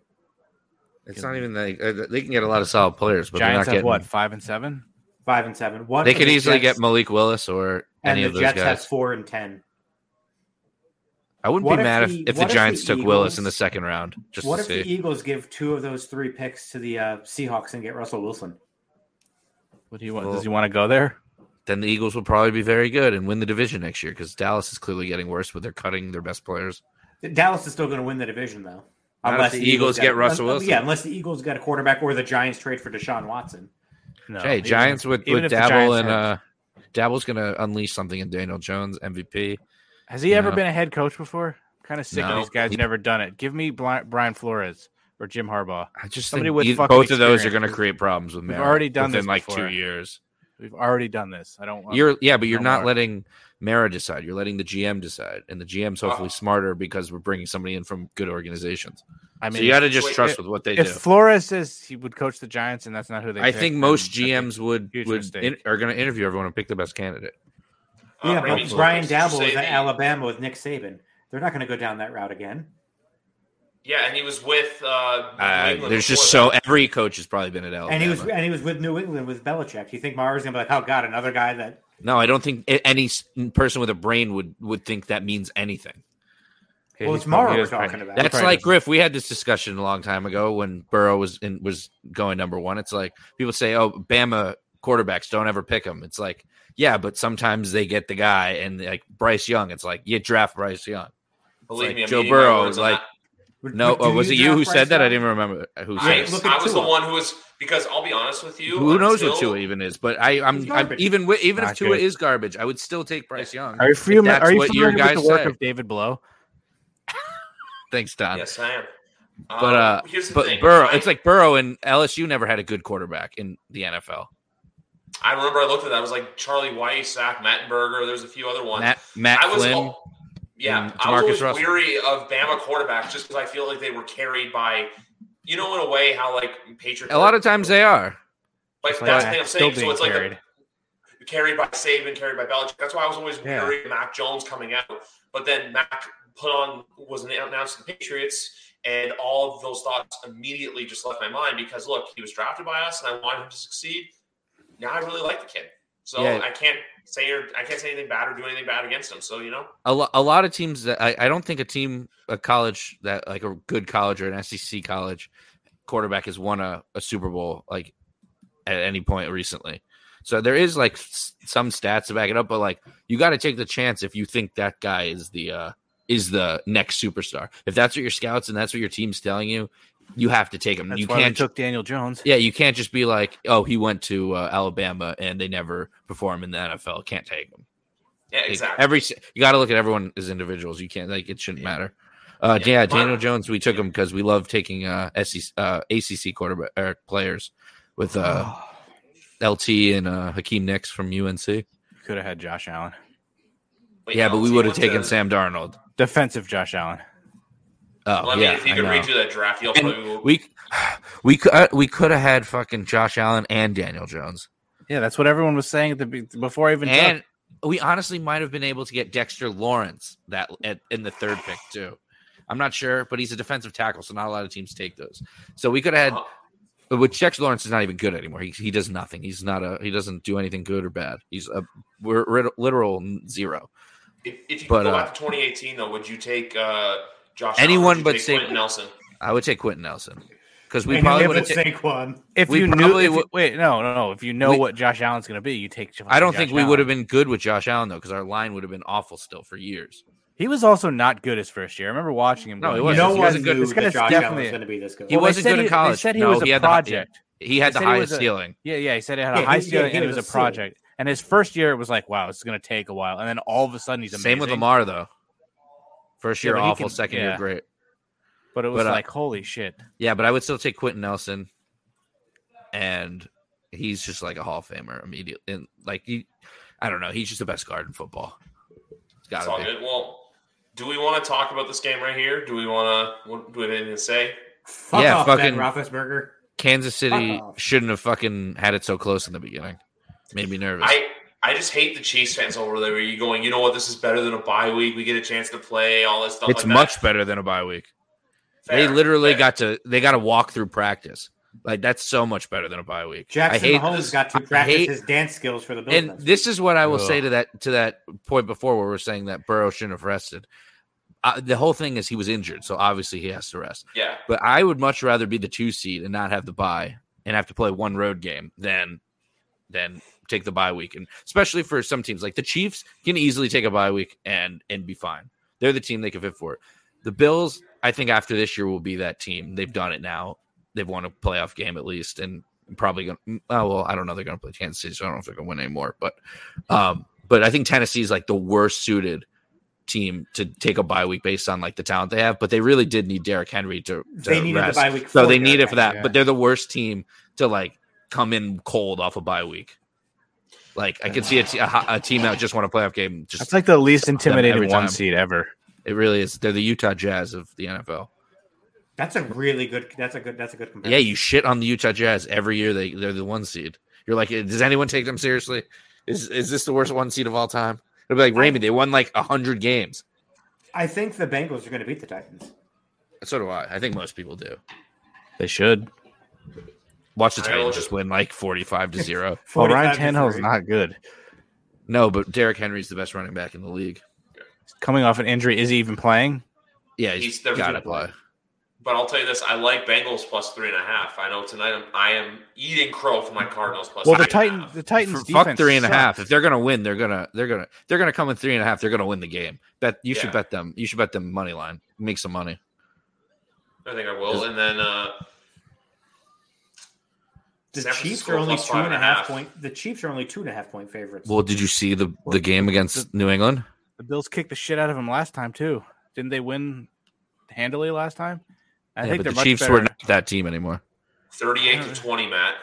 S2: It's not even like uh, they can get a lot of solid players, but
S3: Giants have
S2: they're not getting
S3: what five and seven?
S4: Five and seven. What
S2: They
S4: are
S2: could
S4: the
S2: easily
S4: Jets-
S2: get Malik Willis or
S4: and
S2: any
S4: the
S2: of those
S4: Jets have
S2: guys.
S4: four and ten.
S2: I wouldn't
S4: what
S2: be
S4: if
S2: mad if,
S4: the-
S2: if the
S4: what if
S2: Giants
S4: the
S2: took Willis in the
S4: Eagles-
S2: second round just
S4: what
S2: to
S4: if
S2: see.
S4: the E Eagles give two of those three picks to the uh, Seahawks and get Russell Wilson?
S3: What do you want?
S2: Well-
S3: Does he want to go there?
S2: then the Eagles will probably be very good and win the division next year because Dallas is clearly getting worse, but they're cutting their best players.
S4: Dallas is still going to win the division though,
S2: Not if the Eagles
S4: got-
S2: get Russell
S4: unless-
S2: Wilson.
S4: Yeah, unless the Eagles get a quarterback or the Giants trade for Deshaun Watson.
S3: No.
S2: hey,
S3: even
S2: Giants
S3: if-
S2: with,
S3: even
S2: with
S3: if the
S2: Dabble
S3: Giants
S2: and
S3: had-
S2: uh, Dabble's going to unleash something in Daniel Jones MVP.
S3: Has he ever
S2: No.
S3: been a head coach before? kind of sick
S2: No.
S3: of these guys.
S2: He-
S3: Never done it. Give me Bli- Brian Flores or Jim Harbaugh.
S2: I just
S3: Somebody
S2: think
S3: with
S2: eith-
S3: fucking
S2: both of those are
S3: experience.
S2: going to create problems with
S3: We've
S2: Merrill
S3: already done
S2: within
S3: this
S2: like
S3: before.
S2: two years.
S3: We've already done this. I don't want.
S2: You're yeah, but you're
S3: No
S2: not
S3: more.
S2: letting Mara decide. You're letting the GM decide, and the GM's hopefully
S1: Wow.
S2: smarter because we're bringing somebody in from good organizations.
S3: I
S2: so you got to
S1: wait,
S2: just
S1: if-
S2: trust with what they do.
S3: if Flores says he would coach the Giants and that's not who they,
S2: I
S3: pick,
S2: think most
S3: then that's
S2: GMs would
S3: huge
S2: would
S3: mistake.
S2: in, are going to interview everyone and pick the best candidate.
S1: Uh,
S4: yeah,
S1: Raymond
S4: but Brian
S1: Flores, did you
S4: Dabble
S1: say
S4: is at
S1: the-
S4: Alabama with Nick Saban. They're not going to go down that route again.
S1: Yeah, and he was with. Uh, New
S2: Uh,
S1: England
S2: there's just
S1: before
S2: so every coach has probably been at Alabama.
S4: And he was and he was with New England with Belichick. You think Mara's going to be like, oh god, another guy that
S2: no, I don't think a- any s- person with a brain would would think that means anything.
S3: Yeah,
S4: well,
S3: he's
S4: it's Mara
S3: probably- he
S4: we're
S3: is probably-
S4: talking about.
S2: That's
S3: probably
S2: like
S3: doesn't.
S2: Griff. We had this discussion a long time ago when Burrow was in, was going number one. It's like people say, "Oh, Bama quarterbacks don't ever pick them." It's like, yeah, but sometimes they get the guy, and like Bryce Young, it's like you draft Bryce Young.
S1: that. Believe
S2: like
S1: me, I'm
S2: Joe
S1: eating my
S2: Burrow,
S1: words on
S2: like,
S1: that.
S4: Would-
S2: No,
S4: would-
S2: oh,
S4: do
S2: was it you who
S4: draft
S2: said that? I
S4: Bryce
S2: didn't remember who said.
S1: I,
S2: it.
S4: look at
S1: I was the
S4: Tua.
S1: one who was because I'll be honest with you.
S2: Who knows what
S1: until-
S2: Tua even is? But I, I'm,
S4: He's
S2: I'm
S4: garbage.
S2: even with, even
S3: Not
S2: if Tua
S3: good.
S2: is garbage, I would still take Bryce Young.
S3: Are you familiar?
S2: that's
S3: Are you
S2: what your
S3: familiar with the
S2: guys
S3: work
S2: say.
S3: of David Blow?
S2: Thanks, Don.
S1: Yes, I am. Um,
S2: But uh,
S1: here's the
S2: but
S1: thing.
S2: Burrow,
S1: I-
S2: it's like Burrow and LSU never had a good quarterback in the NFL.
S1: I remember I looked at that. I was like Charlie Weiss, Zach Mattenberger. There's a few other ones.
S2: Matt, Matt
S1: I was,
S2: Flynn.
S1: al- yeah,
S2: and
S1: I was
S2: Jamarcus
S1: always
S2: Russell.
S1: weary of Bama quarterbacks just because I feel like they were carried by you know, in a way, how like Patriots
S2: A lot of times they are.
S1: like
S3: It's
S1: that's the
S3: like
S1: thing I'm
S3: still
S1: saying. So
S3: being
S1: it's like
S3: carried.
S1: a, carried by Saban, carried by Belichick. That's why I was always
S3: Yeah.
S1: wary of Mac Jones coming out. But then Mac put on was announced to the Patriots, and all of those thoughts immediately just left my mind because look, he was drafted by us, and I wanted him to succeed. Now I really like the kid, so
S2: Yeah.
S1: I can't say or I can't say anything bad or do anything bad against him. So you know,
S2: a, lo- a lot of teams that I, I don't think a team a college that like a good college or an SEC college quarterback has won a, a Super Bowl like at any point recently. So there is like s- some stats to back it up, but like you got to take the chance if you think that guy is the uh is the next superstar. If that's what your scouts and that's what your team's telling you, you have to take him.
S3: That's
S2: you
S3: why we
S2: can't
S3: took Daniel Jones.
S2: yeah, you can't just be like, oh, he went to uh, Alabama and they never perform in the NFL. Can't take him.
S1: yeah,
S2: Like,
S1: exactly.
S2: Every si- you got to look at everyone as individuals. You can't like it shouldn't matter. Uh, yeah. Daniel Jones, we took him because we love taking uh, SEC, uh ACC quarterback er, players with
S1: Oh.
S2: uh, LT and uh, Hakeem Nicks from UNC.
S3: Could have had Josh Allen.
S2: yeah, but we would have
S1: went to-
S2: taken Sam Darnold.
S3: Defensive Josh Allen.
S2: Oh
S1: Well, I mean,
S2: yeah,
S1: if you
S2: I
S1: could
S2: know.
S1: redo that draft, you'll
S2: And
S1: probably
S2: we we could uh, we could have had fucking Josh Allen and Daniel Jones,
S3: Yeah, that's what everyone was saying at the be- before I even took.
S2: and we honestly might have been able to get Dexter Lawrence that at, in the third pick too. I'm not sure, but he's a defensive tackle, so not a lot of teams take those. So we could have had
S3: Uh-huh.
S2: which Dexter Lawrence is not even good anymore. He, he does nothing. He's not a he doesn't do anything good or bad. He's a we're, rid- literal zero.
S1: If, if you
S2: But,
S1: could go
S2: uh,
S1: back to 2018, though, would you take uh, Josh? Allen? Would
S2: Anyone
S1: you
S2: but
S1: take
S2: Saquon.
S1: Quentin Nelson.
S2: I would take Quentin Nelson because we
S4: And
S2: probably
S4: you
S2: would have.
S4: have to take one.
S3: If
S2: we
S3: you knew,
S2: probably
S3: if you-
S2: would-
S3: wait, no, no, no. If you know
S2: We-
S3: what Josh Allen's going to be, you take.
S2: I don't think
S3: Josh
S2: we would have
S3: Allen.
S2: been good with Josh Allen though, because our line would have been awful still for years.
S3: He was also not good his first year. I remember watching him.
S2: No,
S3: going,
S2: he wasn't.
S3: "Yeah,
S4: no
S2: He
S4: one
S2: wasn't
S4: knew
S2: good.
S3: This
S4: that
S3: guy's
S4: Josh Allen was
S3: definitely.
S4: going to be this good.
S2: He
S3: Well, they
S2: wasn't
S3: said
S2: good in
S3: They
S2: college.
S3: said he
S2: No,
S3: was
S2: he
S3: a
S2: had the-
S3: project.
S2: He had
S3: They
S2: the
S3: said he
S2: highest
S3: was a-
S2: ceiling.
S3: Yeah, yeah. He said it had
S4: Yeah,
S3: a high
S4: he-
S3: ceiling
S4: yeah, he
S3: and it
S4: was
S3: was a
S4: a
S3: project. And his first year, it was like, wow, it's going to take a while. And then all of a sudden, he's amazing.
S2: Same with Lamar though. First
S3: Yeah,
S2: year
S3: but he
S2: awful,
S3: can-
S2: second
S3: yeah.
S2: year great.
S3: But it was
S2: But, uh,
S3: like, holy shit.
S2: Yeah, but I would still take Quentin Nelson, and he's just like a Hall of Famer immediately. And like he, I don't know, he's just the best guard in football. It's
S1: It's
S2: gotta
S1: all
S2: be.
S1: good. Well, do we want to talk about this game right here? Do we want to? What, do we have anything to say?
S4: Fuck
S2: Yeah,
S4: off,
S2: fucking-
S4: Ben Roethlisberger.
S2: Kansas City
S4: Fuck off.
S2: shouldn't have fucking had it so close in the beginning. Made me nervous.
S1: I I just hate the Chiefs fans over there. Where you going? You know what? This is better than a bye week. We get a chance to play. All this stuff.
S2: it's
S1: like
S2: much
S1: That.
S2: better than a bye week.
S1: Fair,
S2: they literally
S1: fair.
S2: got to they got to walk through practice. Like that's so much better than a bye week. I
S4: Jackson
S2: hate
S4: Mahomes got to
S2: I
S4: practice
S2: hate-
S4: his dance skills for the Bills.
S2: and
S4: next
S2: this is what I will say
S3: Ugh.
S2: to that to that point before where we're saying that Burrow shouldn't have rested. Uh, the whole thing is he was injured, so obviously he has to rest.
S1: Yeah.
S2: But I would much rather be the two seed and not have the bye and have to play one road game than than take the bye week. And especially for some teams like the Chiefs can easily take a bye week and and be fine. They're the team they can fit for it. The Bills, I think after this year will be that team. They've done it now. They've won a playoff game at least and probably going to oh well, I don't know they're going to play Kansas City, so I don't know if they're going to win anymore, but um but I think Tennessee is like the worst suited team to take a bye week based on like the talent they have, but they really did need Derrick Henry to, to
S4: They needed
S2: rest.
S4: the bye week.
S2: So
S4: for
S2: they
S4: Derrick
S2: need it for
S4: Henry.
S2: that, but they're the worst team to like come in cold off a bye week. Like I could see a te- a ho- a team that just won a playoff game.
S3: That's
S2: Just
S3: like the least
S2: every
S3: intimidating
S2: time.
S3: one seed ever.
S2: it really is. They're the Utah Jazz of the NFL.
S4: That's a really good. That's a good. That's a good
S2: Yeah,
S4: comparison.
S2: you shit on the Utah Jazz every year. They they're the one seed. You're like, does anyone take them seriously? Is is this the worst one seed of all time? It'll be like Raymond. They won like hundred games.
S4: I think the Bengals are going to beat the Titans.
S2: So do I. I think most people do.
S3: They should.
S2: Watch the
S1: I
S2: Titans
S1: don't-
S2: just win like forty five to zero.
S3: Well, Oh, Ryan
S4: 45 to
S3: Tannehill's
S4: three.
S3: not good.
S2: No, but Derrick Henry's the best running back in the league.
S3: He's coming off an injury. Is he even playing?
S2: Yeah,
S1: He's
S2: he's
S1: definitely
S2: got to
S1: gonna play.
S2: play.
S1: But I'll tell you this: I like Bengals plus three and a half. I know tonight I'm, I am eating crow for my Cardinals plus.
S3: Well, the
S1: three and a
S3: Titans,
S1: half.
S3: the Titans,
S2: F- fuck
S3: defense
S2: three and a
S3: sucks.
S2: half. If they're gonna win, they're gonna they're gonna they're gonna come in three and a half. They're gonna win the game. Bet you
S1: Yeah.
S2: should bet them. You should bet them money line. Make some money.
S1: I think I will. And then uh,
S4: The
S1: San
S4: Chiefs
S1: Francisco
S4: are only
S1: plus
S4: two
S1: five
S4: and a
S1: and a
S4: half
S1: half.
S4: point. The Chiefs are only two and a half point favorites.
S2: Well, did you see the the game against New England?
S3: The Bills kicked the shit out of him last time too. Didn't they win handily last time? I
S2: yeah,
S3: think
S2: but
S3: they're
S2: the
S3: much
S2: Chiefs
S3: better.
S2: were not that team anymore.
S1: thirty-eight to twenty, Matt.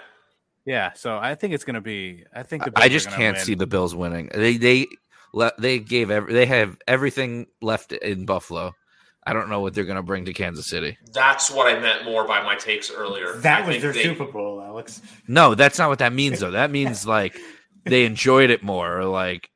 S3: Yeah, so I think it's going to be. I think the Bills
S2: I
S3: are
S2: just
S3: gonna
S2: can't
S3: win.
S2: see the Bills winning. They they le- they gave every, they have everything left in Buffalo. I don't know what they're going to bring to Kansas City.
S1: That's what I meant more by my takes earlier.
S4: That
S1: I
S4: was
S1: think
S4: their
S1: they-
S4: Super Bowl, Alex.
S2: No, that's not what that means though. That means like they enjoyed it more, or like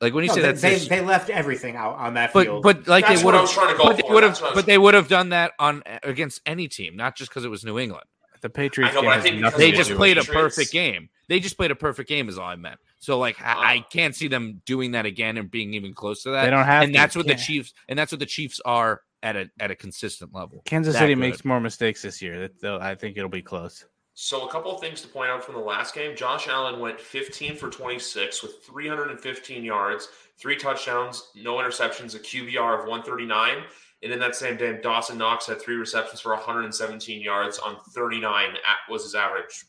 S2: like when you
S4: No,
S2: say
S4: they,
S2: that's
S4: they,
S2: their
S4: they left everything out on that
S2: but
S4: field.
S2: but like
S1: That's
S2: they
S1: what
S2: would
S1: I was
S2: have,
S1: trying to go
S2: but they
S1: for.
S2: would have,
S1: That's what I was-
S2: but they would have done that on uh, against any team, not just because it was New England.
S3: The
S1: I
S3: Patriots
S1: know,
S3: game
S1: but I
S3: has
S1: think
S3: nothing
S2: They
S1: it
S3: to
S2: just
S3: do with
S2: played a
S1: Patriots.
S2: perfect game. They just played a perfect game, is all I meant. So like I, I can't see them doing that again and being even close to that.
S3: They don't have
S2: and
S3: to.
S2: that's what the
S3: Yeah.
S2: Chiefs and that's what the Chiefs are at a at a consistent level.
S3: Kansas
S2: that
S3: City
S2: good.
S3: makes more mistakes this year. That though, I think it'll be close.
S1: So a couple of things to point out from the last game. Josh Allen went 15 for 26 with 315 yards, three touchdowns, no interceptions, a QBR of 139. And then that same day, Dawson Knox had three receptions for 117 yards on 39 at, was his average.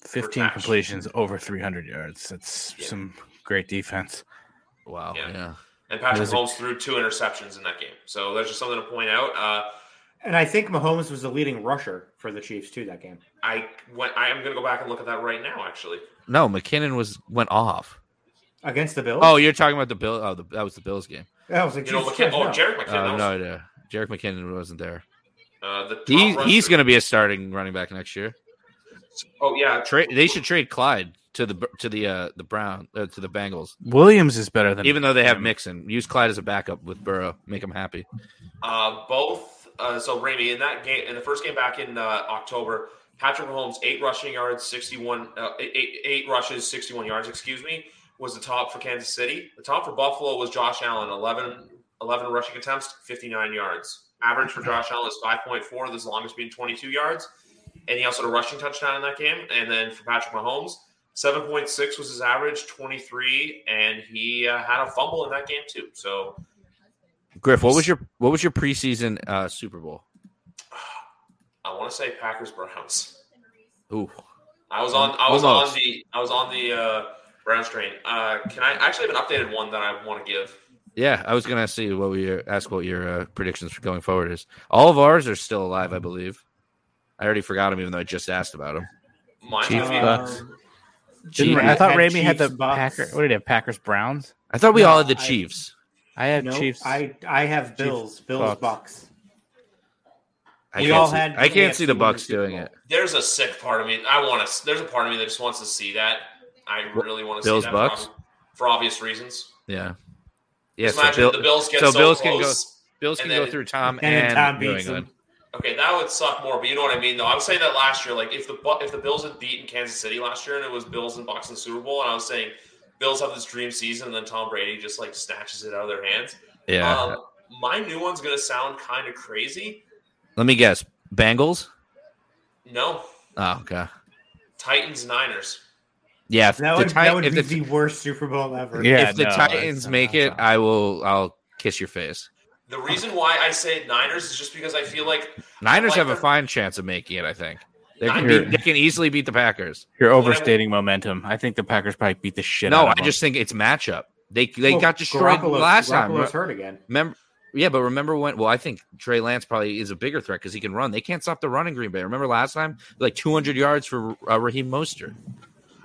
S3: Fifteen
S1: Cash.
S3: completions over three hundred yards. That's
S1: Yeah.
S3: some great defense.
S2: Wow.
S1: Yeah.
S2: yeah.
S1: And Patrick
S3: was a-
S1: Holmes threw two interceptions in that game. So there's just something to point out. Uh,
S4: and I think Mahomes was the leading rusher for the Chiefs too that game.
S1: I went. I am going to go back and look at that right now. Actually,
S2: No, McKinnon was went off.
S4: Against the Bills?
S2: Oh, you're talking about the Bill. Oh, the, that was the Bills game.
S4: I was like,
S1: you know,
S4: Jesus
S1: McKin-
S4: Christ,
S1: oh,
S4: no.
S1: Jared McKinnon.
S2: Uh,
S1: that
S2: no
S1: was,
S2: idea. Jarek McKinnon wasn't there.
S1: uh, the top
S2: He, he's
S1: rusher.
S2: going to be a starting running back next year.
S1: Oh yeah,
S2: Trade. They should trade Clyde to the to the uh, the Brown uh, to the Bengals.
S3: Williams is better than
S2: Even though they have
S3: him.
S2: Mixon, use Clyde as a backup with Burrow. Make him happy.
S1: Uh, both. Uh, so Ramey in that game in the first game back in uh, October, Patrick Mahomes eight rushing yards, sixty-one, uh, eight, eight- eight rushes, sixty-one yards. Excuse me, was the top for Kansas City. The top for Buffalo was Josh Allen, 11, 11 rushing attempts, fifty-nine yards. Average for Josh Allen is five point four. This longest being twenty-two yards, and he also had a rushing touchdown in that game. And then for Patrick Mahomes. 7.6 was his average, 23, and he uh, had a fumble in that game too. So
S2: Griff, what was your what was your preseason uh, Super Bowl?
S1: I want to say Packers Browns.
S2: Ooh,
S1: I was on. I was
S2: Almost.
S1: on the. I was on the uh, Browns train. Uh, can I I actually have an updated one that I want to give?
S2: yeah. I was gonna see what we ask what your uh, predictions for going forward is. All of ours are still alive, I believe. I already forgot him, even though I just asked about him.
S1: Mine
S3: Chiefs,
S1: would be-
S3: Bucks. Didn't-
S4: Um, Chiefs
S3: I thought
S4: had
S3: Ramey had the
S4: Chiefs, Bucks.
S3: Packers. What did he have? Packers Browns.
S2: I thought we
S4: No,
S2: all had the
S4: I-
S2: Chiefs.
S3: I have
S4: No,
S3: Chiefs.
S4: I I have
S3: Chiefs,
S4: Bills, Bills,
S3: Bucks.
S4: Bucks.
S2: I
S4: We
S2: can't
S4: all
S2: see,
S4: had
S2: I can't see the
S4: AFC winning
S2: Bucks
S4: Super
S2: doing
S4: Bowl.
S2: it.
S1: there's a sick part of me. I want to. There's a part of me that just wants to see that. I really want to
S2: Bills,
S1: see that
S2: Bucks?
S1: For, ob- for obvious reasons.
S2: Yeah. Yeah,
S1: Just
S2: so
S1: imagine
S2: Bill,
S1: if the Bills get
S2: so
S1: so,
S2: Bills can go-
S1: close.
S2: Bills can
S1: and
S2: go
S1: then-
S2: through Tom
S4: and
S2: and,
S4: then Tom
S2: New
S4: beats
S2: England.
S4: them.
S1: Okay, that would suck more, but you know what I mean. Though I was saying that last year, like if the Bu- if the Bills had beaten Kansas City last year and it was Bills and Bucks in the Super Bowl, and I was saying Bills have this dream season, and then Tom Brady just like snatches it out of their hands.
S2: Yeah.
S1: Um, my new one's gonna sound kind of crazy.
S2: Let me guess. Bengals?
S1: No,
S2: Oh, okay.
S1: Titans Niners.
S2: Yeah. If
S4: That
S2: the,
S4: would,
S2: Ti-
S4: that would
S2: if
S4: be
S2: the,
S4: the worst Super Bowl ever.
S3: Yeah.
S2: if the
S3: no,
S2: Titans
S3: it's-
S2: make it, I will I'll kiss your face.
S1: The reason why I say Niners is just because I feel like
S2: Niners
S1: like
S2: have a
S1: the-
S2: fine chance of making it, I think. They
S1: I
S2: can,
S1: mean-
S2: beat, they can easily beat the Packers.
S3: You're overstating momentum. I think the Packers probably beat the shit.
S2: no,
S3: out
S2: I
S3: of them.
S2: just think it's matchup. They they
S4: Well,
S2: got destroyed
S4: Garoppolo-
S2: last time.
S4: Garoppolo's hurt again.
S2: Remember, yeah, but remember when? Well, I think Trey Lance probably is a bigger threat because he can run. They can't stop the run in Green Bay. Remember last time, like 200 yards for uh, Raheem Mostert.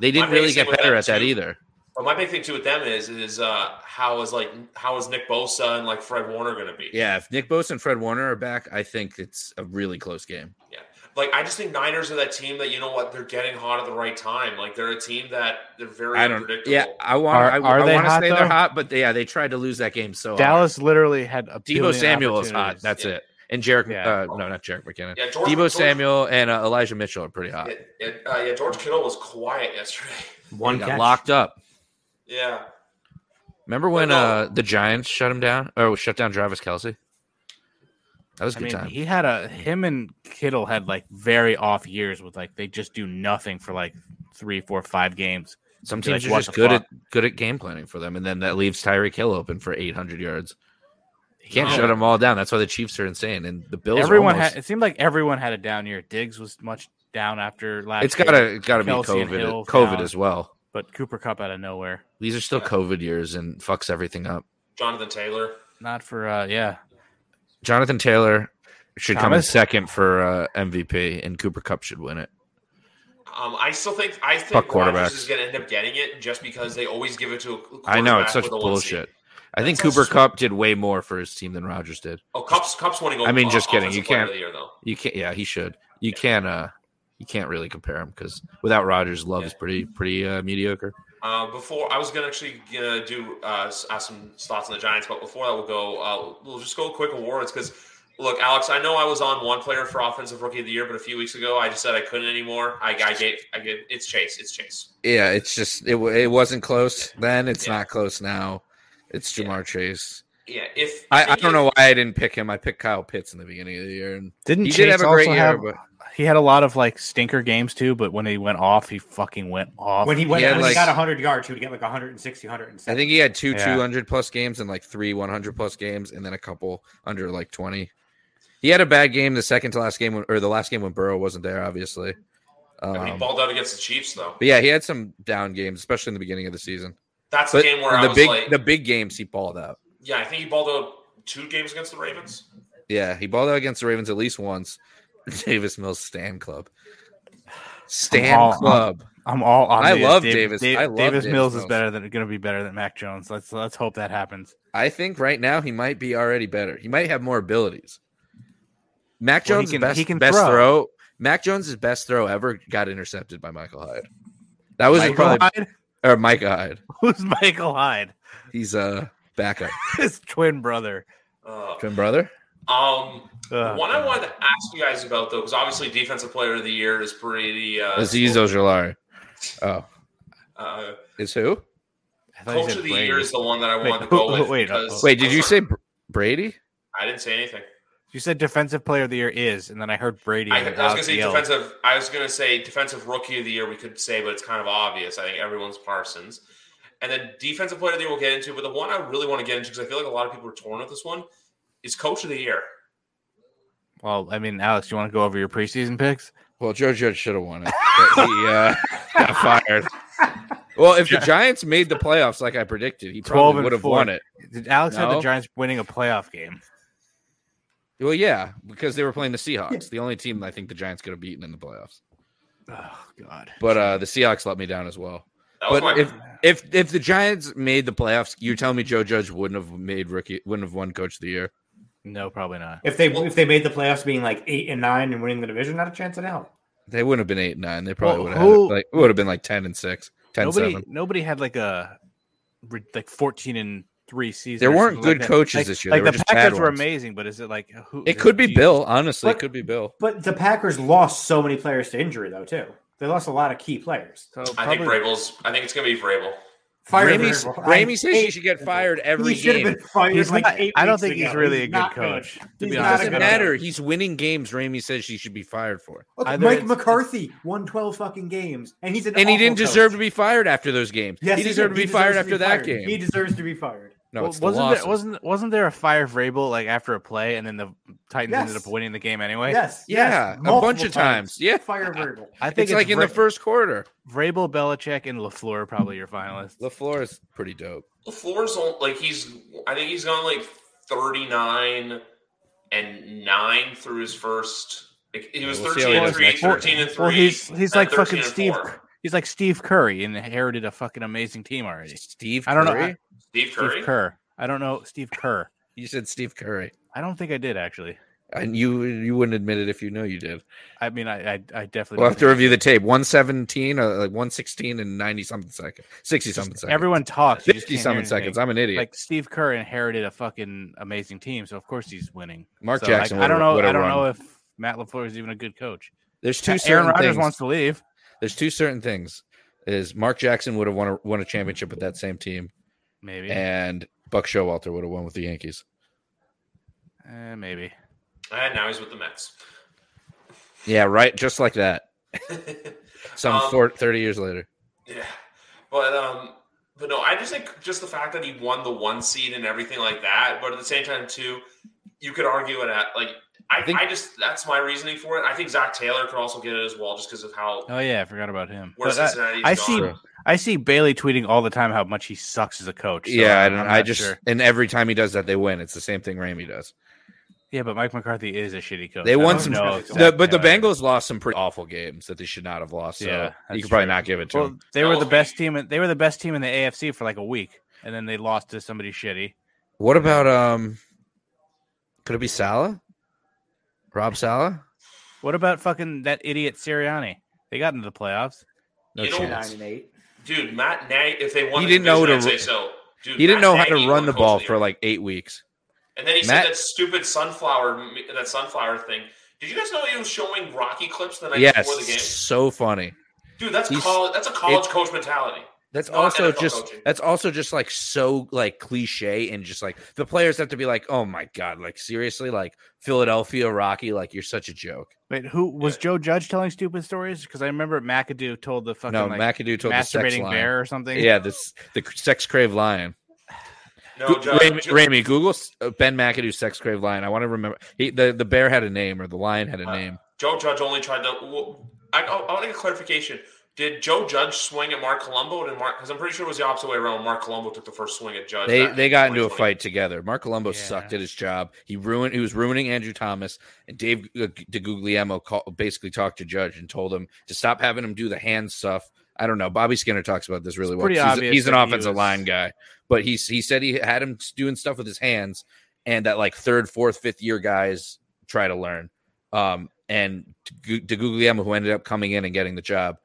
S2: They didn't
S1: My
S2: really
S1: biggest thing
S2: get
S1: with
S2: better
S1: them
S2: at that
S1: too-
S2: either.
S1: but my big thing too with them is is uh how is like how is Nick Bosa and like Fred Warner gonna be?
S2: Yeah, if Nick Bosa and Fred Warner are back, I think it's a really close game.
S1: Like I just think Niners are that team that you know what they're getting hot at the right time. Like they're a team that they're very
S2: I don't.
S1: unpredictable.
S2: Yeah, I want.
S3: Are-
S2: I,
S3: are
S2: I
S3: they
S2: want to
S3: hot,
S2: say they're
S3: though?
S2: hot, but they, yeah, they tried to lose that game so.
S3: Dallas literally had a
S2: Hard. Debo
S3: billion
S2: Samuel is hot.
S3: opportunities.
S2: That's
S1: Yeah.
S2: it. And Jarek,
S3: Yeah.
S2: uh, no, not Jarek McKinnon.
S1: yeah. George,
S2: Debo
S1: George-
S2: Samuel and uh, Elijah Mitchell are pretty hot.
S1: Yeah, yeah, uh, yeah, George Kittle was quiet yesterday.
S2: One got
S4: catch.
S2: locked up.
S1: Yeah,
S2: Remember when
S1: no.
S2: uh, the Giants shut him down or shut down Travis Kelsey? That was a
S3: I
S2: good
S3: mean,
S2: time.
S3: he had a him and Kittle had like very off years with like they just do nothing for like three, four, five games.
S2: Some
S3: be like,
S2: teams are
S3: what
S2: just
S3: the
S2: good
S3: fuck?
S2: at good at game planning for them, and then that leaves Tyreek Hill open for 800 yards. You can't
S1: Yeah.
S2: shut them all down. That's why the Chiefs are insane, and the Bills.
S3: everyone
S2: Everyone almost,
S3: had it seemed like everyone had a down year. Diggs was much down after last.
S2: it's
S3: year,
S2: got to got to be
S3: Kelsey and
S2: COVID
S3: Hill
S2: COVID
S3: down.
S2: as well.
S3: but Cooper Cup out of nowhere.
S2: These are still COVID years, and fucks everything up.
S1: Jonathan Taylor.
S3: Not for uh yeah.
S2: Jonathan Taylor should come in
S3: Thomas?
S2: second for uh, MVP, and Cooper Cup should win it.
S1: Um, I still think I think
S2: Fuck
S1: Rodgers
S2: quarterbacks.
S1: is going to end up getting it just because they always give it to a
S2: I know
S1: quarterback
S2: it's such
S1: with a one seed.
S2: bullshit. I think
S1: That's
S2: Cooper
S1: also-
S2: Cup did way more for his team than Rogers did.
S1: Oh, Cups, Cups winning.
S2: I mean,
S1: uh,
S2: just kidding. You
S1: offensive player
S2: can't-
S1: of the year, though.
S2: You can't. Yeah, he should. You
S1: Yeah.
S2: can't. Uh, you can't really compare him because without Rogers, Love is pretty pretty uh, mediocre.
S1: Uh, before I was gonna actually uh, do uh, s- ask some thoughts on the Giants, but before that, we'll go. Uh, we'll just go quick awards because look, Alex, I know I was on one player for offensive rookie of the year, but a few weeks ago I just said I couldn't anymore. I, I gave, I gave. It's Chase. It's Chase.
S2: Yeah, it's just it. It wasn't close then. It's
S1: Yeah.
S2: not close now. It's
S1: Yeah.
S2: Jamar Chase.
S1: Yeah. If
S2: I, I don't know why I didn't pick him. I picked Kyle Pitts in the beginning of the year, and
S3: Didn't
S2: he
S3: Chase
S2: did have a great
S3: also
S2: year.
S3: have?
S2: but
S3: He had a lot of like stinker games too, but when he went off, he fucking went off.
S4: When he went,
S2: He had
S4: when
S2: like-
S4: he got 100 yards, he would get like 160, 170.
S2: I think he had two
S3: Yeah.
S2: 200 plus games and like three 100 plus games, and then a couple under like 20. He had a bad game the second to last game, when, or the last game when Burrow wasn't there, obviously.
S1: I mean,
S2: Um,
S1: he balled out against the Chiefs though.
S2: but yeah, he had some down games, especially in the beginning of the season.
S1: That's the
S2: But
S1: game where I
S2: the
S1: was
S2: big
S1: like,
S2: the big games he balled out.
S1: yeah, I think he balled out two games against the Ravens.
S2: Yeah, he balled out against the Ravens at least once. Davis Mills Stan Club. Stan
S3: I'm all-
S2: Club.
S3: I'm all on.
S2: I
S3: the-
S2: love
S3: Dav-
S2: Davis.
S3: Dav-
S2: I love
S3: Davis
S2: Davis
S3: Mills is
S2: Mills.
S3: better than going to be better than Mac Jones. Let's let's hope that happens.
S2: I think right now he might be already better. He might have more abilities. Mac
S3: Well, he
S2: Jones'
S3: can-
S2: best,
S3: he can
S2: best
S3: throw.
S2: throw. Mac Jones' best throw ever got intercepted by Michael Hyde. That was
S3: Michael
S2: probably
S3: Hyde?
S2: or Micah Hyde.
S3: Who's Michael Hyde?
S2: He's a backup
S3: His twin brother.
S1: Uh,
S2: twin brother.
S1: um,
S3: Ugh.
S1: one I wanted to ask you guys about though, because obviously defensive player of the year is pretty. Uh,
S2: Aziz Ojolari. Oh,
S1: uh,
S2: is who?
S3: I thought he
S1: Coach
S3: said
S1: of the
S3: Brady.
S1: year is the one that I
S3: Wait,
S1: wanted to
S3: who-
S1: go
S3: who-
S1: with.
S3: wait, uh,
S1: because-
S2: Wait, did you say Br- Brady?
S1: I didn't say anything.
S3: You said defensive player of the year is, and then I heard Brady.
S1: I, I
S3: and
S1: was
S3: Alex
S1: gonna say
S3: yelled.
S1: defensive. I was gonna say defensive rookie of the year. We could say, but it's kind of obvious. I think everyone's Parsons, and then defensive player of the year we'll get into. But the one I really want to get into because I feel like a lot of people are torn with this one is coach of the year.
S3: Well, I mean, Alex, you want to go over your preseason picks?
S2: Well, Joe Judge should have won it, but he uh, got fired. Well, if the Giants made the playoffs like I predicted, he
S3: 12
S2: probably
S3: and
S2: would have
S3: four.
S2: won it.
S3: Did Alex have the
S2: No.
S3: Giants winning a playoff game?
S2: Well, yeah, because they were playing the Seahawks, the only team I think the Giants could have beaten in the playoffs.
S3: Oh God.
S2: But uh, the Seahawks let me down as well.
S1: That was
S2: But
S1: my
S2: if if if the Giants made the playoffs, you tell me Joe Judge wouldn't have made rookie wouldn't have won Coach of the Year.
S3: No, probably not.
S4: if they if they made the playoffs being like eight and nine and winning the division, not a chance in hell.
S2: They wouldn't have been eight and nine. They probably
S3: Well,
S2: would have had it,
S3: who-
S2: like it would have been like ten and six, 10
S3: nobody,
S2: 7.
S3: nobody had like a re- like fourteen and three season.
S2: There
S3: or
S2: weren't
S3: something
S2: good
S3: like that.
S2: coaches
S3: Like-
S2: this year.
S3: Like
S2: They were
S3: the
S2: just bad
S3: Packers were
S2: ones.
S3: amazing, but is it like who?
S2: It
S3: is
S2: could be
S3: Geno-
S2: Bill. Honestly,
S4: But-
S2: it could be Bill.
S4: But the Packers lost so many players to injury though too. They lost a lot of key players.
S3: So
S1: I think
S3: probably-
S1: Vrabel's. I think it's gonna be Vrabel.
S4: Fire
S2: Ramey,
S4: Vrabel.
S2: Ramey says
S4: I-
S2: he should get fired every
S4: he should
S2: game.
S4: have been fired
S3: He's
S4: like
S3: not-
S4: eight
S3: I don't
S4: weeks
S3: think he's
S4: ago.
S3: really a
S4: He's
S3: good
S4: not
S3: coach, to
S4: He's
S3: be
S2: It
S4: not a
S2: doesn't
S4: good
S2: matter.
S4: coach.
S2: He's winning games. Ramey says he should be fired for it.
S4: Look,
S3: Either
S4: Mike
S3: it's-
S4: McCarthy won twelve fucking games, and he's an
S2: and he
S4: awful
S2: didn't deserve
S4: coach.
S2: to be fired after those games.
S4: Yes,
S2: he
S4: did.
S2: deserved to be
S4: deserves
S2: fired
S4: be
S2: after that
S4: fired.
S2: game.
S4: He deserves to be fired.
S2: no,
S3: Well,
S2: it's the
S3: wasn't
S2: losses.
S3: there, wasn't wasn't there a fire for Vrabel like after a play, and then the Titans ended
S4: Yes.
S3: up winning the game anyway?
S4: Yes,
S2: Yeah,
S4: yes,
S2: a
S4: multiple
S2: bunch of times. Yeah.
S4: fire Vrabel.
S3: I
S2: it's,
S3: think it's
S2: like in the
S3: Vra-
S2: first quarter.
S3: Vrabel, Belichick, and Lafleur are probably your finalists.
S2: Lafleur is pretty dope.
S1: Lafleur's on- like he's. I think he's gone like thirty nine and nine through his first. Like, he was
S2: We'll see how
S1: thirteen
S2: he
S1: and
S2: does
S1: three,
S2: next year.
S1: 13 and three.
S3: Well, he's he's
S1: and
S3: like
S1: 13
S3: fucking
S1: and
S3: Steve.
S1: four.
S3: He's like Steve Curry and inherited a fucking amazing team already.
S2: Steve.
S3: I don't know.
S2: Curry?
S3: I-
S1: Steve Curry.
S3: Steve Kerr. I don't know Steve Kerr.
S2: You said Steve Curry,
S3: I don't think I did actually.
S2: and you you wouldn't admit it if you know you did.
S3: I mean, I I, I
S2: We'll
S3: definitely. don't
S2: have to
S3: think I
S2: review the tape. One seventeen, uh, like one sixteen, and ninety something seconds, sixty
S3: did.
S2: something
S3: Just-
S2: seconds,
S3: Everyone talks. you just
S2: fifty
S3: can't hear
S2: something seconds.
S3: anything.
S2: I'm an idiot.
S3: Like Steve Kerr inherited a fucking amazing team, so of course he's winning.
S2: Mark
S3: So,
S2: Jackson.
S3: Like, I don't
S2: would've-
S3: know.
S2: would've
S3: I don't
S2: run.
S3: know if Matt Lafleur is even a good coach.
S2: There's two
S3: Aaron
S2: certain
S3: Rodgers
S2: things.
S3: wants to leave.
S2: There's two certain things. Is Mark Jackson would have won a, won
S3: Mm-hmm.
S2: a championship with that same team,
S3: Maybe.
S2: and Buck Showalter would have won with the Yankees.
S3: Eh, maybe.
S1: And Ah, now he's with the Mets.
S2: Yeah, right. Just like that. Some
S1: Um,
S2: four, 30 years later.
S1: Yeah, but um, but no, I just think just the fact that he won the one seed and everything like that. But at the same time, too, you could argue it at like I,
S2: I think-
S1: I just that's my reasoning for it. I think Zach Taylor could also get it as well, just because of how
S3: Oh yeah, I forgot about him.
S1: where
S3: But I,
S1: Cincinnati's
S3: I
S1: gone.
S3: see. I see Bailey tweeting all the time how much he sucks as a coach. so
S2: yeah, I
S3: I'm-
S2: don't.
S3: I'm
S2: I
S3: not
S2: just
S3: sure.
S2: and every time he does that, they win. It's the same thing Ramey does.
S3: Yeah, but Mike McCarthy is a shitty coach.
S2: They
S3: I
S2: won
S3: don't
S2: some.
S3: know if
S4: the-
S2: The,
S3: Zach
S2: but the
S3: Taylor-
S2: Bengals lost some pretty awful games that they should not have lost. So
S3: Yeah,
S2: you
S3: that's
S2: could probably
S3: true.
S2: not give it to
S3: Well,
S2: them.
S3: they
S1: That
S3: were
S1: was
S3: the best team. in- They were the best team in the AFC for like a week, and then they lost to somebody shitty.
S2: What about um? Could it be Salah? Rob Salah?
S3: What about fucking that idiot Sirianni? They got into the playoffs.
S2: No
S1: You don't-
S4: Nine
S2: chance.
S4: and eight.
S1: Dude, Matt Nagy, if they won,
S2: He
S1: the
S2: didn't know
S1: division,
S2: to
S1: I'd
S2: ru-
S1: say so. Dude,
S2: He
S1: Matt
S2: didn't know how
S1: Nagy
S2: to run
S1: won
S2: the
S1: Coach
S2: ball
S1: of
S2: for
S1: Year.
S2: like eight weeks.
S1: And then he said
S2: Matt-
S1: that stupid sunflower, that sunflower thing. Did you guys know he was showing Rocky clips the night before the
S2: Yes,
S1: game?
S2: so funny.
S1: Dude, that's
S2: He's-
S1: college. That's a college coach mentality.
S2: That's
S1: Not
S2: also
S1: NFL
S2: just
S1: coaching.
S2: that's also just like so like cliche and just like the players have to be like, oh my god, like seriously, like Philadelphia Rocky, like you're such a joke.
S3: Wait, who was
S1: Yeah.
S3: Joe Judge telling stupid stories? Because I remember McAdoo told the fucking
S2: no,
S3: like,
S2: McAdoo told the sex
S3: masturbating
S2: lion.
S3: bear or something.
S2: Yeah, this the sex crave lion.
S1: No,
S2: Gu-
S1: Joe,
S2: Rami,
S1: Joe-
S2: Rami, Google s- uh, Ben McAdoo sex crave lion. I want to remember he, the the bear had a name or the lion had a
S1: Uh,
S2: name.
S1: Joe Judge only tried to. w- I, I want to get clarification. Did Joe Judge swing at Mark Colombo? Or did Mark? Because I'm pretty sure it was the opposite way around. Mark Colombo took the first swing at Judge.
S2: They
S1: back
S2: they
S1: in
S2: got into a
S1: 2020.
S2: fight together. Mark Colombo
S3: Yeah.
S2: sucked at his job. He ruined. He was ruining Andrew Thomas and Dave uh, DeGuglielmo call, basically talked to Judge and told him to stop having him do the hand stuff. I don't know. Bobby Skinner talks about this really well.
S3: pretty
S2: 'cause He's,
S3: obvious
S2: he's an
S3: that he
S2: offensive
S3: was-
S2: line guy, but he he said he had him doing stuff with his hands, and that like third, fourth, fifth year guys try to learn. Um, and DeGuglielmo, who ended up coming in and getting the job,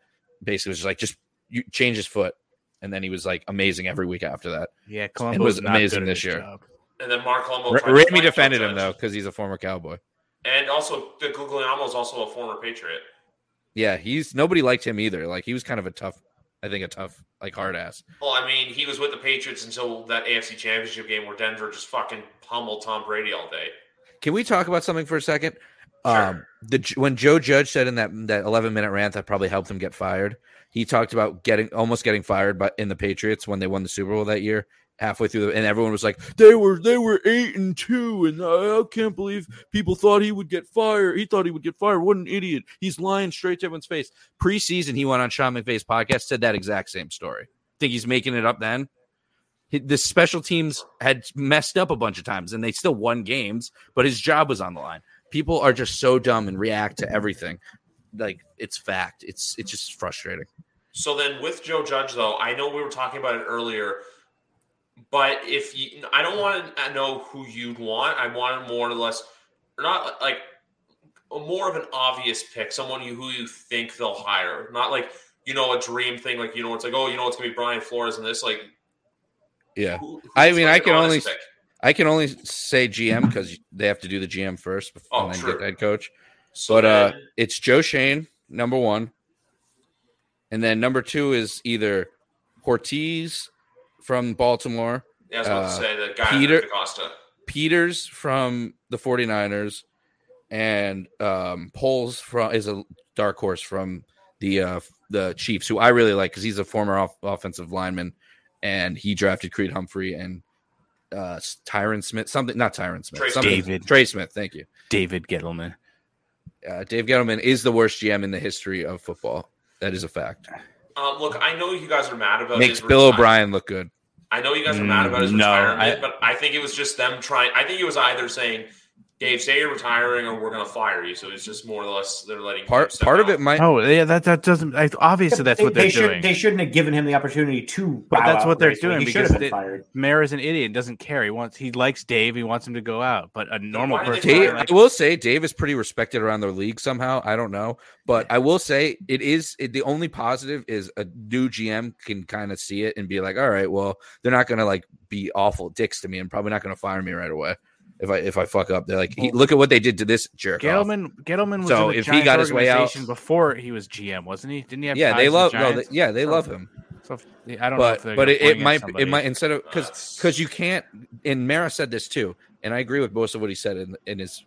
S2: basically was just like just you change his foot, and then he was like amazing every week after that.
S3: yeah. Columbo
S2: was
S3: was not
S2: amazing
S3: good at
S2: this
S3: his
S2: year.
S3: job.
S1: And then Mark Colombo.
S2: Ra-
S1: tried to
S2: Ramey
S1: fight Joe
S2: defended him
S1: Judge.
S2: though because he's a former cowboy.
S1: And also, the Guglielmo is also a former Patriot.
S2: Yeah, he's nobody liked him either. Like he was kind of a tough, I think a tough like hard ass.
S1: Well, I mean, he was with the Patriots until that AFC Championship game where Denver just fucking pummeled Tom Brady all day.
S2: Can we talk about something for a second?
S1: Sure.
S2: Um, the J- when Joe Judge said in that that eleven minute rant that probably helped him get fired, he talked about getting almost getting fired, but in the Patriots when they won the Super Bowl that year, halfway through, the, and everyone was like, they were they were eight and two, and I, I can't believe people thought he would get fired. He thought he would get fired. What an idiot! He's lying straight to everyone's face. Preseason, he went on Sean McVay's podcast, said that exact same story. Think he's making it up then? He- The special teams had messed up a bunch of times, and they still won games, but his job was on the line. People are just so dumb and react to everything. Like it's fact. It's it's just frustrating.
S1: So then, with Joe Judge, though, I know we were talking about it earlier, but if you, I don't want to know who you'd want. I wanted more or less, or not like more of an obvious pick, someone you, who you think they'll hire, not like you know a dream thing, like you know it's like oh you know it's gonna be Brian Flores and this like.
S2: Yeah.
S1: who- who's
S2: I mean, I
S1: like an
S2: can
S1: honest
S2: only-
S1: pick?
S2: I can only say GM because they have to do the GM first before
S1: Oh,
S2: and then
S1: true.
S2: get head coach.
S1: So
S2: But uh,
S1: then-
S2: it's Joe Shane number one, and then number two is either Ortiz from Baltimore,
S1: yeah, I was about to
S2: uh,
S1: say the guy
S2: Peter-
S1: Peter Acosta.
S2: Peters from the 49ers, and um, Poles from is a dark horse from the uh, the Chiefs, who I really like because he's a former off- offensive lineman, and he drafted Creed Humphrey and uh, Tyron Smith, something not Tyron Smith,
S1: Trey
S2: something,
S3: David.
S2: Trey Smith. Thank you.
S3: David Gettleman.
S2: Uh, Dave Gettleman is the worst GM in the history of football. That is a fact.
S1: Um, look, I know you guys are mad about
S2: Makes
S1: his
S2: Bill
S1: retirement.
S2: O'Brien look good.
S1: I know you guys are
S3: Mm,
S1: mad about his
S3: no,
S1: retirement,
S3: I-
S1: but I think it was just them trying. I think it was either saying, "Dave, say you're retiring, or we're going to fire you." So it's just more or less they're letting
S2: Part part of it might
S3: Oh yeah, that that doesn't. I, obviously, that's
S4: they,
S3: what they're
S4: they
S3: doing.
S4: Should, they shouldn't have given him the opportunity to.
S3: But
S4: bow
S3: that's
S4: out
S3: what they're
S4: gracefully.
S3: doing
S4: He should
S3: because
S4: have been
S3: they-
S4: fired.
S3: Mayor is an idiot. and Doesn't care. He wants. He likes Dave. He wants him to go out. But a normal
S1: why did they
S3: person.
S2: Dave,
S1: Tyler.
S3: like-
S2: I will say Dave is pretty respected around the league somehow. I don't know, but I will say it is it, the only positive is a new GM can kind of see it and be like, all right, well, they're not going to like be awful dicks to me and probably not going to fire me right away if I if I fuck up. They're like, he- look at what they did to this jerk. off.
S3: Gettleman, Gettleman was
S2: So
S3: in the
S2: if he
S3: Giants
S2: got his way out-
S3: organization before he was GM, wasn't he? Didn't he have?
S2: Yeah, they love.
S3: ties to
S2: No,
S3: the
S2: they,
S3: Giants?
S2: yeah, they
S3: So-
S2: love him.
S3: So if- I don't know. If
S2: But
S3: they're
S2: but
S3: gonna
S2: it,
S3: bring
S2: it
S3: in
S2: might
S3: somebody.
S2: it might instead of because
S1: That's-
S2: because you can't. And Mara said this too, and I agree with most of what he said in in his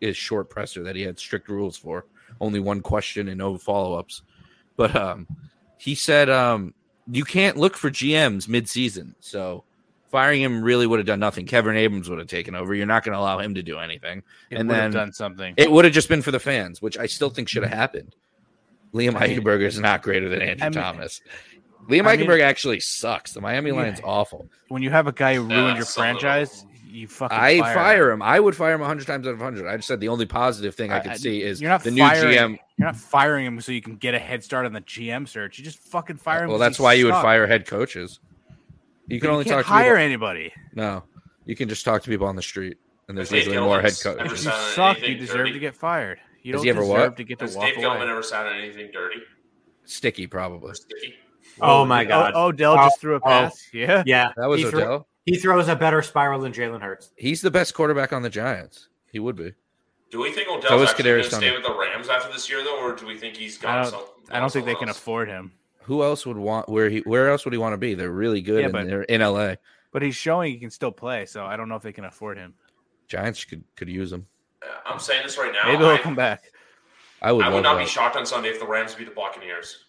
S2: his short presser that he had strict rules for only one question and no follow ups. But um, he said um, you can't look for GMs mid season, so firing him really would have done nothing. Kevin Abrams would have taken over. You're not going to allow him to do anything.
S3: It
S2: and
S3: would have
S2: then-
S3: done something.
S2: It would have just been for the fans, which I still think should have happened. Liam
S3: Mm-hmm. I mean-
S2: Eichenberger is not greater than Andrew
S3: I mean-
S2: Thomas. Liam
S3: I mean-
S2: Eichenberg actually sucks. The Miami
S3: Yeah.
S2: Line's awful.
S3: When you have a guy who
S1: Yeah,
S3: ruined your
S1: some of them.
S3: franchise, you fucking.
S2: I
S3: fire.
S2: fire,
S3: him.
S2: him. I would fire him 100 times out of 100. I just said the only positive thing I,
S3: I-
S2: could
S3: I-
S2: see is
S3: You're not
S2: the new
S3: firing,
S2: GM.
S3: You're not firing him so you can get a head start on the GM search. You just fucking fire him.
S2: Well,
S3: 'cause
S2: that's
S3: he
S2: why you would
S3: sucked.
S2: fire head coaches. You
S3: But
S2: can only
S3: can't
S2: talk to
S3: hire
S2: people-
S3: anybody.
S2: No. You can just talk to people on the street, and there's
S1: Dave
S2: usually more head
S1: Gellman's ever
S2: coach.
S3: You
S1: signed on
S3: suck. You
S1: anything
S3: deserve
S1: dirty?
S3: to get fired. You
S2: Has
S3: don't
S2: he ever
S3: deserve
S2: what?
S3: to get to
S1: Has
S3: walk
S1: Dave Gellman
S3: away.
S1: ever sounded anything dirty?
S2: Sticky, probably.
S1: Or sticky?
S4: Oh my god.
S3: Oh, Odell just threw a pass. Yeah.
S4: yeah.
S2: That was
S4: he, thro-
S2: Odell.
S4: he throws a better spiral than Jalen Hurts.
S2: He's the best quarterback on the Giants. He would be.
S1: Do we think
S2: So
S1: Odell's
S2: is
S1: actually going
S2: Kadarius
S1: to stay
S2: Toney.
S1: with the Rams after this year, though, or do we think he's gone?
S3: I don't.
S1: some-
S3: I don't think they
S1: somewhere
S3: can
S1: else?
S3: afford him.
S2: Who else would want where he? Where else would he want to be? They're really good,
S3: Yeah,
S2: and
S3: but-
S2: they're in LA.
S3: But he's showing he can still play. So I don't know if they can afford him.
S2: Giants could could use him.
S1: Uh, I'm saying this right now.
S3: Maybe he'll
S1: I-
S3: come back.
S2: I would.
S1: I would
S2: love
S1: not
S2: that.
S1: be shocked on Sunday if the Rams beat the Buccaneers.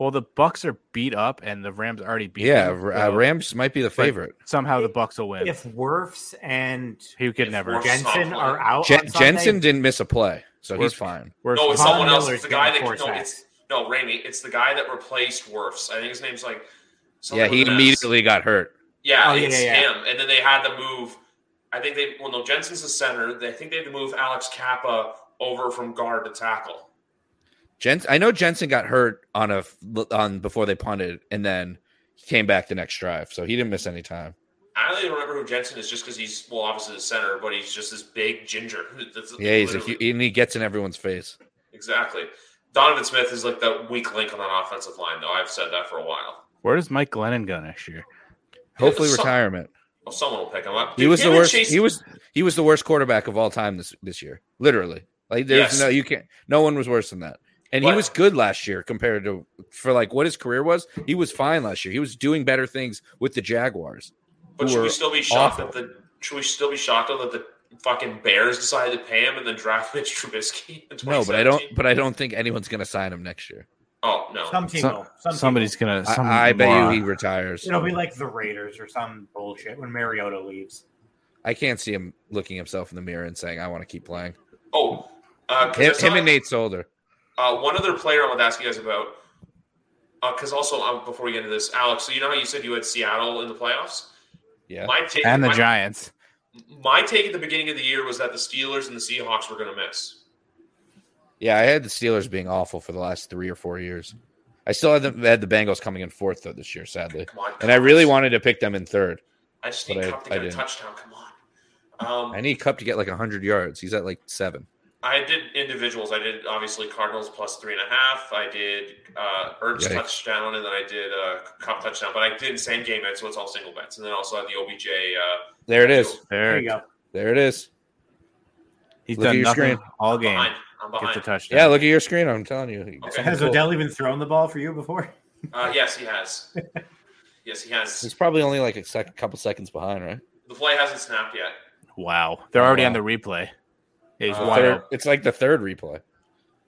S3: Well, the Bucks are beat up, and the Rams already beat.
S2: Yeah,
S3: them,
S2: Ra- uh,
S3: so
S2: Rams might be the favorite.
S3: Somehow the Bucks will win.
S4: If Werfs and
S3: he could
S1: if
S3: never.
S1: Werf's-
S4: Jensen are out,
S2: Je-
S4: on Sunday,
S2: Jensen didn't miss a play, so
S3: We're-
S2: he's fine.
S3: Werf's
S1: No, it's
S3: fine.
S1: someone else.
S4: Miller's
S1: It's the guy that
S4: getting four
S1: no,
S4: sacks.
S1: it's no Rainey. It's the guy that replaced Werfs. I think his name's like. something
S2: Yeah, he
S1: with an S.
S2: immediately got hurt.
S1: Yeah,
S4: Oh, yeah,
S1: it's
S4: yeah, yeah.
S1: him. And then they had to move. I think they well no Jensen's the center. They I think they had to move Alex Kappa over from guard to tackle.
S2: Jens, I know Jensen got hurt on a f- on before they punted, and then he came back the next drive, so he didn't miss any time.
S1: I don't even remember who Jensen is, just because he's well, obviously the center, but he's just this big ginger. That's
S2: Yeah, he's a,
S1: literally-
S2: hu- and he gets in everyone's face.
S1: exactly. Donovan Smith is like the weak link on that offensive line, though. I've said that for a while.
S3: Where does Mike Glennon go next year?
S2: Hopefully,
S1: so-
S2: retirement.
S1: Well, Oh, someone will pick him up.
S2: He was
S1: Him
S2: the
S1: and
S2: worst.
S1: Chase-
S2: He was he was the worst quarterback of all time this this year. Literally, like there's
S1: Yes.
S2: no you can't. No one was worse than that. And he
S1: But-
S2: was good last year compared to for like what his career was. He was fine last year. He was doing better things with the Jaguars.
S1: But
S2: who
S1: should we
S2: were
S1: still be shocked
S2: awful.
S1: that the should we still be shocked though that the fucking Bears decided to pay him and then draft Mitch Trubisky? in
S2: No, but I don't.
S1: 2017?
S2: But I don't think anyone's going to sign him next year.
S1: Oh no,
S4: Some team
S3: Some-
S4: will. Some team
S3: Somebody's gonna.
S2: I-
S3: Some
S2: I, bet
S3: moron.
S2: you he retires.
S4: will. It'll be like the Raiders or some bullshit when Mariota leaves.
S2: I can't see him looking himself in the mirror and saying, "I want to keep playing."
S1: Oh, uh, 'cause I
S2: Him,
S1: saw-
S2: him and Nate Solder.
S1: Uh, one other player I want to ask you guys about, because also um, before we get into this, Alex, so you know how you said you had Seattle in the playoffs.
S2: Yeah,
S1: My take
S3: and the
S1: my,
S3: Giants.
S1: My take at the beginning of the year was that the Steelers and the Seahawks were going to miss.
S2: yeah. I had the Steelers being awful for the last three or four years. I still had the, had the Bengals coming in fourth though this year, sadly,
S1: Come on,
S2: and I really
S1: Cubs.
S2: wanted to pick them in third.
S1: I just need
S2: but I-
S1: Cup to
S2: I
S1: get a
S2: didn't.
S1: touchdown. Come on. Um,
S2: I need Cup to get like hundred yards. He's at like seven.
S1: I did individuals. I did obviously Cardinals plus three and a half. I did uh, Ertz
S2: Yikes.
S1: touchdown, and then I did uh, Cup touchdown. But I did same game bet, so it's all single bets. And then also had the OBJ. Uh,
S2: There it is.
S4: There
S3: There,
S4: you go.
S2: There it is.
S3: he's
S2: Look at
S3: done
S2: your
S3: nothing
S2: screen.
S3: all game.
S1: behind. I'm
S3: Get the
S1: behind.
S3: touchdown.
S2: Yeah, look at your screen. I'm telling you.
S1: Okay.
S4: Has
S2: Cool.
S4: Odell even thrown the ball for you before?
S1: Uh, yes, he has. yes, he has.
S2: He's probably only like a sec- couple seconds behind, right?
S1: The play hasn't snapped yet.
S3: Wow, they're already
S2: Wow.
S3: on the replay. He's
S1: Uh,
S3: wide
S2: Third-
S3: open.
S2: it's like the third replay.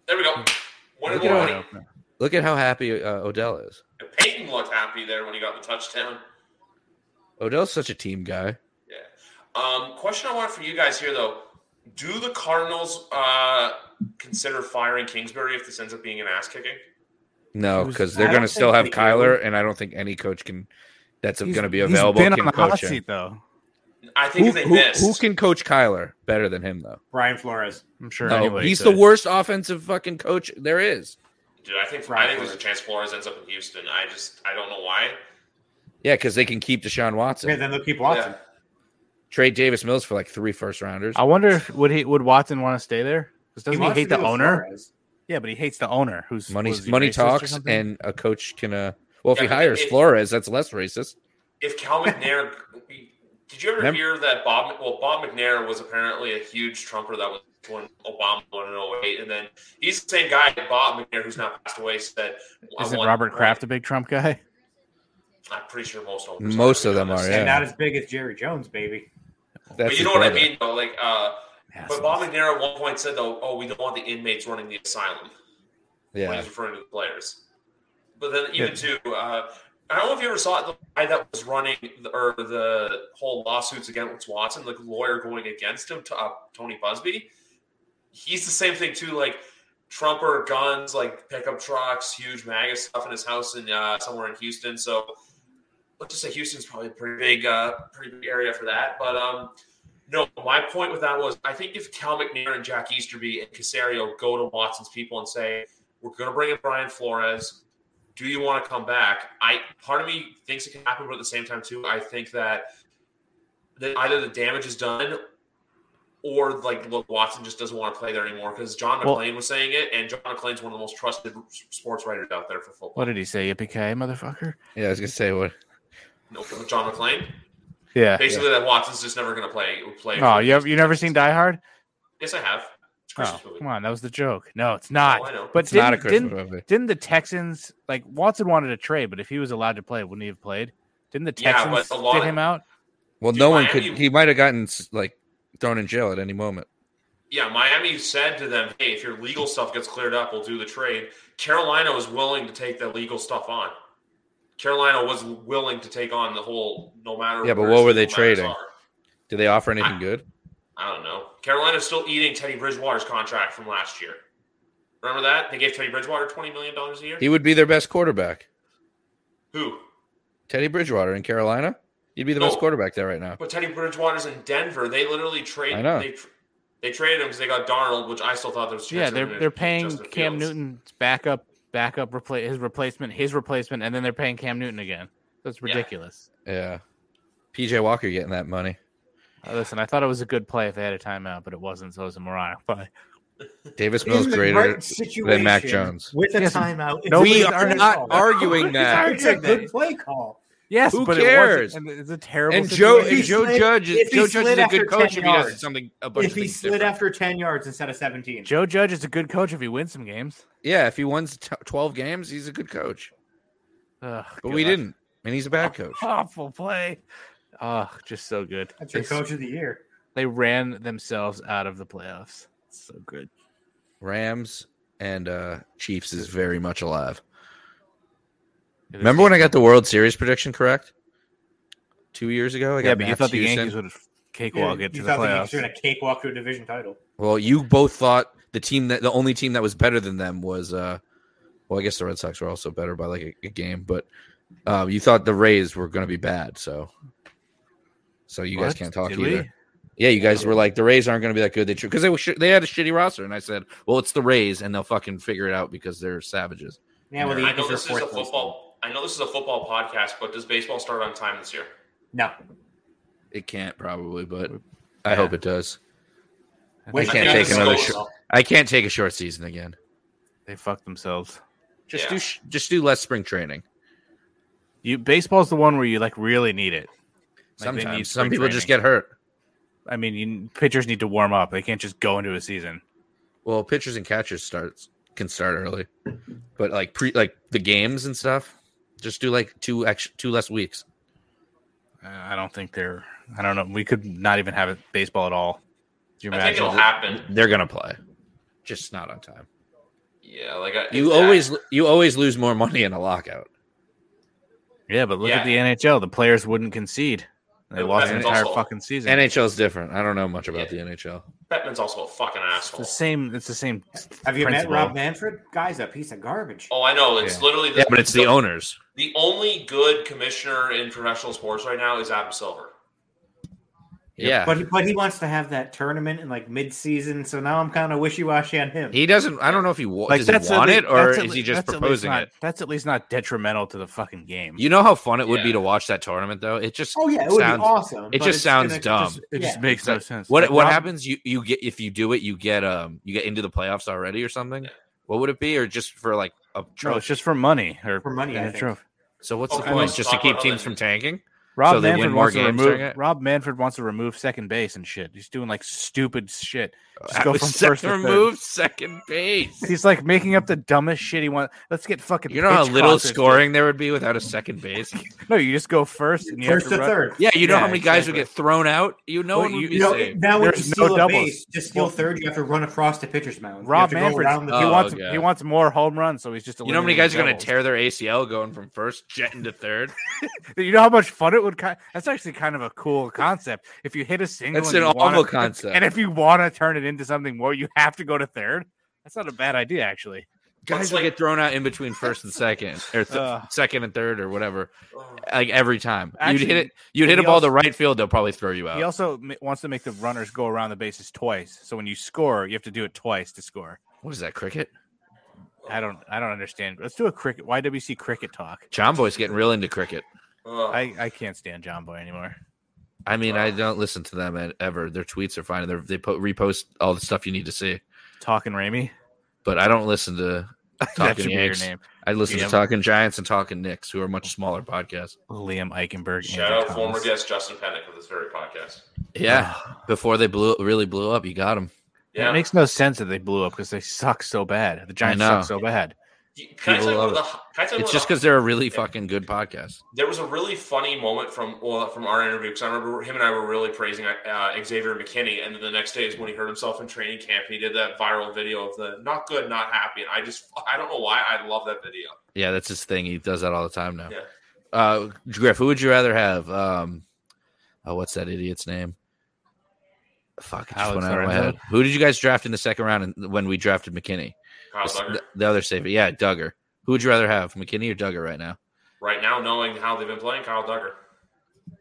S1: There we go. One and
S2: Look at
S1: one.
S2: him. Look at how happy uh, Odell is.
S1: Peyton looked happy there when he got the touchdown.
S2: Odell's such a team guy.
S1: Yeah. Um, question I want for you guys here though: Do the Cardinals uh, consider firing Kingsbury if this ends up being an ass kicking?
S2: No,
S3: Who's-
S2: because
S4: I
S2: they're
S4: don't
S2: going to still have
S4: think they do.
S2: Kyler, and I don't think any coach can that's
S3: He's-
S2: going to be
S3: he's
S2: available
S3: been
S2: can
S3: on the hot
S2: coach him.
S3: seat though.
S1: I think
S2: Who,
S1: if they
S2: who-
S1: missed,
S2: who can coach Kyler better than him, though?
S4: Brian Flores.
S3: I'm sure.
S2: No,
S3: anybody
S2: he's
S3: could.
S2: the worst offensive fucking coach there is.
S1: dude, I think I
S4: Right.
S1: think there's a chance Flores ends up in Houston. I just I don't know why.
S2: Yeah, because they can keep Deshaun Watson,
S4: Yeah, then they'll keep watching.
S2: trade Davis Mills for like three first rounders.
S3: I wonder if would he would Watson want to stay there? Because doesn't he,
S4: wants
S3: hate
S4: to
S3: the
S4: be with
S3: owner?
S4: Flores.
S3: Yeah, but he hates the owner. Who's
S2: money,
S3: was he,
S2: money
S3: racist or
S2: talks,
S3: something?
S2: and a coach can. Uh, well, if
S1: Yeah,
S2: he
S1: but
S2: hires
S1: if-
S2: Flores, that's less racist.
S1: If Cal McNair, did you ever
S2: Remem-
S1: hear that Bob? Well, Bob McNair was apparently a huge Trumper that was when Obama won in 08. and then he's the same guy, Bob McNair, who's now passed away, said. I
S3: isn't
S1: want-
S3: Robert Kraft a big Trump guy?
S1: I'm pretty sure most of them.
S2: Most of them are.
S1: honest.
S4: And
S2: Yeah,
S4: not as big as Jerry Jones, baby.
S2: that's
S1: but you
S2: his
S1: know what I
S2: brother.
S1: mean, though. Like, uh, but
S3: Assholes.
S1: Bob McNair at one point said, though, "Oh, we don't want the inmates running the asylum." When
S2: Yeah,
S1: he's referring to the players. But then even
S3: Yeah.
S1: to, uh, I don't know if you ever saw it, the guy that was running the, or the whole lawsuits against Watson, the lawyer going against him, to, uh, Tony Busby. He's the same thing too. Like Trumper guns, like pickup trucks, huge MAGA stuff in his house in uh, somewhere in Houston. So let's just say Houston's probably a pretty big, uh, pretty big area for that. But um, no, my point with that was I think if Cal McNair and Jack Easterby and Casario go to Watson's people and say we're going to bring in Brian Flores, do you want to come back? I part of me thinks it can happen, but at the same time too, I think that that either the damage is done or like look, Watson just doesn't want to play there anymore because John
S3: Well-
S1: McClain was saying it, and John McClain's one of the most trusted sports writers out there for football.
S3: What did he say? Yippee motherfucker!
S2: Yeah, I was gonna say what.
S1: No, John McClain.
S3: Yeah.
S1: Basically, that Watson's just never going to play. Play.
S3: Oh, you have you never seen Die Hard?
S1: Yes, I have. It's a
S3: Oh,
S1: Christmas movie.
S3: come on, that was the joke. No, it's not.
S1: Oh, I know.
S3: But
S2: It's
S3: didn't,
S2: not a Christmas
S3: didn't,
S2: movie.
S3: didn't the Texans like Watson wanted to trade, but if he was allowed to play, wouldn't he have played? Didn't the
S1: Yeah, but
S3: Texans
S1: a lot
S3: sit
S1: of-
S3: him out?
S2: Well,
S1: Dude,
S2: no one
S1: Miami-
S2: could. He might have gotten like thrown in jail at any moment.
S1: Yeah, Miami said to them, "Hey, if your legal stuff gets cleared up, we'll do the trade." Carolina was willing to take the legal stuff on. Carolina was willing to take on the whole, no matter.
S2: Yeah, but
S1: where
S2: what were
S1: legal
S2: they
S1: matters
S2: trading?
S1: are.
S2: Did they offer anything
S1: I-
S2: good?
S1: I don't know. Carolina's still eating Teddy Bridgewater's contract from last year. Remember that they gave Teddy Bridgewater twenty million dollars a year.
S2: He would be their best quarterback.
S1: Who?
S2: Teddy Bridgewater in Carolina. He'd be the best
S1: No.
S2: quarterback there right now.
S1: But Teddy Bridgewater's in Denver. They literally trade.
S2: I know.
S1: They, tr- they traded him because they got Darnold, which I still thought there was. a chance
S3: Yeah,
S1: they were
S3: they're
S1: gonna
S3: they're
S1: keep
S3: paying
S1: Justin
S3: Cam
S1: Fields.
S3: Newton's backup, backup replace his replacement, his replacement, and then they're paying Cam Newton again. That's
S1: Yeah.
S3: ridiculous.
S2: Yeah. PJ Walker getting that money.
S3: Uh, listen, I thought it was a good play if they had a timeout, but it wasn't. So it was a moronic play.
S2: Davis
S4: In
S2: Mills
S4: the
S2: greater
S4: right situation
S2: than Mac Jones.
S4: with a
S3: Yes.
S4: timeout.
S3: No,
S4: it's
S2: we
S4: a
S2: are
S4: good
S2: not
S4: call.
S2: arguing that.
S4: It's a good play call.
S3: Yes,
S2: Who
S3: but
S2: cares?
S3: it wasn't. and It's a terrible.
S2: And Joe
S3: situation.
S2: and
S4: he
S2: Joe
S4: slid-
S2: Judge
S4: if
S2: is
S4: he
S2: Joe Judge is
S4: slid
S2: a
S4: after
S2: good coach
S4: 10
S2: if he does
S4: yards.
S2: something a bunch
S4: If
S2: of
S4: he
S2: things
S4: slid
S2: different.
S4: after ten yards instead of seventeen,
S3: Joe Judge is a good coach if he wins some games.
S2: Yeah, if he wins t- twelve games, he's a good coach.
S3: Ugh,
S2: But we
S3: God.
S2: didn't, and he's a bad coach.
S3: Awful play. Oh, just so good.
S4: that's your
S3: It's-
S4: coach of the year.
S3: They ran themselves out of the playoffs. So good.
S2: Rams and uh Chiefs is very much alive. Remember when I got the World Series prediction correct? Two years ago, I got
S3: Yeah, but you
S2: Max
S3: thought the
S2: Houston.
S3: Yankees would have cakewalk
S4: you
S3: it to the
S4: thought the Yankees were
S3: playoffs.
S4: going to cakewalk to a division title.
S2: Well, you both thought the team that the only team that was better than them was uh well, I guess the Red Sox were also better by like a, a game, but uh, you thought the Rays were going to be bad, so so you guys
S3: What?
S2: can't talk
S3: Did
S2: either.
S3: we?
S2: Yeah, you guys were like the Rays aren't going to be that good. They because they were sh- they had a shitty roster, and I said, well, it's the Rays, and they'll fucking figure it out because they're savages.
S4: Yeah, well,
S1: I
S4: the
S1: know
S4: Yankees are
S1: this is a
S4: fourth. place.
S1: football. I know this is a football podcast, but does baseball start on time this year?
S4: No,
S2: It can't probably, but I hope it does.
S3: They,
S2: can't
S1: I think
S2: take
S1: this
S2: another
S1: goes-
S2: shot. I can't take a short season again.
S3: they fucked themselves.
S2: Just
S1: Yeah.
S2: do sh- just do less spring training.
S3: You baseball's the one where you like really need it. Like, they need
S2: Sometimes some
S3: spring
S2: people just
S3: training.
S2: get hurt.
S3: I mean, you, pitchers need to warm up. They can't just go into a season.
S2: Well, pitchers and catchers starts can start early, but like pre like the games and stuff, just do like two extra two less weeks.
S3: Uh, I don't think they're. I don't know. We could not even have it baseball at all. Do you
S1: I think
S3: imagine?
S1: it'll happen.
S2: They're gonna play, just not on time.
S1: Yeah, like uh, I-
S2: You
S1: if that-
S2: always you always lose more money in a lockout.
S3: Yeah, but look
S1: Yeah.
S3: at the NHL. The players wouldldn't concede. They
S1: But
S3: lost
S1: that's
S3: an entire
S1: also-
S3: fucking season.
S2: NHL is different. I don't know much about the NHL.
S1: Bettman's also a fucking
S3: it's
S1: asshole.
S3: the same. It's the same.
S4: have you
S3: principle.
S4: met Rob Manfred? Guy's a piece of garbage.
S1: Oh, I know. It's
S3: Yeah.
S1: literally the,
S2: Yeah, but it's the owners.
S1: the only good commissioner in professional sports right now is Adam Silver.
S2: Yeah,
S4: But but he wants to have that tournament in like mid season, so now I'm kind of wishy washy on him.
S2: he doesn't. I don't know if he wa-
S3: Like
S2: does he
S3: that's
S2: want it
S3: at lea-
S2: or
S3: that's at
S2: is he
S3: lea-
S2: just
S3: that's at least
S2: proposing
S3: not-
S2: it.
S3: That's at least not detrimental to the fucking game.
S2: You know how fun it would be
S1: Yeah.
S2: to watch that tournament, though. It just
S4: oh yeah, it would
S2: sounds
S4: be awesome.
S2: it
S4: but
S2: just
S4: it's
S2: sounds
S4: gonna
S2: dumb.
S4: just-
S3: it
S4: yeah.
S3: just makes no sense.
S2: What
S3: Like,
S2: what
S3: Rob-
S2: happens? You you get if you do it, you get um you get into the playoffs already or something.
S1: Yeah.
S2: What would it be, or just for like a
S3: No,
S2: trophy?
S3: it's just for Oh, money or
S4: For money,
S3: and
S4: I
S3: a
S4: think.
S3: trophy.
S2: so what's
S1: Okay.
S2: the point?
S1: Well,
S2: Just to
S1: stop
S2: keep
S1: what
S2: teams
S1: other-
S2: from tanking?
S3: Rob
S2: So they win
S3: Manfred
S2: more
S3: wants to
S2: games
S3: remove.
S2: during it?
S3: Rob Manfred wants to remove second base and shit. He's doing like stupid shit. Just
S2: That
S3: go
S2: was
S3: from
S2: Uh, second
S3: first to third.
S2: remove second base.
S3: He's like making up the dumbest shit he wants. Let's get fucking.
S2: You know how
S3: pitch
S2: little
S3: contests.
S2: scoring there would be without a second base.
S3: No, you just go first and you
S4: First
S3: have to
S4: to
S3: run.
S4: third.
S2: Yeah, you know
S3: Yeah,
S2: how many guys would
S3: exactly.
S2: get thrown out. You know
S3: Well,
S2: one
S3: you-
S2: would be
S3: you know-
S2: saved.
S4: now when
S3: There's
S4: you
S3: no
S4: steal a
S3: doubles.
S4: base, to steal third, you have to run across the pitcher's mound.
S3: Rob
S4: you have to go
S3: Manfred. Uh,
S4: around the
S3: he
S2: Oh,
S3: wants
S2: God.
S3: he wants more home runs, so he's just.
S2: You know how many guys are going
S3: eliminating
S2: to
S3: doubles.
S2: tear their ACL going from first jet into third?
S3: You know how much fun it would. Ki- that's actually kind of a cool concept. If you hit a single,
S2: That's
S3: and
S2: an
S3: you wanna-
S2: awful concept.
S3: And if you want to turn it into something more, you have to go to third. That's not a bad idea, actually.
S2: guys
S1: It's
S2: would
S1: like-
S2: get thrown out in between first and second, or th-
S3: Ugh.
S2: second and third, or whatever.
S1: Oh,
S2: like every time.
S3: Uh. Actually,
S2: you'd hit it. You'd hit
S3: he
S2: a ball
S3: also-
S2: to right field. They'll probably throw you
S3: He
S2: out.
S3: also ma- wants to make the runners go around the bases twice. So when you score, you have to do it twice to score.
S2: What is that cricket?
S3: I don't. I don't understand. Let's do a cricket YWC cricket talk.
S2: John Boy's getting real into cricket.
S1: oh.
S3: I I can't stand John Boy anymore.
S2: I mean, I don't listen to them at, ever. Their tweets are fine. They're, they put repost all the stuff you need to see,
S3: Talking Ramey.
S2: but I don't listen to
S3: That
S2: Talking
S3: should be your
S2: Yanks.
S3: name.
S2: I listen
S3: Yeah.
S2: to Talking Giants and Talking Knicks, who are much smaller podcasts.
S3: Liam Eichenberg.
S1: Shout
S3: Andrew
S1: out former
S3: Thomas.
S1: guest Justin Pennick of this very podcast.
S2: Yeah, before they blew really blew up, you got them.
S1: Yeah,
S3: It makes no sense that they blew up because they suck so bad. The Giants
S2: know.
S3: suck so bad.
S1: You- can I
S2: people
S1: tell you
S2: love
S1: one of the, can I tell you
S2: It's
S1: one
S2: just
S1: of
S2: because they're a really fucking good podcast.
S1: There was a really funny moment from well from our interview because I remember him and I were really praising uh, Xavier McKinney, and then the next day is when he hurt himself in training camp. He did that viral video of the not good, not happy, and I just I don't know why I love that video.
S2: Yeah, that's his thing. He does that all the time now.
S1: Yeah.
S2: Uh, Griff, who would you rather have? Um, oh, what's that idiot's name? Fuck, it just
S3: Alex
S2: went out of my
S3: Lorenzo?
S2: head. Who did you guys draft in the second round and when we drafted McKinney?
S1: Kyle
S2: The,
S1: Duggar.
S2: the- the other safety. Yeah, Duggar. Who would you rather have, McKinney or Duggar right now?
S1: Right now, knowing how they've been playing, Kyle Duggar.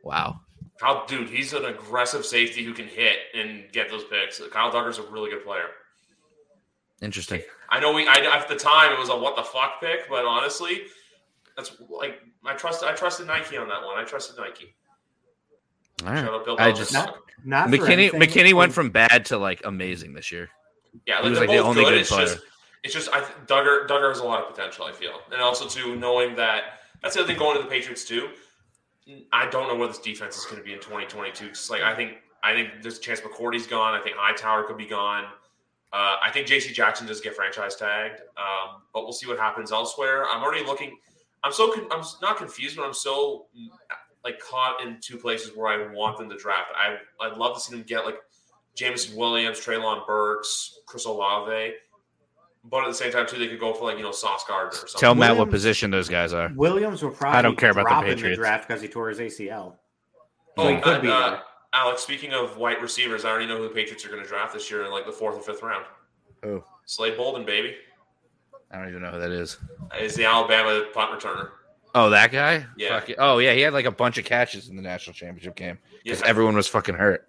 S2: Wow.
S1: Kyle, dude, he's an aggressive safety who can hit and get those picks. Kyle Duggar's a really good player.
S2: Interesting.
S1: I know we I, at the time it was a what the fuck pick, but honestly, that's like I trust I trusted Nike on that one. I trusted Nike.
S2: All
S1: Shout
S2: right.
S1: out Bill
S2: I
S1: Belichick.
S2: just-
S4: No. Not for
S2: McKinney
S4: anything-
S2: McKinney went from bad to like amazing this year.
S1: Yeah,
S2: He
S1: like,
S2: was,
S1: they're
S2: like, the
S1: both
S2: only
S1: good.
S2: good
S1: it's
S2: player.
S1: just it's just I th- Duggar Duggar has a lot of potential. I feel, and also too knowing that that's the other thing going to the Patriots too. I don't know where this defense is going to be in 2022. Just like I think I think there's a chance McCourty's gone. I think Hightower could be gone. Uh, I think J.C. Jackson does get franchise tagged, um, but we'll see what happens elsewhere. I'm already looking. I'm so con- I'm not confused, but I'm so mm, like caught in two places where I want them to draft. I I'd love to see them get like Jameson Williams, Traylon Burks, Chris Olave. But at the same time, too, they could go for like you know Sauce Gardner or something.
S2: Tell Matt what
S4: Williams-
S2: position those guys are.
S4: Williams will probably
S3: I don't care about the
S4: drop in
S3: Patriots.
S4: draft because he tore his ACL.
S1: Oh,
S4: he could
S1: and,
S4: be
S1: uh,
S4: there.
S1: Alex, speaking of white receivers, I already know who the Patriots are going to draft this year in like the fourth or fifth round.
S2: Who?
S1: Slade Bolden, baby,
S2: I don't even know who that is.
S1: is the Alabama punt returner.
S2: Oh, that guy?
S1: Yeah.
S2: Fuck it. Oh, yeah. He had like a bunch of catches in the national championship game
S1: Yeah,
S2: because everyone was fucking hurt.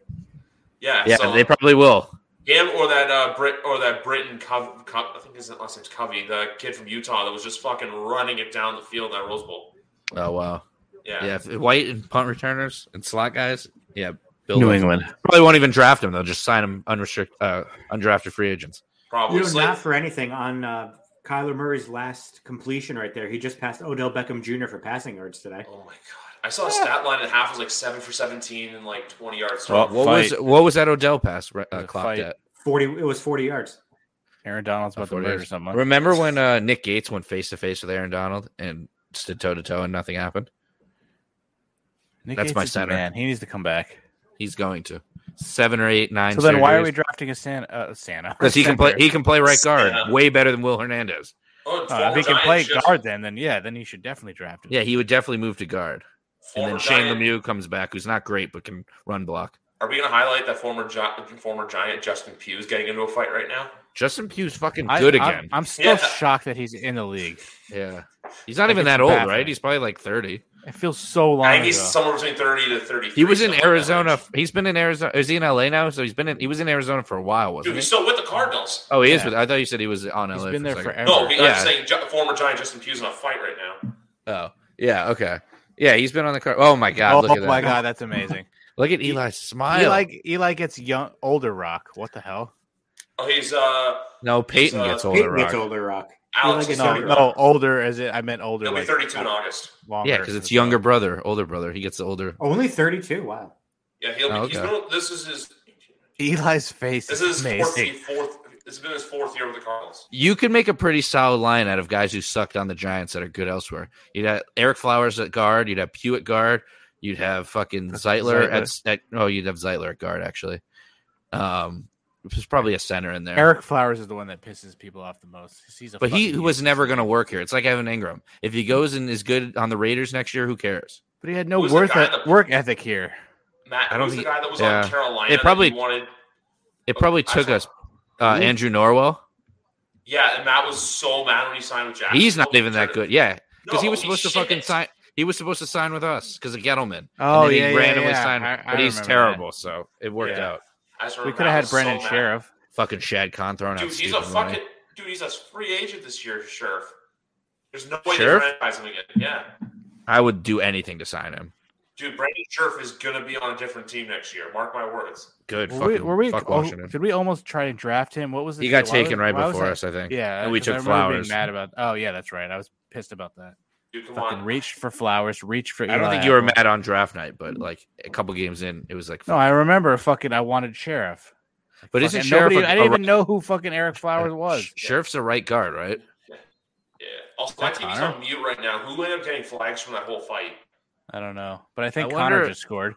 S1: yeah,
S2: Yeah,
S1: so
S2: they probably will.
S1: him or that uh, Brit or that Britain Cov- Cov- I think his last name's Covey, the kid from Utah that was just fucking running it down the field at Rose Bowl.
S2: Oh wow.
S1: Yeah,
S2: Yeah, if- white and punt returners and slot guys. Yeah, Bill
S3: New
S2: Lynch.
S3: England.
S2: probably won't even draft him. They'll just sign him unrestricted, uh, undrafted free agents.
S1: probably.
S4: You know,
S1: Slade-
S4: not for anything on uh, Kyler Murray's last completion right there. He just passed Odell Beckham Jr. for passing yards today.
S1: Oh my god! I saw a stat line at half was like seven for seventeen and like twenty yards.
S3: Well,
S1: thrown.
S2: What
S3: Fight.
S2: was what was that Odell pass re- uh,
S3: The
S2: clocked
S3: fight.
S2: at?
S4: Forty. It was forty yards.
S3: Aaron Donald's about to
S2: Forty
S3: murder
S2: years.
S3: someone.
S2: Remember when uh, Nick Gates went face to face with Aaron Donald and stood toe to toe and nothing happened?
S3: Nick
S2: That's
S3: Gates
S2: my
S3: is the
S2: center.
S3: Man, he needs to come back.
S2: He's going to seven or eight, nine.
S3: So then, why are
S2: surgeries.
S3: we drafting a Santa? Uh, Santa
S2: Because he can play.
S3: Center.
S2: He can play right guard
S1: Yeah.
S2: way better than Will Hernandez.
S1: Oh,
S3: Uh, if
S1: former
S3: he can
S1: Giants
S3: play
S1: just-
S3: guard, then then yeah, then he should definitely draft him.
S2: Yeah, he would definitely move to guard. And
S1: former
S2: then Shane
S1: Giant-
S2: Lemieux comes back, who's not great but can run block.
S1: Are we going to highlight that former Gi- former Giant Justin Pugh's getting into a fight right now?
S2: Justin Pugh's fucking
S3: I,
S2: good
S3: I'm-
S2: again.
S3: I'm, still
S1: Yeah.
S3: shocked that he's in the league.
S2: yeah, he's not
S3: Like,
S2: even
S3: it's
S2: that old,
S3: baffling.
S2: right? He's probably like thirty.
S3: It feels so long.
S1: I think he's
S3: ago.
S1: somewhere between thirty to thirty.
S2: He was in Arizona. He's been in Arizona. Is he in LA now? So he's been in. He was in Arizona for a while,
S1: Dude,
S2: wasn't
S1: he's
S2: he?
S1: still with the Cardinals.
S2: Oh, he is.
S3: Yeah.
S2: But I thought you said he was on LA.
S3: He's
S2: for
S3: been
S2: a
S3: there
S2: second.
S3: forever.
S1: No, we- I'm
S2: Yeah.
S1: saying Ju- former Giant Justin Pugh's in a fight right now.
S2: Oh, yeah. Okay. Yeah, he's been on the car. Oh my god!
S3: oh
S2: look at that.
S3: my god, that's amazing.
S2: Look at Eli's smile.
S3: Eli Eli gets young, older Rock. What the hell?
S1: Oh, he's uh,
S2: no, Peyton
S1: He's, uh,
S2: gets older.
S4: Peyton gets
S2: Rock.
S4: older rock.
S1: Alex.
S4: like
S1: is
S4: a
S3: No,
S4: younger.
S1: 30.
S3: no, older as it. I meant older.
S1: He'll be
S3: like,
S1: thirty-two in
S3: uh,
S1: August.
S3: longer.
S2: Yeah, because it's younger brother, older brother. He gets the older.
S4: Only thirty-two. Wow.
S1: Yeah, he'll be.
S2: Oh,
S1: He's
S2: okay.
S1: been, this is his.
S3: Eli's face
S1: This
S3: is
S1: is his fourth,
S3: amazing.
S1: fourth. It's been his fourth year with the Cardinals.
S2: You could make a pretty solid line out of guys who sucked on the Giants that are good elsewhere. You'd have Eric Flowers at guard. You'd have Pew at guard. You'd have fucking Zeitler, At, at oh, you'd have Zeitler at guard actually. Um, there's probably a center in there.
S3: Eric Flowers is the one that pisses people off the most. 'cause He's a
S2: but he
S3: fucking
S2: was
S3: useless-
S2: never going to work here. It's like Evan Ingram. If he goes and is good on the Raiders next year, who cares?
S3: But he had no
S1: Who's the
S3: worth
S1: guy
S3: at-
S1: that-
S3: work ethic here.
S1: Matt,
S2: I don't
S1: who's
S2: think-
S1: the guy that was
S2: yeah.
S1: on Carolina?
S2: It
S1: that
S2: probably-
S1: you wanted.
S2: It probably
S1: Oh, I
S2: took
S1: saw-
S2: us uh,
S4: Who?
S2: Andrew Norwell.
S1: Yeah, and Matt was so mad when he signed with Jackson.
S2: He's not even that good. Yeah, because he
S1: No,
S2: was
S1: he's
S2: supposed to fucking
S1: shit.
S2: sign. He was supposed to sign with us because of Gettleman.
S3: Oh
S2: and then
S3: yeah,
S2: he
S3: yeah,
S2: randomly
S3: yeah.
S2: signed.
S3: I- I
S2: but he's
S3: remember that.
S2: terrible, so it worked
S1: Yeah.
S2: out.
S1: I just
S3: We
S1: remember
S3: could have
S1: Matt
S3: had
S1: was
S3: Brendan
S1: so mad.
S3: Sheriff.
S2: Fucking Shad Khan throwing out.
S1: Dude, he's a
S2: stupid
S1: fucking
S2: money.
S1: dude. He's a free agent this year, Sheriff. There's no way
S2: Sheriff?
S1: they franchise him again. Yeah,
S2: I would do anything to sign him.
S1: Dude, Brandon Scherf is gonna be on a different team next year. Mark my words.
S2: Good.
S3: Were
S2: fucking,
S3: we, were we
S2: fuck
S3: oh,
S2: Washington.
S3: did we almost try and draft him? What was it?
S2: he got
S3: why was-
S2: taken right
S3: why was
S2: before
S3: that-
S2: us, I think.
S3: Yeah,
S2: and we
S3: 'cause
S2: took
S3: I remember
S2: Flowers.
S3: Being mad about. Oh yeah, that's right. I was pissed about that.
S1: Dude, come
S3: Fucking
S1: on.
S3: reached for flowers. Reached for.
S2: I don't
S3: Eli
S2: think you were
S3: Apple.
S2: mad on draft night, but like a couple games in, it was like.
S3: No, I remember. Fucking, I wanted sheriff.
S2: but
S3: Fucking
S2: isn't Sheriff? a-
S3: nobody- I didn't
S2: a
S3: even know who fucking Eric Flowers was.
S2: Sheriff's a right guard, right?
S1: Yeah. Also, my
S3: Is that
S1: TV's
S3: Connor?
S1: on mute right now. Who ended up getting flags from that whole fight?
S3: I don't know, but I think
S2: I
S3: Connor
S2: wonder-
S3: just scored.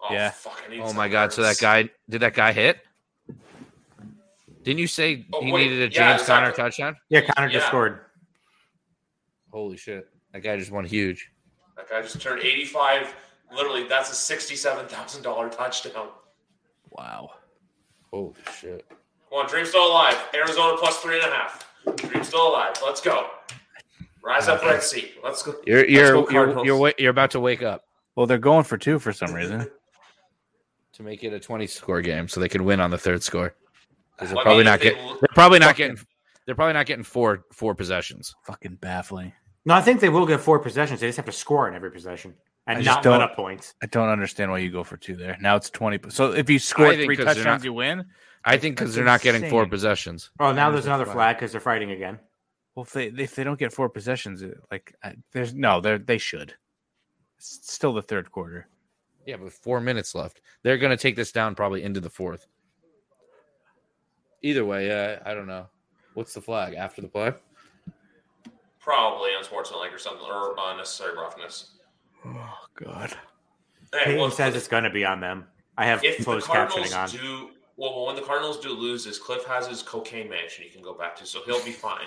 S1: Oh,
S3: Yeah.
S1: Fuck, I need
S2: Oh
S1: some
S2: my god! So that
S1: words.
S2: guy did that guy hit? Didn't you say
S1: Oh,
S2: he
S1: wait,
S2: needed a James
S1: yeah,
S2: Conner
S1: exactly.
S2: touchdown?
S4: Yeah, Connor just
S1: Yeah.
S4: scored.
S2: Holy shit! That guy just won huge.
S1: That guy just turned 85. Literally, that's a $67,000 touchdown.
S3: Wow.
S2: Holy shit!
S1: Come on, Dream still alive. Arizona plus three and a half. Dream still alive. Let's go. Rise up, Red Sea. Let's go.
S2: You're
S1: Let's go,
S2: you're you're,
S1: Cardinals.
S2: you're wa- you're about to wake up
S3: Well, they're going for two for some reason.
S2: to make it a twenty score game, so they can win on the third score.
S1: Well,
S2: 'Cause They're
S1: I
S2: probably
S1: mean,
S2: not
S1: if they
S2: getting.
S1: lo-
S2: They're probably not getting. They're probably not getting four four possessions.
S3: fucking baffling.
S4: No, I think they will get four possessions. They just have to score in every possession
S3: I
S4: and
S3: just
S4: not let
S3: don't-
S4: up points.
S3: I don't understand why you go for two there. Now it's twenty. So if you score
S2: I think
S3: three
S2: 'cause they're
S3: touchdowns,
S2: not-
S3: you win.
S2: I think because
S3: That's
S2: they're not getting four
S3: insane.
S2: possessions.
S4: Oh, now
S3: There's
S4: there's
S3: a
S4: another
S3: flag.
S4: flag because they're fighting again.
S3: Well, if they if they don't get four possessions, it- like I, there's no, they they should. It's still the third quarter.
S2: Yeah, but four minutes left. They're going to take this down probably into the fourth. Either way, uh, I don't know. What's the flag after the play?
S1: Probably unsportsmanlike or something, or unnecessary roughness.
S3: Oh God.
S1: Hey,
S4: Peyton
S1: well,
S4: says it's going to be on them. I have
S1: if the
S4: closed
S1: Cardinals
S4: captioning on.
S1: do, well, when the Cardinals do lose, this Cliff has his cocaine mansion he can go back to, so he'll be fine.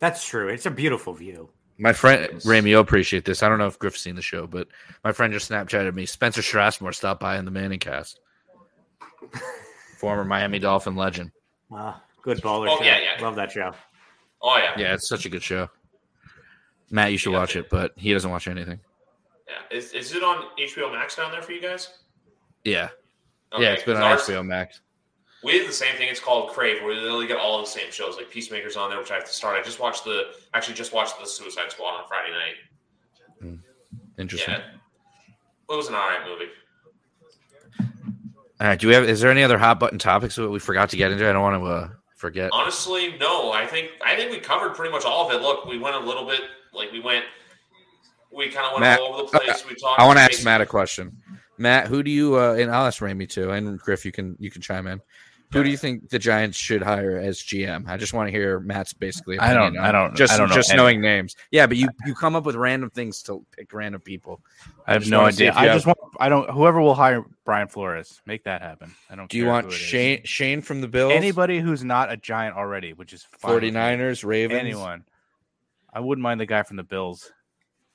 S4: That's true. It's a beautiful view.
S2: My friend Ramy, you'll appreciate this. I don't know if Griff's seen the show, but my friend just Snapchatted me. Spencer Strassmore stopped by in the Manning cast. Former Miami Dolphin legend.
S4: Ah, good baller
S1: Oh,
S4: show.
S1: yeah, yeah.
S4: Love that show.
S1: Oh yeah, yeah.
S2: Yeah, it's such a good show. Matt, you should
S1: Yeah.
S2: watch it, but he doesn't watch anything.
S1: Is, is it on HBO Max down there for you guys?
S2: Yeah.
S1: Okay,
S2: yeah, it's been
S1: 'cause
S2: on
S1: ours-
S2: HBO Max.
S1: We did the same thing. It's called Crave, where they literally get all the same shows, like Peacemakers on there, which I have to start. I just watched the actually just watched the Suicide Squad on Friday night.
S2: Interesting.
S1: Yeah, it was an alright movie.
S2: All right. Do we have? Is there any other hot button topics that we forgot to get into? I don't want to uh, forget.
S1: Honestly, no. I think I think we covered pretty much all of it. Look, we went a little bit like we went, we kind of went
S2: Matt,
S1: all over the place. We talked.
S2: I want to
S1: basic-
S2: ask Matt a question. Matt, who do you? Uh, and I'll ask Ramey too. And Griff, you can you can chime in. Who do you think the Giants should hire as GM? I just want to hear Matt's basically.
S3: I don't-
S2: opinion on-
S3: I don't-
S2: Just
S3: I don't know
S2: just
S3: any.
S2: knowing names. Yeah, but you you come up with random things to pick random people.
S3: I have
S2: just
S3: no
S2: wanna see
S3: idea.
S2: if you
S3: I
S2: have-
S3: just want. I don't. Whoever will hire Brian Flores, make that happen. I don't.
S2: Do you
S3: care
S2: want
S3: who it is.
S2: Shane Shane from the Bills?
S3: Anybody who's not a giant already, which is fine with me.
S2: 49ers, Ravens.
S3: Anyone. I wouldn't mind the guy from the Bills.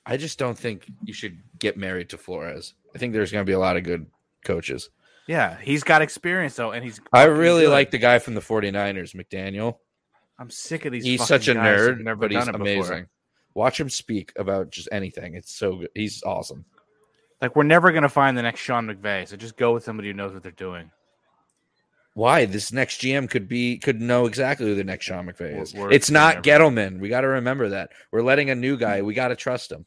S2: I just don't think you should get married to Flores. I think there's going to be a lot of good coaches.
S3: Yeah, he's got experience though, and he's.
S2: I
S3: fucking
S2: really
S3: good.
S2: like the guy from the 49ers, McDaniel.
S3: I'm sick of these.
S2: he's
S3: fucking
S2: such a
S3: guys who've
S2: nerd,
S3: never
S2: but he's
S3: done it before.
S2: amazing. Watch him speak about just anything. It's so good. He's awesome.
S3: Like we're never gonna find the next Sean McVay, so just go with somebody who knows what they're doing.
S2: Why this next GM could be could know exactly who the next Sean McVay
S3: We're-
S2: is.
S3: we're-
S2: it's not
S3: we're
S2: Gettleman. We got to remember that. We're letting a new guy. We got to trust him.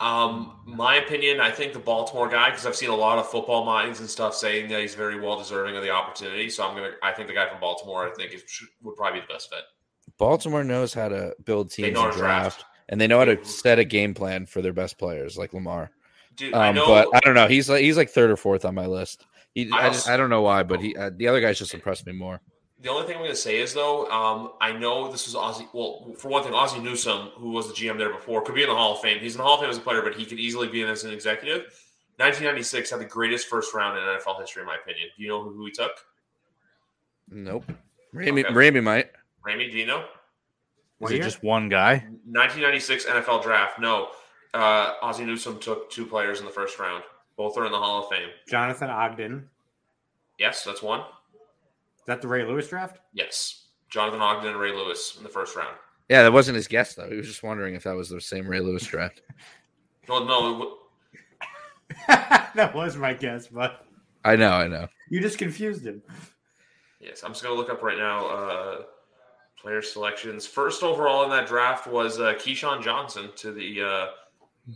S1: Um, my opinion, I think the Baltimore guy, because I've seen a lot of football minds and stuff saying that he's very well deserving of the opportunity. So I'm gonna, I think the guy from Baltimore, I think is, should, would probably be the best fit.
S2: Baltimore knows how to build
S1: They
S2: teams
S1: know how
S2: and
S1: to draft.
S2: draft, and they know how to set a game plan for their best players, like Lamar.
S1: Dude, I
S2: Um,
S1: know,
S2: but I don't know. He's like he's like third or fourth on my list. He,
S1: I
S2: I, just,
S1: also-
S2: I don't know why, but he uh, the other guys just impressed me more.
S1: The only thing I'm going to say is though, um, I know this was Ozzy. Well, for one thing, Ozzy Newsome, who was the GM there before, could be in the Hall of Fame. He's in the Hall of Fame as a player, but he could easily be in as an executive. 1996 had the greatest first round in NFL history, in my opinion. Do you know who he took?
S2: Nope. Ramey,
S1: Okay.
S2: Ramey might.
S1: Ramey, do you know?
S3: Is
S4: What
S3: it
S4: year?
S3: just one guy?
S1: 1996 NFL draft. No, uh, Ozzy Newsome took two players in the first round. Both are in the Hall of Fame.
S4: Jonathan Ogden.
S1: Yes, that's one.
S4: Is that the Ray Lewis draft?
S1: Yes, Jonathan Ogden and Ray Lewis in the first round.
S2: Yeah, that wasn't his guess though. He was just wondering if that was the same Ray Lewis draft.
S1: No, no,
S4: that was my guess, but
S2: I know, I know.
S4: you just confused him.
S1: Yes, I'm just gonna look up right now. Uh, player selections. First overall in that draft was uh, Keyshawn Johnson to the uh,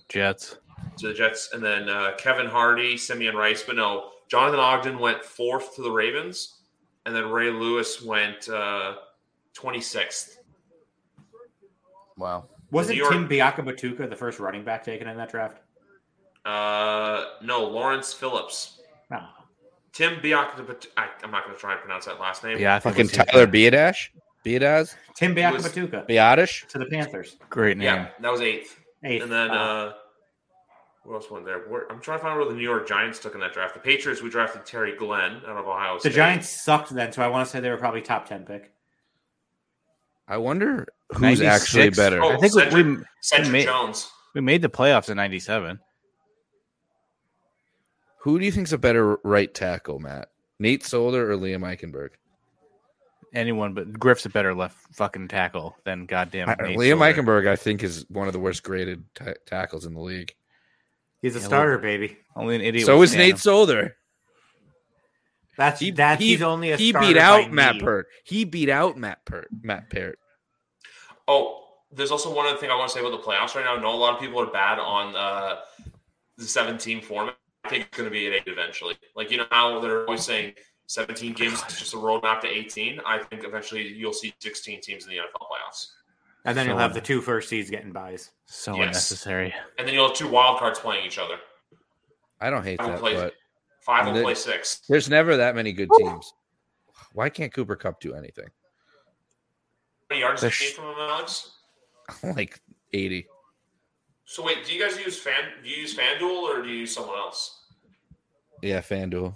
S3: Jets.
S1: to the Jets, and then uh, Kevin Hardy, Simeon Rice. But no, Jonathan Ogden went fourth to the Ravens, and then Ray Lewis went uh, 26th.
S2: Wow.
S4: Was it
S1: New York-
S4: Tim Biakabatuka, the first running back taken in that draft?
S1: Uh, no, Lawrence Phillips.
S4: No.
S1: Tim Biak. I- I'm not going to try and pronounce that last name.
S3: Yeah, I think
S2: Fucking
S3: we've seen
S2: Tyler
S3: that.
S2: Biadash? Biadaz?
S4: Tim
S1: It was-
S4: Biakabatuka
S2: Biadish?
S4: to the Panthers.
S3: Great name.
S1: Yeah, that was eighth.
S4: Eighth.
S1: And then
S4: Wow.
S1: uh, what else went there? Where, I'm trying to find where the New York Giants took in that draft. The Patriots, we drafted Terry Glenn out of Ohio
S4: the
S1: State.
S4: Giants sucked then, so I want to say they were probably top 10 pick.
S2: I wonder who's
S3: 96?
S2: actually better.
S1: Oh,
S3: I think we, we
S1: Cedric
S3: Mate.
S1: Jones.
S3: we made the playoffs in '97.
S2: Who do you think's a better right tackle, Matt? Nate Solder or Liam Eichenberg?
S3: Anyone but Griff's a better left fucking tackle than goddamn
S2: I-
S3: Nate
S2: Liam
S3: Solder.
S2: Eichenberg, I think, is one of the worst graded ta tackles in the league.
S4: He's a
S3: Yeah,
S4: starter, baby.
S3: Only an idiot.
S2: So
S3: would
S2: is
S3: stand
S2: Nate
S3: him.
S2: Solder.
S4: That's
S2: He-
S4: that's
S2: he-
S4: he's only a
S2: He
S4: starter
S2: beat
S4: by
S2: out Matt
S4: need.
S2: Pert. He beat out Matt Pert. Matt Pert.
S1: Oh, there's also one other thing I want to say about the playoffs right now. I know a lot of people are bad on uh, the 17 format. I think it's going to be at eight eventually. Like, you know how they're always saying 17 games is just a roadmap to 18? I think eventually you'll see 16 teams in the NFL playoffs.
S4: And then
S3: So
S4: you'll have
S3: on.
S4: the two first seeds getting buys.
S3: So
S1: Yes.
S3: unnecessary.
S1: And then you'll have two wild cards playing each other.
S2: I don't hate
S1: I don't
S2: that,
S1: play-
S2: but
S1: Five will
S2: And the-
S1: play six.
S2: there's never that many good teams. Why can't Cooper Cup do anything?
S1: How many yards
S3: The
S1: did you
S3: sh-
S1: get from him, Alex?
S2: like 80.
S1: So wait, do you guys use fan? Do you use FanDuel or do you use someone else?
S2: Yeah, FanDuel.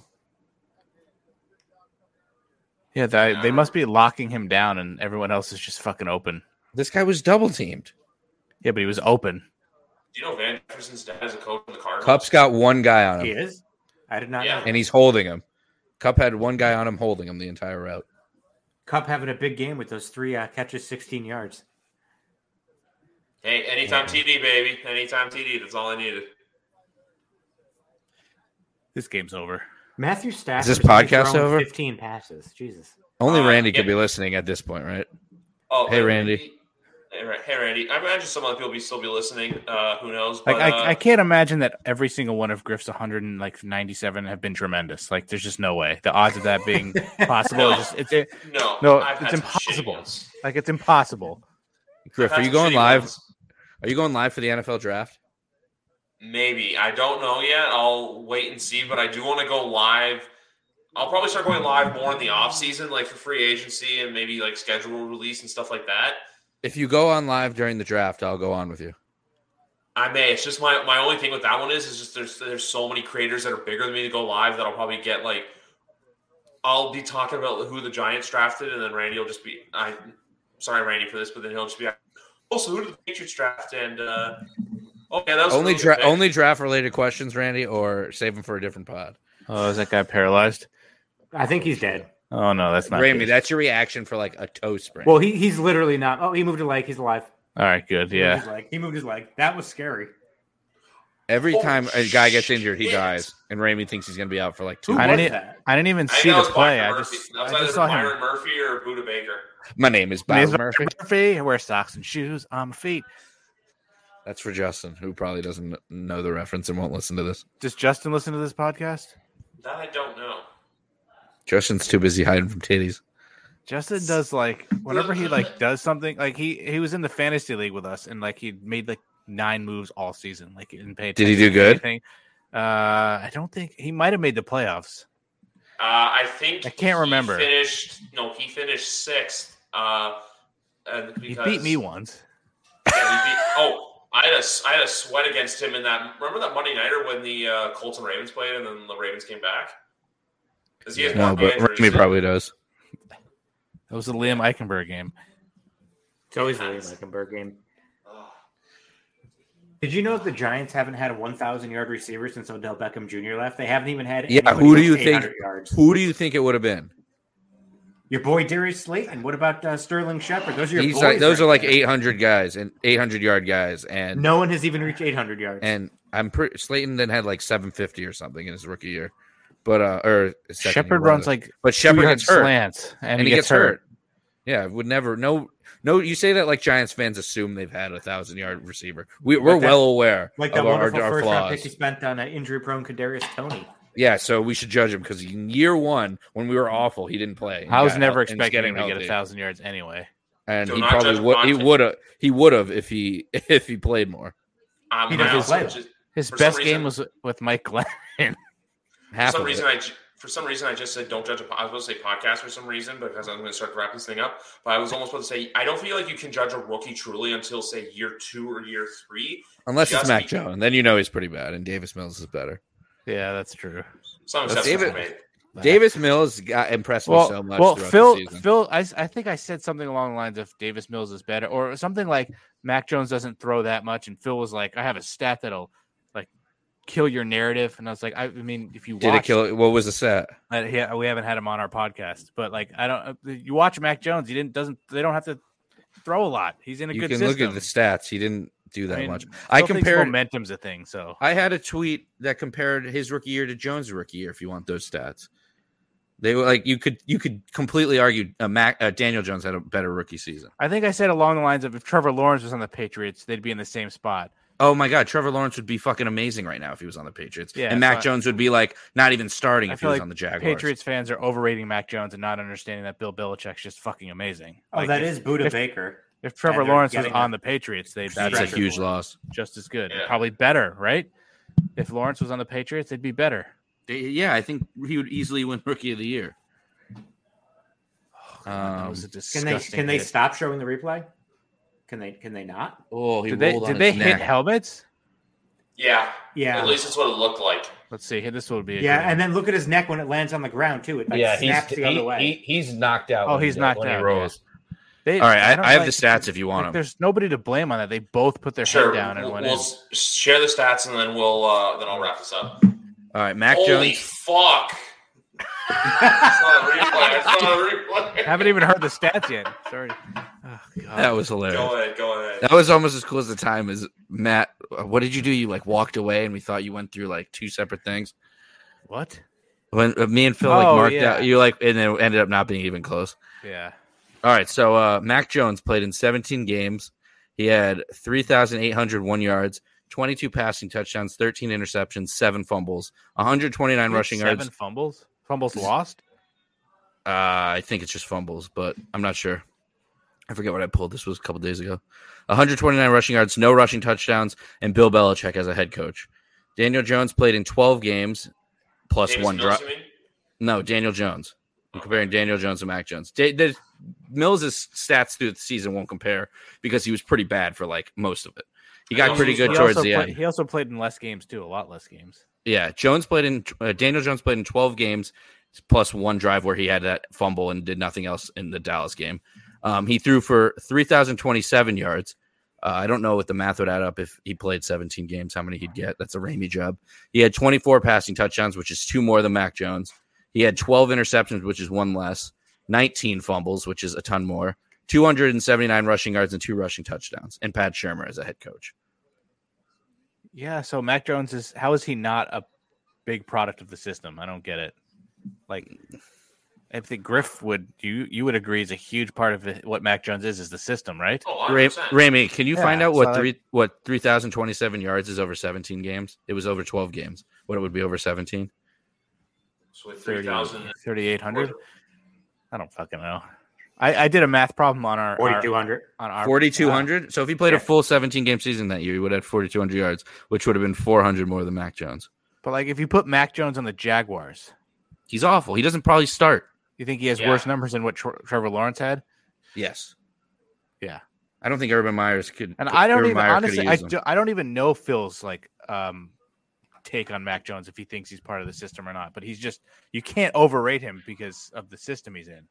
S3: Yeah, they, they must be locking him down, and everyone else is just fucking open.
S2: This guy was double teamed.
S3: Yeah, but he was open.
S1: Do you know Van Jefferson's dad is a coach in the Cardinals?
S2: Cup's got one guy on him,
S4: He is? I did not
S1: Yeah.
S4: know.
S2: and he's holding him. Cup had one guy on him holding him the entire route.
S4: Cup having a big game with those three uh, catches, 16 yards.
S1: Hey, anytime TD, baby. Anytime TD. That's all I needed.
S3: This game's over.
S4: Matthew Stafford
S2: this
S4: only
S2: podcast
S4: thrown
S2: over?
S4: 15 passes. Jesus.
S2: Only
S1: Uh,
S2: Randy could
S1: yeah.
S2: be listening at this point, right?
S1: Oh,
S2: Hey,
S1: and-
S2: Randy.
S1: Hey, Ra- hey, Randy. I imagine some other people be still be listening. Uh, who knows? But,
S3: Like
S1: uh,
S3: I, I can't imagine that every single one of Griff's 197 have been tremendous. Like there's just no way. The odds of that being possible is just it's it,
S1: no,
S3: No,
S1: I've had some
S3: it's
S1: shitty
S3: impossible.
S1: ones.
S3: like it's impossible.
S2: Griff,
S1: I've
S2: are
S1: had
S2: you
S1: some
S2: going
S1: shitty
S2: live?
S1: ones.
S2: Are you going live for the NFL draft?
S1: Maybe I don't know yet. I'll wait and see. But I do want to go live. I'll probably start going live more in the off season, like for free agency and maybe like schedule release and stuff like that.
S2: If you go on live during the draft, I'll go on with you.
S1: I may. It's just my my only thing with that one is is just there's there's so many creators that are bigger than me to go live that I'll probably get like I'll be talking about who the Giants drafted and then Randy will just be I sorry Randy for this, but then he'll just be like, also who did the Patriots draft and uh oh yeah that was a
S2: Only
S1: really good
S2: dra-
S1: pick."
S2: only draft related questions, Randy, or save them for a different pod.
S3: Oh, is that guy paralyzed?
S4: I think he's dead.
S3: Oh no, that's not.
S2: Randy,
S3: good.
S2: that's your reaction for like a toe sprain.
S4: Well, he, he's literally not. Oh, he moved a leg. He's alive.
S3: all right. Good.
S4: He moved
S3: Yeah.
S4: his leg. He moved his leg. That was scary.
S2: Every
S1: Oh,
S2: time a guy gets injured, he
S1: shit.
S2: dies, and Ramey thinks he's going to be out for like two.
S4: Who
S3: I
S4: was
S3: didn't e-
S4: that?
S3: I didn't even
S1: I think
S3: see
S1: that
S3: the
S1: was
S3: play.
S1: Byron
S3: I
S1: Murphy.
S3: just,
S1: that was
S3: I
S1: either
S3: just saw
S1: Byron
S3: him.
S1: Murphy or Buda Baker.
S2: My name is Bob
S3: He's
S2: Murphy.
S3: Murphy. I wear socks and shoes on my feet.
S2: That's for Justin, who probably doesn't know the reference and won't listen to this.
S3: Does Justin listen to this podcast?
S1: That I don't know.
S2: Justin's too busy hiding from titties.
S3: Justin does like whenever he like does something like he he was in the fantasy league with us and like he made like nine moves all season like he didn't pay
S2: Did he
S3: attention
S2: do
S3: to
S2: good?
S3: anything. Uh, I don't think he might have made the playoffs.
S1: Uh, I think
S3: I can't
S1: he
S3: remember.
S1: Finished no, he finished sixth. Uh, and
S3: He
S1: because-
S3: beat me once.
S1: Yeah, he beat- oh, I had, a, I had a sweat against him in that. Remember that Monday nighter when the uh, Colts and Ravens played, and then the Ravens came back. Because he has
S2: No,
S1: more
S2: but
S1: injuries
S2: Ramey
S1: than-
S2: probably does.
S3: That was the Liam Eichenberg game.
S4: It's always the Liam Eichenberg game. Did you know that the Giants haven't had a 1,000 yard receiver since Odell Beckham Jr. left? They haven't even had.
S2: Yeah,
S4: anybody
S2: who do
S4: over
S2: you think-
S4: 800 Yards.
S2: Who do you think it would have been?
S4: Your boy Darius Slayton. What about uh, Sterling Shepard? Those are your
S2: He's
S4: boys
S2: like, those
S4: right
S2: are like
S4: there.
S2: 800 guys and 800 yard guys, and
S4: No one has even reached 800 yards.
S2: and I'm pretty Slayton then had like 750 or something in his rookie year, but uh, or his second year,
S3: Shepard
S2: rather.
S3: runs like
S2: but Shepard
S3: 200
S2: gets hurt
S3: slants and,
S2: and he gets hurt. Yeah, would never. No, no. You say that like Giants fans assume they've had a thousand yard receiver. We, we're
S4: Like that-
S2: well aware
S4: Like that
S2: of our,
S4: wonderful
S2: our
S4: first round pick
S2: flaws.
S4: he spent on an injury prone Kadarius Tony.
S2: Yeah, so we should judge him because in year one, when we were awful, he didn't play. and
S3: I was
S2: got
S3: never
S2: hel- and is
S3: expecting
S2: getting
S3: him to get a
S2: healthy.
S3: thousand yards anyway.
S2: And
S1: Do
S2: he
S1: not
S2: probably
S1: judge
S2: would. He
S1: Devontae.
S2: would have. He would have if he if he played more.
S1: Um,
S4: He
S1: I
S4: doesn't
S1: also
S4: play.
S1: just-
S3: His
S1: For some
S3: best game
S1: reason-
S3: was with Mike Glenn.
S1: for
S2: Half
S1: some
S2: of
S1: reason,
S2: it.
S1: I ju- for some reason I just said don't judge. A po- I was going to say podcast for some reason because I'm going to start wrapping this thing up. But I was almost about to say I don't feel like you can judge a rookie truly until say year two or year three.
S2: unless it's
S1: just
S2: Mac
S1: be-
S2: Jones, then you know he's pretty bad, and Davis Mills is better.
S3: yeah, that's true.
S1: Some
S2: Let's
S1: exceptions were
S2: save it.
S1: made.
S2: Davis Mills got impressed
S3: well,
S2: me so much.
S3: well,
S2: throughout
S3: Phil,
S2: the season.
S3: Phil, I, s- I think I said something along the lines of Davis Mills is better, or something like Mac Jones doesn't throw that much, and Phil was like, I have a stat that'll like kill your narrative, and I was like, I, I mean, if you
S2: did it
S3: watch-
S2: kill? What was the set?
S3: I, yeah, we haven't had him on our podcast, but like I don't. uh, You watch Mac Jones, he didn't doesn't they don't have to throw a lot. He's in a
S2: You
S3: good
S2: can
S3: system.
S2: look at the stats. He didn't do that
S3: mean,
S2: much. I
S3: Phil thinks
S2: compared.
S3: momentum's a thing, so
S2: I had a tweet that compared his rookie year to Jones' rookie year. If you want those stats, they were like you could you could completely argue uh, Mac, uh, Daniel Jones had a better rookie season.
S3: I think I said along the lines of if Trevor Lawrence was on the Patriots, they'd be in the same spot.
S2: Oh my God, Trevor Lawrence would be fucking amazing right now if he was on the Patriots,
S3: Yeah,
S2: and Mac
S3: so I-
S2: Jones would be like not even starting
S3: I
S2: if he
S3: feel
S2: was
S3: like
S2: on the Jaguars.
S3: Patriots fans are overrating Mac Jones and not understanding that Bill Belichick's just fucking amazing.
S4: Oh, that is Buda
S3: if-
S4: Baker.
S3: If Trevor
S4: And they're
S3: Lawrence was
S4: getting
S3: on
S4: that-
S3: the Patriots, they'd be
S2: That's a
S4: Patriots
S2: huge
S4: are-
S2: loss.
S3: just as good,
S1: Yeah.
S3: probably better, right? If Lawrence was on the Patriots, they'd be better.
S2: They- yeah, I think he would easily win Rookie of the Year.
S3: Oh, God, that was a
S4: Can they
S3: disgusting
S4: can they
S3: hit.
S4: stop showing the replay? Can they can they not?
S2: Oh, he
S3: Did they
S2: rolled on
S3: did they
S2: his
S3: hit
S2: neck.
S3: helmets?
S1: Yeah,
S4: Yeah.
S1: At least that's what it looked like.
S3: Let's see. Here, this would be a
S4: Yeah,
S3: good
S4: and then look at his neck when it lands on the ground too. It like snaps the other way.
S2: he's knocked out.
S3: Oh, when he's he- knocked when he out, rolls. They-
S2: All right, I,
S3: don't
S2: I have
S3: like-
S2: the stats if you want
S3: like,
S2: them.
S3: there's nobody to blame on that. They both put their
S1: Sure,
S3: head down and
S1: we'll,
S3: went
S1: we'll
S3: in.
S1: s- share the stats and then we'll uh, then I'll wrap this up.
S2: All right, Mac
S1: Holy
S2: Jones.
S1: fuck! It's not a replay. It's not a replay.
S3: Haven't even heard the stats yet. Sorry. Oh, God.
S2: That was hilarious.
S1: Go ahead. Go ahead.
S2: That was almost as cool as the time as Matt. uh, What did you do? You like walked away, and we thought you went through like two separate things.
S3: what?
S2: When uh, me and Phil like
S3: Oh,
S2: marked
S3: yeah.
S2: out, you like, and then it ended up not being even close.
S3: Yeah.
S2: All right, so uh, Mac Jones played in 17 games. He had 3,801 yards, 22 passing touchdowns, 13 interceptions, seven fumbles, 129 rushing
S3: Seven
S2: yards.
S3: fumbles. Fumbles lost.
S2: Uh, I think it's just fumbles, but I'm not sure. I forget what I pulled. This was a couple days ago. 129 rushing yards, no rushing touchdowns, and Bill Belichick as a head coach. Daniel Jones played in 12 games, plus
S1: Davis
S2: one
S1: Mills,
S2: drop.
S1: you mean?
S2: No, Daniel Jones.
S3: Oh.
S2: I'm comparing Daniel Jones and Mac Jones. Da- there's- Mills' stats through the season won't compare because he was pretty bad for like most of it. He got
S1: Jones
S2: pretty
S1: was
S2: good
S1: not-
S3: He
S2: towards
S3: also
S2: the
S3: played,
S2: end.
S3: He also played in less games too. A lot less games.
S2: Yeah, Jones played in uh, Daniel Jones played in 12 games plus one drive where he had that fumble and did nothing else in the Dallas game. Um, he threw for 3,027 yards. Uh, I don't know what the math would add up if he played 17 games, how many he'd get. That's a Ramey job. He had 24 passing touchdowns, which is two more than Mac Jones. He had 12 interceptions, which is one less, 19 fumbles, which is a ton more, 279 rushing yards, and two rushing touchdowns, and Pat Shermer as a head coach.
S3: Yeah. So Mac Jones is. How is he not a big product of the system? I don't get it. Like. I think Griff would you you would agree is a huge part of it, what Mac Jones is is the system, right?
S1: Oh,
S2: Ra-
S1: 100%.
S2: Ramy, can you
S3: Yeah,
S2: find out
S3: it's
S2: what
S3: not
S2: three what three thousand twenty seven yards is over seventeen games? It was over twelve games. What it would be over seventeen?
S1: So with
S3: 30
S1: 3,000.
S3: 3,800. I don't fucking know. I, I did a math problem on our,
S4: Forty
S3: our
S4: two hundred.
S3: on our
S2: Forty two hundred. So if he played a
S4: yeah.
S2: full seventeen game season that year, he would have forty two hundred yards, which would have been four hundred more than Mac Jones.
S3: But like, if you put Mac Jones on the Jaguars,
S2: He's awful. He doesn't probably start.
S3: you think he has
S1: Yeah.
S3: worse numbers than what Tr- Trevor Lawrence had?
S2: Yes.
S3: Yeah.
S2: I don't think Urban Myers could.
S3: And I don't
S2: Urban
S3: even
S2: Meyer could've
S3: honestly, I,
S2: used him.
S3: do, I don't even know Phil's like um take on Mac Jones if he thinks he's part of the system or not. But he's just you can't overrate him because of the system he's in.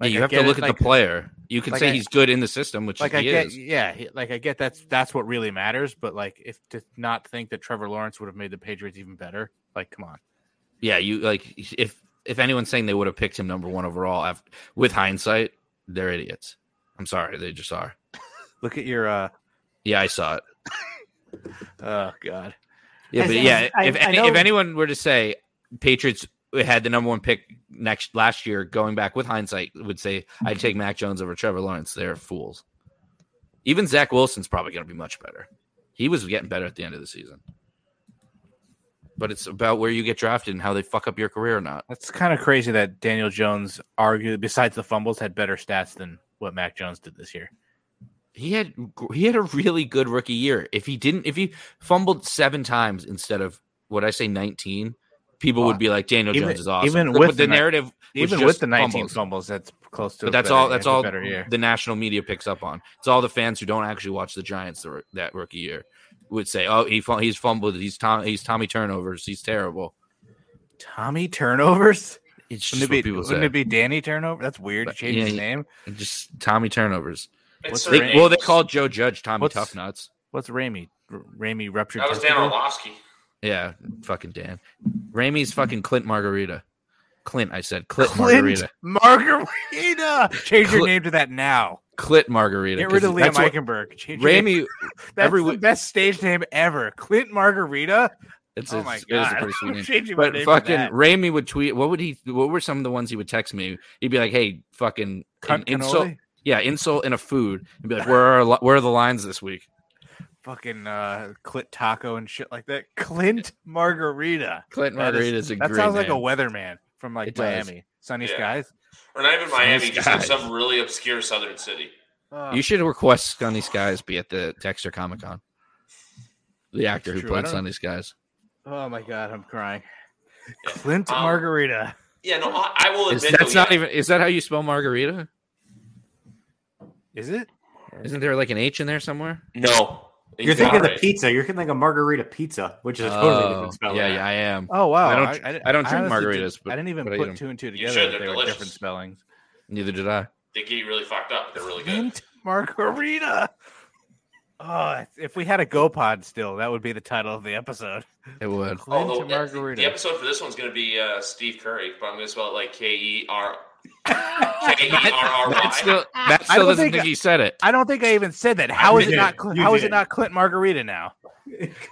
S2: Yeah, you
S3: I
S2: have to
S3: get it,
S2: look at
S3: like-
S2: the player. You can
S3: like
S2: say
S3: I-
S2: he's good in the system, which
S3: Like
S2: he
S3: I get,
S2: is.
S3: yeah, he- like I get that's that's what really matters. But like, if to not think that Trevor Lawrence would have made the Patriots even better, like, come on.
S2: yeah, you like if if anyone's saying they would have picked him number one overall after, with hindsight, they're idiots. I'm sorry, they just are.
S3: Look at your uh
S2: Yeah, I saw it.
S3: oh god.
S2: Yeah,
S4: I
S2: but
S4: think-
S2: yeah,
S4: I-
S2: if
S4: I
S2: any,
S4: know-
S2: if anyone were to say Patriots we had the number one pick next last year, going back with hindsight, would say I'd take Mac Jones over Trevor Lawrence. They're fools. Even Zach Wilson's probably going to be much better. He was getting better at the end of the season. But it's about where you get drafted and how they fuck up your career or not.
S3: That's kind of crazy that Daniel Jones, arguably, besides the fumbles, had better stats than what Mac Jones did this year.
S2: He had he had a really good rookie year. If he didn't, if he fumbled seven times instead of what I say nineteen, people would be like Daniel
S3: Even-
S2: Jones is awesome.
S3: even
S2: But
S3: with
S2: the,
S3: the ni-
S2: narrative, was
S3: Even
S2: just
S3: with the 19
S2: fumbles.
S3: fumbles, that's close to.
S2: But
S3: a
S2: that's
S3: better-
S2: all. That's
S3: a
S2: all
S3: Better year.
S2: the national media picks up on. It's all the fans who don't actually watch the Giants the, that rookie year would say, "Oh, he fu- he's fumbled. He's Tom. He's Tommy turnovers. He's terrible."
S3: Tommy turnovers.
S2: It's just
S3: Wouldn't it
S2: what
S3: be,
S2: people
S3: wouldn't
S2: say.
S3: it be Danny turnover? That's weird. to
S2: But-
S3: Change
S2: yeah,
S3: his
S2: yeah.
S3: name.
S2: just Tommy turnovers.
S1: It's
S2: They,
S1: certain
S2: well, they
S1: angles.
S2: called Joe Judge Tommy
S3: What's-
S2: Tough Nuts.
S3: What's Ramey? R- Ramey ruptured.
S1: That was Dan
S3: testicle?
S1: Orlovsky.
S2: Yeah, fucking Dan. Ramey's fucking Clint Margarita. Clint, I said Clint,
S3: Clint
S2: Margarita.
S3: Margarita. Change your
S2: Cl-
S3: name to that now.
S2: Clint Margarita.
S3: Get rid of
S2: 'cause
S3: Liam
S2: that's what-
S3: Eichenberg. Change your name-
S2: Ramey.
S3: That's
S2: every
S3: the
S2: week-
S3: best stage name ever. Clint Margarita.
S2: It's,
S3: oh
S2: it's-
S3: my
S2: it is a
S3: god!
S2: pretty sweet
S3: I'm
S2: name.
S3: changing my
S2: But
S3: name.
S2: fucking
S3: to that.
S2: Ramey would tweet. What would he? What were some of the ones he would text me? He'd be like, "Hey, fucking
S3: Cunt
S2: in- insult,
S3: cannoli?
S2: yeah, insult and a food," and be like, "Where are li- where are the lines this week?"
S3: fucking uh, Clint taco and shit like that. Clint Margarita.
S2: Clint
S3: That is-
S2: Margarita is a
S3: That
S2: great
S3: sounds like a
S2: name.
S3: weatherman from like
S2: It does.
S3: Miami, sunny
S1: Yeah.
S3: skies.
S1: Or not even Miami, just like
S2: guys.
S1: some really obscure southern city.
S3: Ugh.
S1: Oh,
S2: You should request Sunny Skies be at the Dexter Comic Con. The actor
S3: It's
S2: who
S3: true. I
S2: played
S3: don't-
S2: Sunny Skies.
S3: Oh my god, I'm crying. Clint
S1: Um,
S3: Margarita.
S1: Yeah, no, I, I will
S2: Is,
S1: admit
S2: that's
S1: though,
S2: not
S1: yeah,
S2: even. Is that how you spell margarita?
S3: Is it?
S2: Isn't there like an H in there somewhere?
S1: No,
S4: You're
S1: He's
S4: thinking
S1: not
S4: of
S1: right.
S4: pizza. You're thinking like a margarita pizza, which is a totally
S2: Oh,
S4: different spelling.
S2: yeah, yeah, I am.
S3: Oh wow.
S2: I don't- I don't drink
S3: honestly
S2: margaritas,
S3: didn't-
S2: but-
S3: I didn't even
S2: but I eat
S3: put
S2: 'em.
S3: two and two
S1: You
S3: together.
S1: should,
S3: that
S1: they're
S3: they were
S1: delicious.
S3: different spellings.
S2: Neither did I.
S1: They get you really fucked up. They're really good.
S3: Clint Margarita. Oh, if we had a GoPod still, that would be the title of the episode.
S2: It would.
S3: Clint
S1: Although, yeah,
S3: Margarita.
S1: The episode for this one's going to be uh, Steve Curry, but I'm going to spell it like K E R K E R R
S2: Matt
S1: Y.
S2: still, Matt
S3: I
S2: still
S3: don't
S2: doesn't
S3: think
S2: think
S3: I-
S2: he said it.
S3: I don't think I even said that. How is
S4: did.
S3: it not? Cl-
S4: You
S3: how is it
S4: did.
S3: not Clint Margarita now?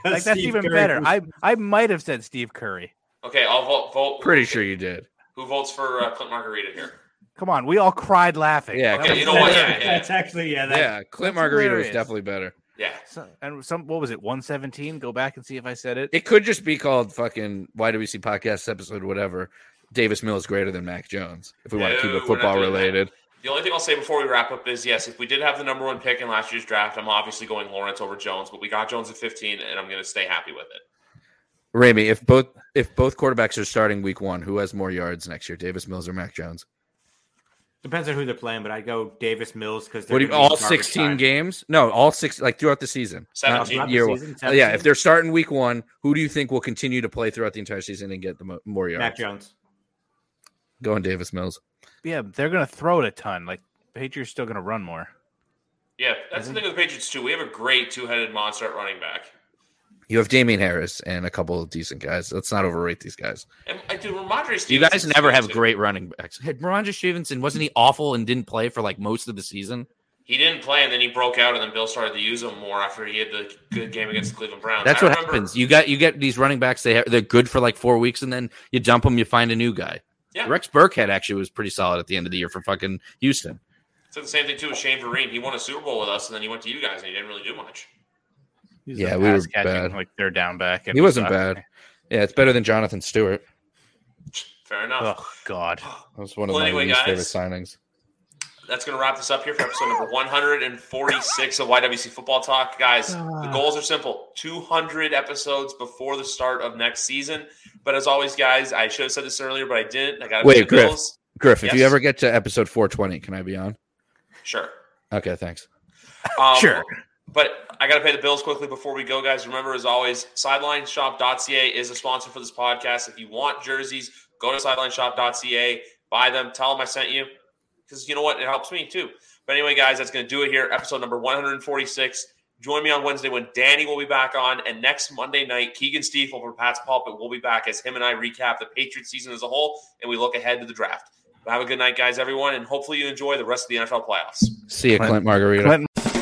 S3: Like that's even better. I I might have said Steve Curry.
S1: Okay, I'll vote. vote
S2: Pretty sure you did.
S1: Who votes for uh, Clint Margarita here?
S3: Come on, we all cried laughing.
S2: Yeah,
S1: Okay, you know what?
S4: that's,
S1: Yeah, yeah.
S4: that's actually yeah. That,
S2: yeah, Clint
S3: that's
S2: Margarita
S3: hilarious.
S2: was definitely better.
S1: yeah.
S3: So- and some what was it? One seventeen. Go back and see if I said it.
S2: It could just be called fucking Why Do We See Podcast episode whatever. Davis Mills greater than Mac Jones if we want to
S1: No,
S2: keep
S1: we're
S2: it
S1: not
S2: football
S1: doing that.
S2: related.
S1: The only thing I'll say before we wrap up is yes, if we did have the number one pick in last year's draft, I'm obviously going Lawrence over Jones, but we got Jones at 15, and I'm going to stay happy with it.
S2: Ramey, if both if both quarterbacks are starting week one, who has more yards next year, Davis Mills or Mac Jones?
S4: depends on who they're playing, but I go Davis Mills because
S2: What do you, all sixteen games? No, all six like throughout the season, not
S1: 17.
S2: year one. Yeah, if they're starting week one, who do you think will continue to play throughout the entire season and get the mo- more yards?
S4: Mac Jones.
S2: Going Davis Mills.
S3: Yeah, they're gonna throw it a ton. Like Patriots still gonna run more.
S1: Yeah, that's the
S2: Mhm.
S1: thing with the Patriots too. We have a great two-headed monster at running back.
S2: You have Damien Harris and a couple of decent guys. Let's not overrate these guys.
S1: And I do Ramondre Stevenson.
S2: You guys never have
S1: too.
S2: great running backs. Had Ronja Stevenson, wasn't he awful and didn't play for like most of the season?
S1: He didn't play, and then he broke out, and then Bill started to use him more after he had the good game against the Cleveland Browns.
S2: That's
S1: I
S2: what
S1: remember-
S2: happens. You got you get these running backs. They ha- they're good for like four weeks, and then you dump them. You find a new guy.
S1: Yeah.
S2: Rex Burkhead actually was pretty solid at the end of the year for fucking Houston.
S1: So the same thing too with Shane Vereen. He won a Super Bowl with us, and then he went to you guys, and he didn't really do much.
S3: He's
S2: Yeah,
S3: a
S2: we were
S3: pass catching,
S2: bad.
S3: Like they're down back. and
S2: He wasn't
S3: sucked.
S2: bad. Yeah, it's better than Jonathan Stewart.
S1: Fair enough.
S3: Oh God.
S2: That was one of
S1: Well,
S2: my
S1: anyway,
S2: least favorite
S1: guys.
S2: signings.
S1: That's going to wrap this up here for episode number 146 of YWC Football Talk, guys.
S2: Ah.
S1: The goals are simple: 200 episodes before the start of next season. But as always, guys, I should have said this earlier, but I didn't. I got to
S2: Wait, Griff. Griff, if you
S1: Yes.
S2: ever get to episode 420, can I be on?
S1: Sure.
S2: Okay, thanks.
S1: Um,
S3: Sure.
S1: But I got to pay the bills quickly before we go, guys. Remember, as always, sidelineshop.ca is a sponsor for this podcast. If you want jerseys, go to sidelineshop.ca, buy them, tell them I sent you. Because you know what? It helps me too. But anyway, guys, that's going to do it here. Episode number 146. Join me on Wednesday when Danny will be back on. And next Monday night, Keegan Steve over Pat's Pulpit will be back as him and I recap the Patriots season as a whole and we look ahead to the draft. Have a good night, guys, everyone. And hopefully you enjoy the rest of the NFL playoffs.
S2: See you,
S3: Clint-
S2: Clint Margarita.
S3: Clint